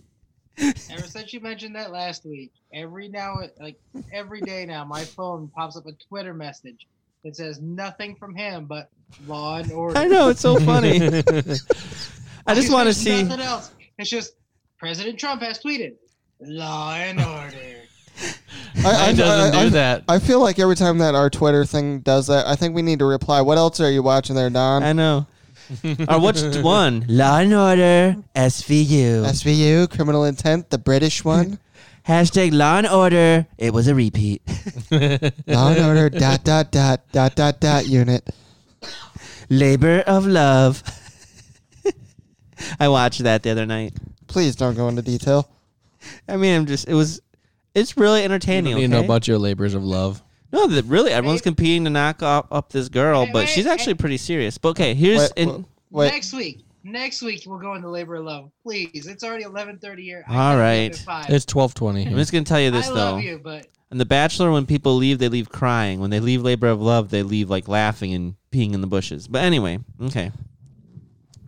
Ever since you mentioned that last week, every now like every day now, my phone pops up a Twitter message that says nothing from him but law and order.
I know it's so funny. I just want to
It's
see.
nothing else. It's just President Trump has tweeted law and order.
Mine doesn't do that.
I feel like every time that our Twitter thing does that, I think we need to reply. What else are you watching there, Don?
I know. or what's one? Law and Order SVU.
SVU, Criminal Intent, the British one.
Hashtag Law and Order. It was a repeat.
Law and Order, dot, dot, dot, dot, dot, dot unit.
Labor of Love. I watched that the other night.
Please don't go into detail.
I mean, I'm just it was it's really
You
entertaining.
don't need to know
okay?
about your labors of love.
no, that really everyone's competing to knock up, up this girl,
Wait,
but
wait,
she's actually pretty serious. But okay, here's
Wait,
in,
wait, wait.
Next week, next week we'll go into labor of love. Please, it's already eleven thirty here. I
All
gotta leave
right.
at five.
It's twelve twenty.
I'm just gonna tell you this though.
I love you, but
And The Bachelor, when people leave, they leave crying. When they leave Labor of Love, they leave like laughing and peeing in the bushes. But anyway, okay.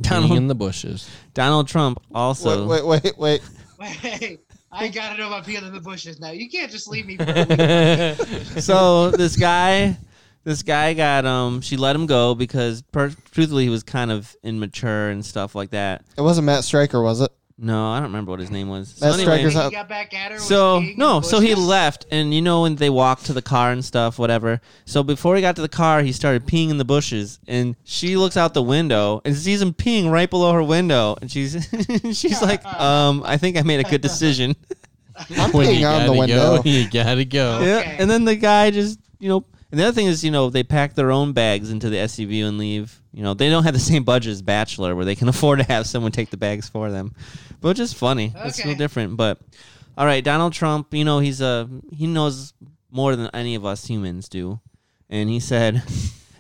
Being in
Donald,
the bushes.
Donald Trump also.
Wait, wait, wait, wait.
wait, I gotta know about being in the bushes now. You can't just leave me. For a week.
That's
So this guy, this guy got um. She let him go because, per- truthfully, he was kind of immature and stuff like that.
It wasn't Matt Stryker, was it?
No, I don't remember what his name was. So
That's
anyway,
He
Stryker's-
got back at her. with
So
being in
no,
the
so he
bushes?
left, and you know when they walked to the car and stuff, whatever. So before he got to the car, he started peeing in the bushes, and she looks out the window and sees him peeing right below her window, and she's she's like, um, I think I made a good decision.
I'm peeing on the window.
Go, you gotta go.
Yeah,
Okay.
and then the guy just you know, and the other thing is you know they pack their own bags into the SUV and leave. You know they don't have the same budget as Bachelor where they can afford to have someone take the bags for them, but just funny. It's a little
Okay.
different. But all right, Donald Trump, you know he's a he knows more than any of us humans do, and he said.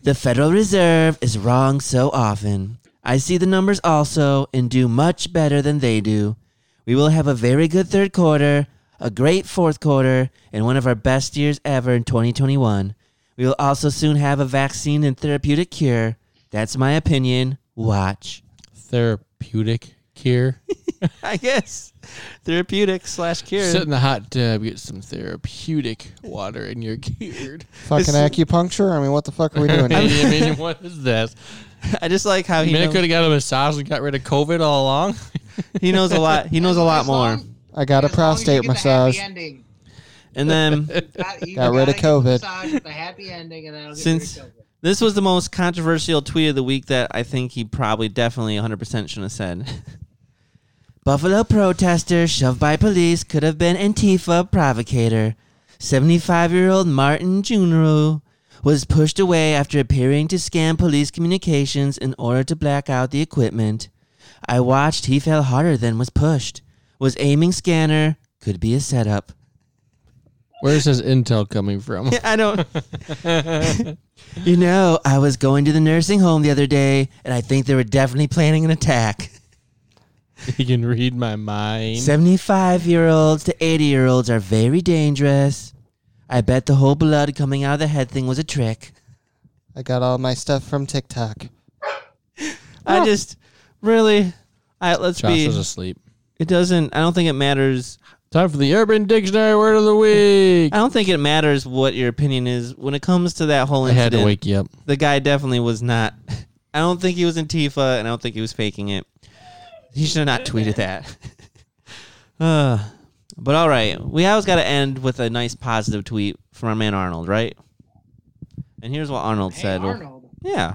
The Federal Reserve is wrong so often. I see the numbers also and do much better than they do. We will have a very good third quarter, a great fourth quarter, and one of our best years ever in 2021. We will also soon have a vaccine and therapeutic cure. That's my opinion. Watch.
Therapeutic cure.
I guess. Therapeutic slash cure.
Sit in the hot tub, get some therapeutic water, and you're cured.
Fucking acupuncture? I mean, what the fuck are we doing? Oh,
I
here?
mean, I mean, what is this?
I just like how
I
he,
mean, I
know-
could have got a massage and got rid of COVID all along.
he knows a lot. He knows a lot
As long-
more.
I got a
as long as you
prostate
get the happy
massage.
ending.
And then
Got, you
Got rid
gotta
of
get the
COVID.
massage with a happy ending, and that'll get
Since-
rid of COVID.
This was the most controversial tweet of the week that I think he probably definitely 100% should have said. Buffalo protester shoved by police could have been Antifa provocator. 75 year old Martin Junru was pushed away after appearing to scan police communications in order to black out the equipment. I watched he fell harder than was pushed. Was aiming scanner, could be a setup.
Where's his intel coming from?
I don't. you know, I was going to the nursing home the other day, and I think they were definitely planning an attack.
he can read my mind.
75 year olds to 80 year olds are very dangerous. I bet the whole blood coming out of the head thing was a trick.
I got all my stuff from TikTok.
I just really, I let's
Josh
be.
is asleep.
it doesn't. I don't think it matters.
Time for the Urban Dictionary word of the week.
I don't think it matters what your opinion is when it comes to that whole
I had
incident.
to wake you up.
The guy definitely was not. I don't think he was in Tifa, and I don't think he was faking it. He should have not tweeted that. uh, but all right, we always got to end with a nice positive tweet from our man Arnold, right? And here's what Arnold
Hey,
said. oh.
Arnold.
Yeah,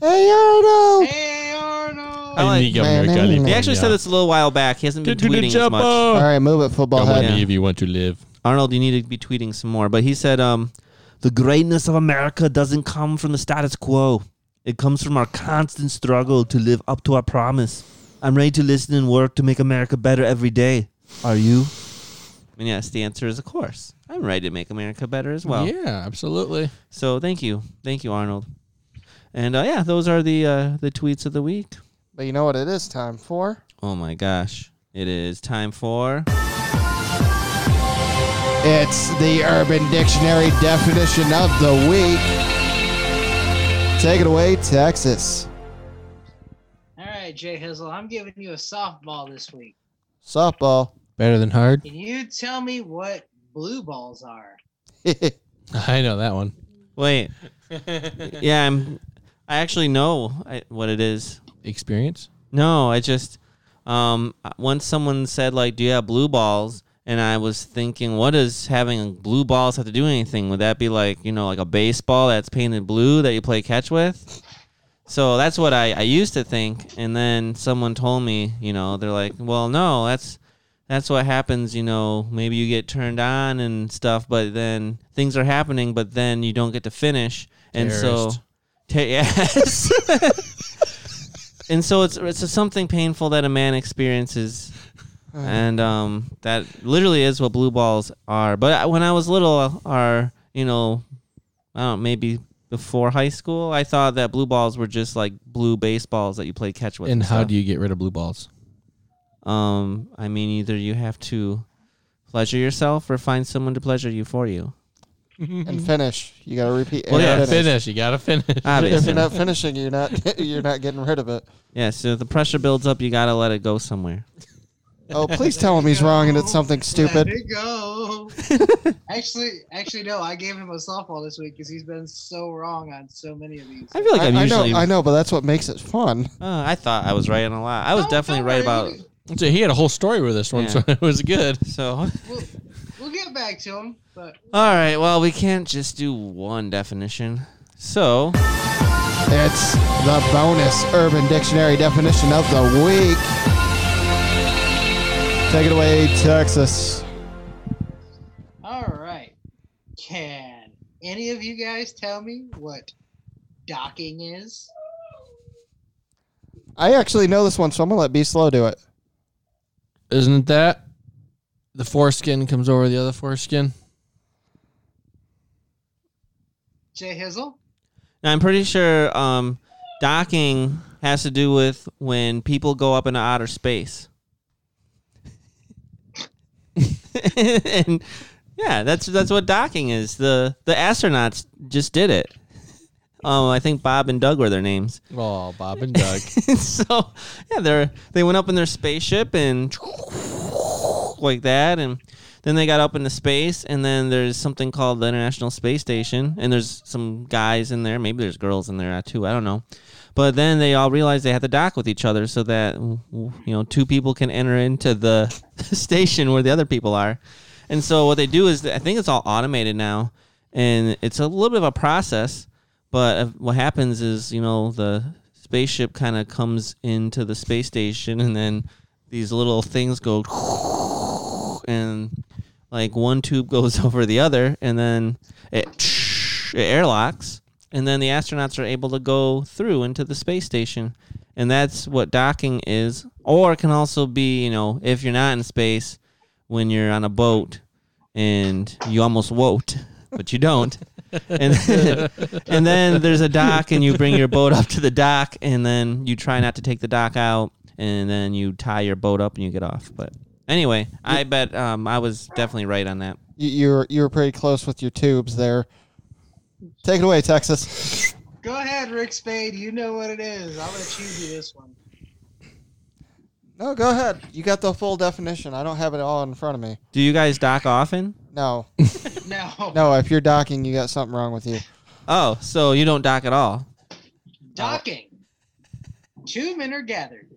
Hey Arnold!
Hey, Arnold.
I like-
need Governor
Man,
Gully
man.
he
for
actually
ya.
said this a little while back. He hasn't been
Do the
tweeting as
jump
much.
up.
All right, move it, football
Come with
head.
me if you want to live.
Arnold, you need to be tweeting some more. But he said, um, the greatness of America doesn't come from the status quo. It comes from our constant struggle to live up to our promise. I'm ready to listen and work to make America better every day. Are you? And yes, the answer is of course. I'm ready to make America better as well.
yeah, absolutely.
So thank you. Thank you, Arnold. And uh, yeah, those are the uh, the tweets of the week.
But you know what it is time for?
Oh my gosh. It is time for
It's the Urban Dictionary definition of the week. Take it away, Texas.
All right, Jay Hizzle, I'm giving you a softball this week.
Softball.
Better than hard.
Can you tell me what blue balls are?
I know that one.
Wait. yeah, I'm I actually know I, what it is.
Experience.
No, I just um once someone said like, "Do you have blue balls?" and I was thinking, "What does having blue balls have to do with anything? Would that be like you know like a baseball that's painted blue that you play catch with?" So that's what I, I used to think, and then someone told me, you know, they're like, "Well, no, that's." That's what happens, you know. Maybe you get turned on and stuff, but then things are happening, but then you don't get to finish, and so,
Terrorist.
ta- yes, and so it's it's something painful that a man experiences, and um, that literally is what blue balls are. But I- when I was little, or you know, I don't know, maybe before high school, I thought that blue balls were just like blue baseballs that you play catch with.
And how do you get rid of blue balls?
you? Um, I mean, either you have to pleasure yourself or find someone to pleasure you for you.
and finish. You got to repeat.
Well,
and
yeah,
finish.
You gotta finish.
If
Obviously,
you're not finishing, you're not you're not getting rid of it.
yeah. So if the pressure builds up, you gotta let it go somewhere.
Oh, please tell him he's wrong and it's something
Let
stupid.
it go. actually, actually, no. I gave him a softball this week because he's been so wrong on so many of these.
I feel like I,
I,
am
I know,
usually.
I know, but that's what makes it fun.
Uh, I thought I was right on a lot. I was
Oh, No,
definitely
don't
right about
worry, we-
So he had a whole story with this one,
Yeah.
so it was good.
so.
We'll, we'll get back to him, but
All right. Well, we can't just do one definition. So,
It's the bonus Urban Dictionary definition of the week. Take it away, Texas.
all right. Can any of you guys tell me what docking is?
I actually know this one, so I'm gonna let B Slow do it.
Isn't that the foreskin comes over the other foreskin?
Jay Hizzle.
now I'm pretty sure um, docking has to do with when people go up into outer space. and yeah, that's that's what docking is. The the astronauts just did it. Um, I think Bob and Doug were their names.
Oh, Bob and Doug.
so yeah, they they went up in their spaceship and like that, and then they got up into space, and then there's something called the International Space Station, and there's some guys in there. Maybe there's girls in there uh, too. I don't know. But then they all realized they had to dock with each other so that w- w- you know two people can enter into the station where the other people are. And so what they do is I think it's all automated now, and it's a little bit of a process. But uh, what happens is, you know, the spaceship kind of comes into the space station, and then these little things go, and like one tube goes over the other, and then it, it airlocks, and then the astronauts are able to go through into the space station, and that's what docking is. Or it can also be, you know, if you're not in space, when you're on a boat and you almost won't, but you don't. And then, and then there's a dock, and you bring your boat up to the dock, and then you try not to take the dock out, and then you tie your boat up and you get off. But anyway, I bet um, I was definitely right on that.
You, you were you were pretty close with your tubes there. Take it away, Texas.
Go ahead, Rick Spade. You know what it is. I'm gonna choose you this one.
No, go ahead. You got the full definition. I don't have it all in front of me.
Do you guys dock often?
No,
No,
no. If you're docking, you got something wrong with you.
Oh, so you don't dock at all?
Docking. Two men are gathered.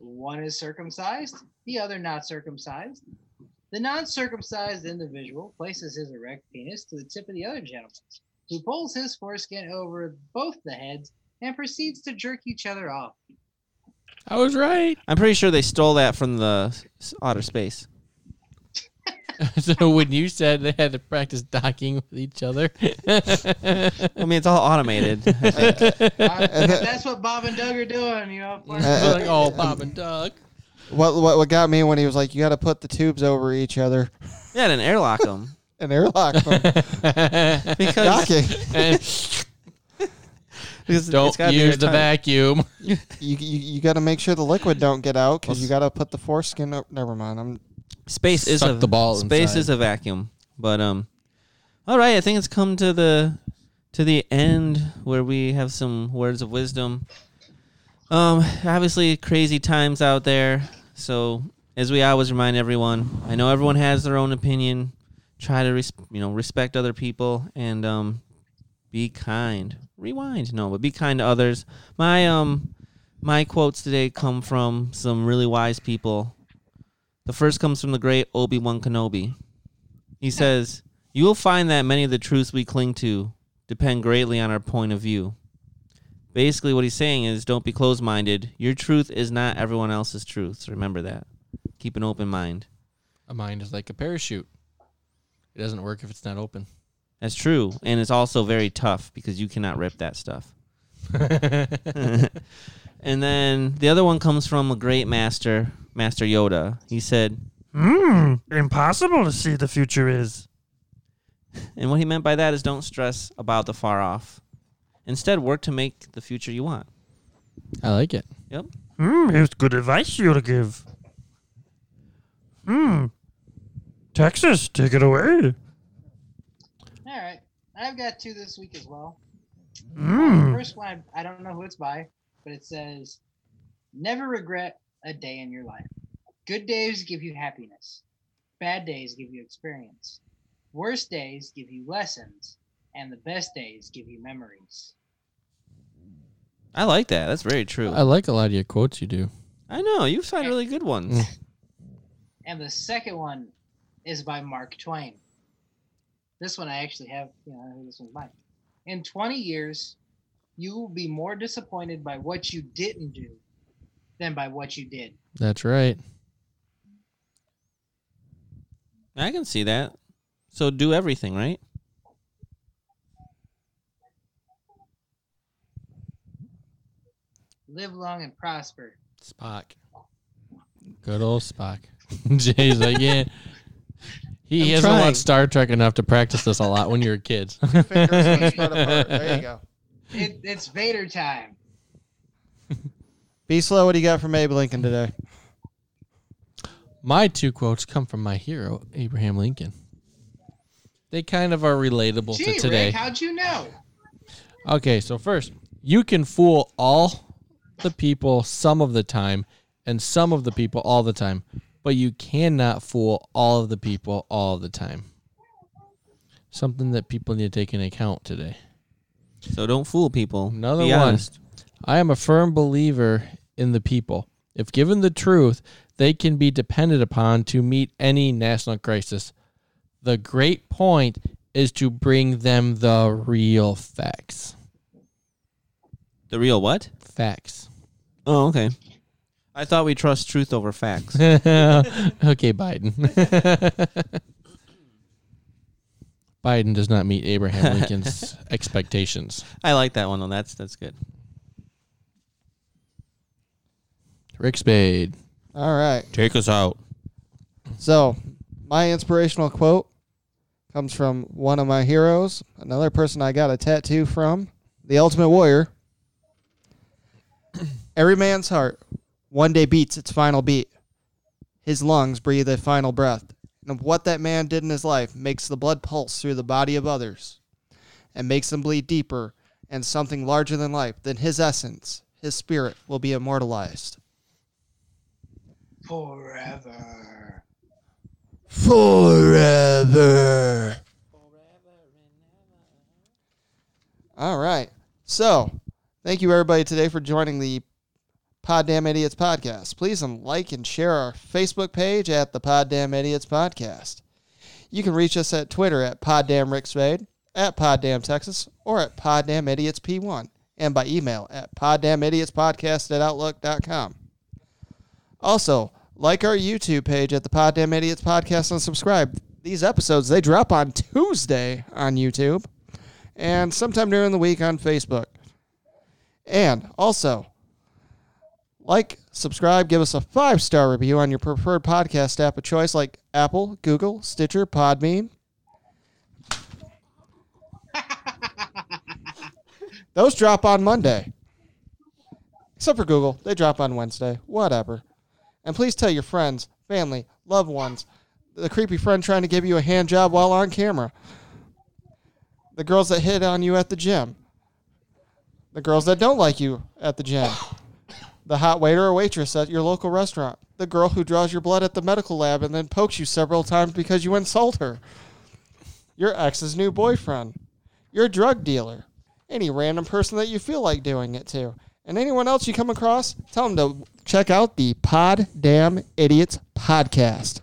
One is circumcised, the other not circumcised. The non circumcised individual places his erect penis to the tip of the other gentleman's, who pulls his foreskin over both the heads and proceeds to jerk each other off.
I was right.
I'm pretty sure they stole that from the s- outer space.
so when you said they had to practice docking with each other,
I mean, it's all automated.
Uh, if that's what Bob and Doug are doing, you know. fuck.
Uh,
like oh, Bob and
uh,
Doug.
What what what got me when he was like, you got to put the tubes over each other
yeah, and airlock them.
and airlock them.
Because,
docking.
because
Don't
gotta be
use the
airtight.
vacuum.
You you, you got to make sure the liquid don't get out because you got to put the foreskin. Up. Never mind. I'm
Space is a,
Suck the ball
Space
inside.
is a vacuum. But um, all right. I think it's come to the to the end where we have some words of wisdom. Um, obviously crazy times out there. So as we always remind everyone, I know everyone has their own opinion. Try to res- you know respect other people and um, be kind. Rewind, no, but be kind to others. My um, my quotes today come from some really wise people the first comes from the great Obi Wan Kenobi. He says, You will find that many of the truths we cling to depend greatly on our point of view. Basically, what he's saying is don't be closed minded. Your truth is not everyone else's truth. So remember that. Keep an open mind.
A mind is like a parachute. It doesn't work if it's not open.
That's true. And it's also very tough because you cannot rip that stuff. and then the other one comes from a great master, Master Yoda. He said,
Hmm, impossible to see the future is.
And what he meant by that is don't stress about the far off. Instead, work to make the future you want.
I like it.
Yep.
Hmm, here's good advice you to give. Hmm. Texas, take it away.
All right. I've got two this week as well. The
Hmm.
first one, I don't know who it's by, but it says, Never regret a day in your life. Good days give you happiness, bad days give you experience, worst days give you lessons, and the best days give you memories.
I like that. That's very true.
I like a lot of your quotes you do.
I know. You find really good ones.
And the second one is by Mark Twain. This one I actually have, you know, I know who this one's by. In 20 years, you will be more disappointed by what you didn't do than by what you did.
That's right.
I can see that. So do everything, right?
Live long and prosper.
Spock. Good old Spock. Jay's like, yeah. He
I'm
hasn't
trying.
watched Star Trek enough to practice this a lot when you were kids.
fingers were spread apart. There you go.
It, it's Vader time.
Be slow. What do you got from Abe Lincoln today?
My two quotes come from my hero, Abraham Lincoln. They kind of are relatable
Gee,
to today.
Rick, how'd you know?
Okay, so first, you can fool all the people some of the time and some of the people all the time, but you cannot fool all of the people all the time. Something that people need to take into account today.
So don't fool people.
Another
Be
one.
honest.
I am a firm believer in the people. If given the truth, they can be depended upon to meet any national crisis. The great point is to bring them the real facts.
The real what?
Facts.
Oh, okay. I thought we trust truth over facts.
okay, Biden. Biden does not meet Abraham Lincoln's expectations.
I like that one though. That's that's good.
Rick Spade.
All right.
Take us out.
So, My inspirational quote comes from one of my heroes, another person I got a tattoo from, the Ultimate Warrior. Every man's heart one day beats its final beat. His lungs breathe a final breath. And what that man did in his life makes the blood pulse through the body of others and makes them bleed deeper and something larger than life, then his essence, his spirit, will be immortalized.
Forever.
Forever. All right. So, thank you everybody today for joining the Pod Damn Idiots podcast. Please um, like and share our Facebook page at the Pod Damn Idiots podcast. You can reach us at Twitter at Pod Damn Rick Spade, at Pod Damn Texas, or at Pod Damn Idiots P1, and by email at Pod Damn Idiots Podcast at Outlook.com. Also, like our YouTube page at the Pod Damn Idiots Podcast and subscribe. These episodes they drop on Tuesday on YouTube and sometime during the week on Facebook. And also, like, subscribe, give us a five star review on your preferred podcast app of choice like Apple, Google, Stitcher, Podbean. Those drop on Monday. Except for Google, they drop on Wednesday. Whatever. And please tell your friends, family, loved ones, the creepy friend trying to give you a hand job while on camera, the girls that hit on you at the gym, the girls that don't like you at the gym, the hot waiter or waitress at your local restaurant, the girl who draws your blood at the medical lab and then pokes you several times because you insult her, your ex's new boyfriend, your drug dealer, any random person that you feel like doing it to, and anyone else you come across, tell them to check out the Pod Damn Idiots podcast.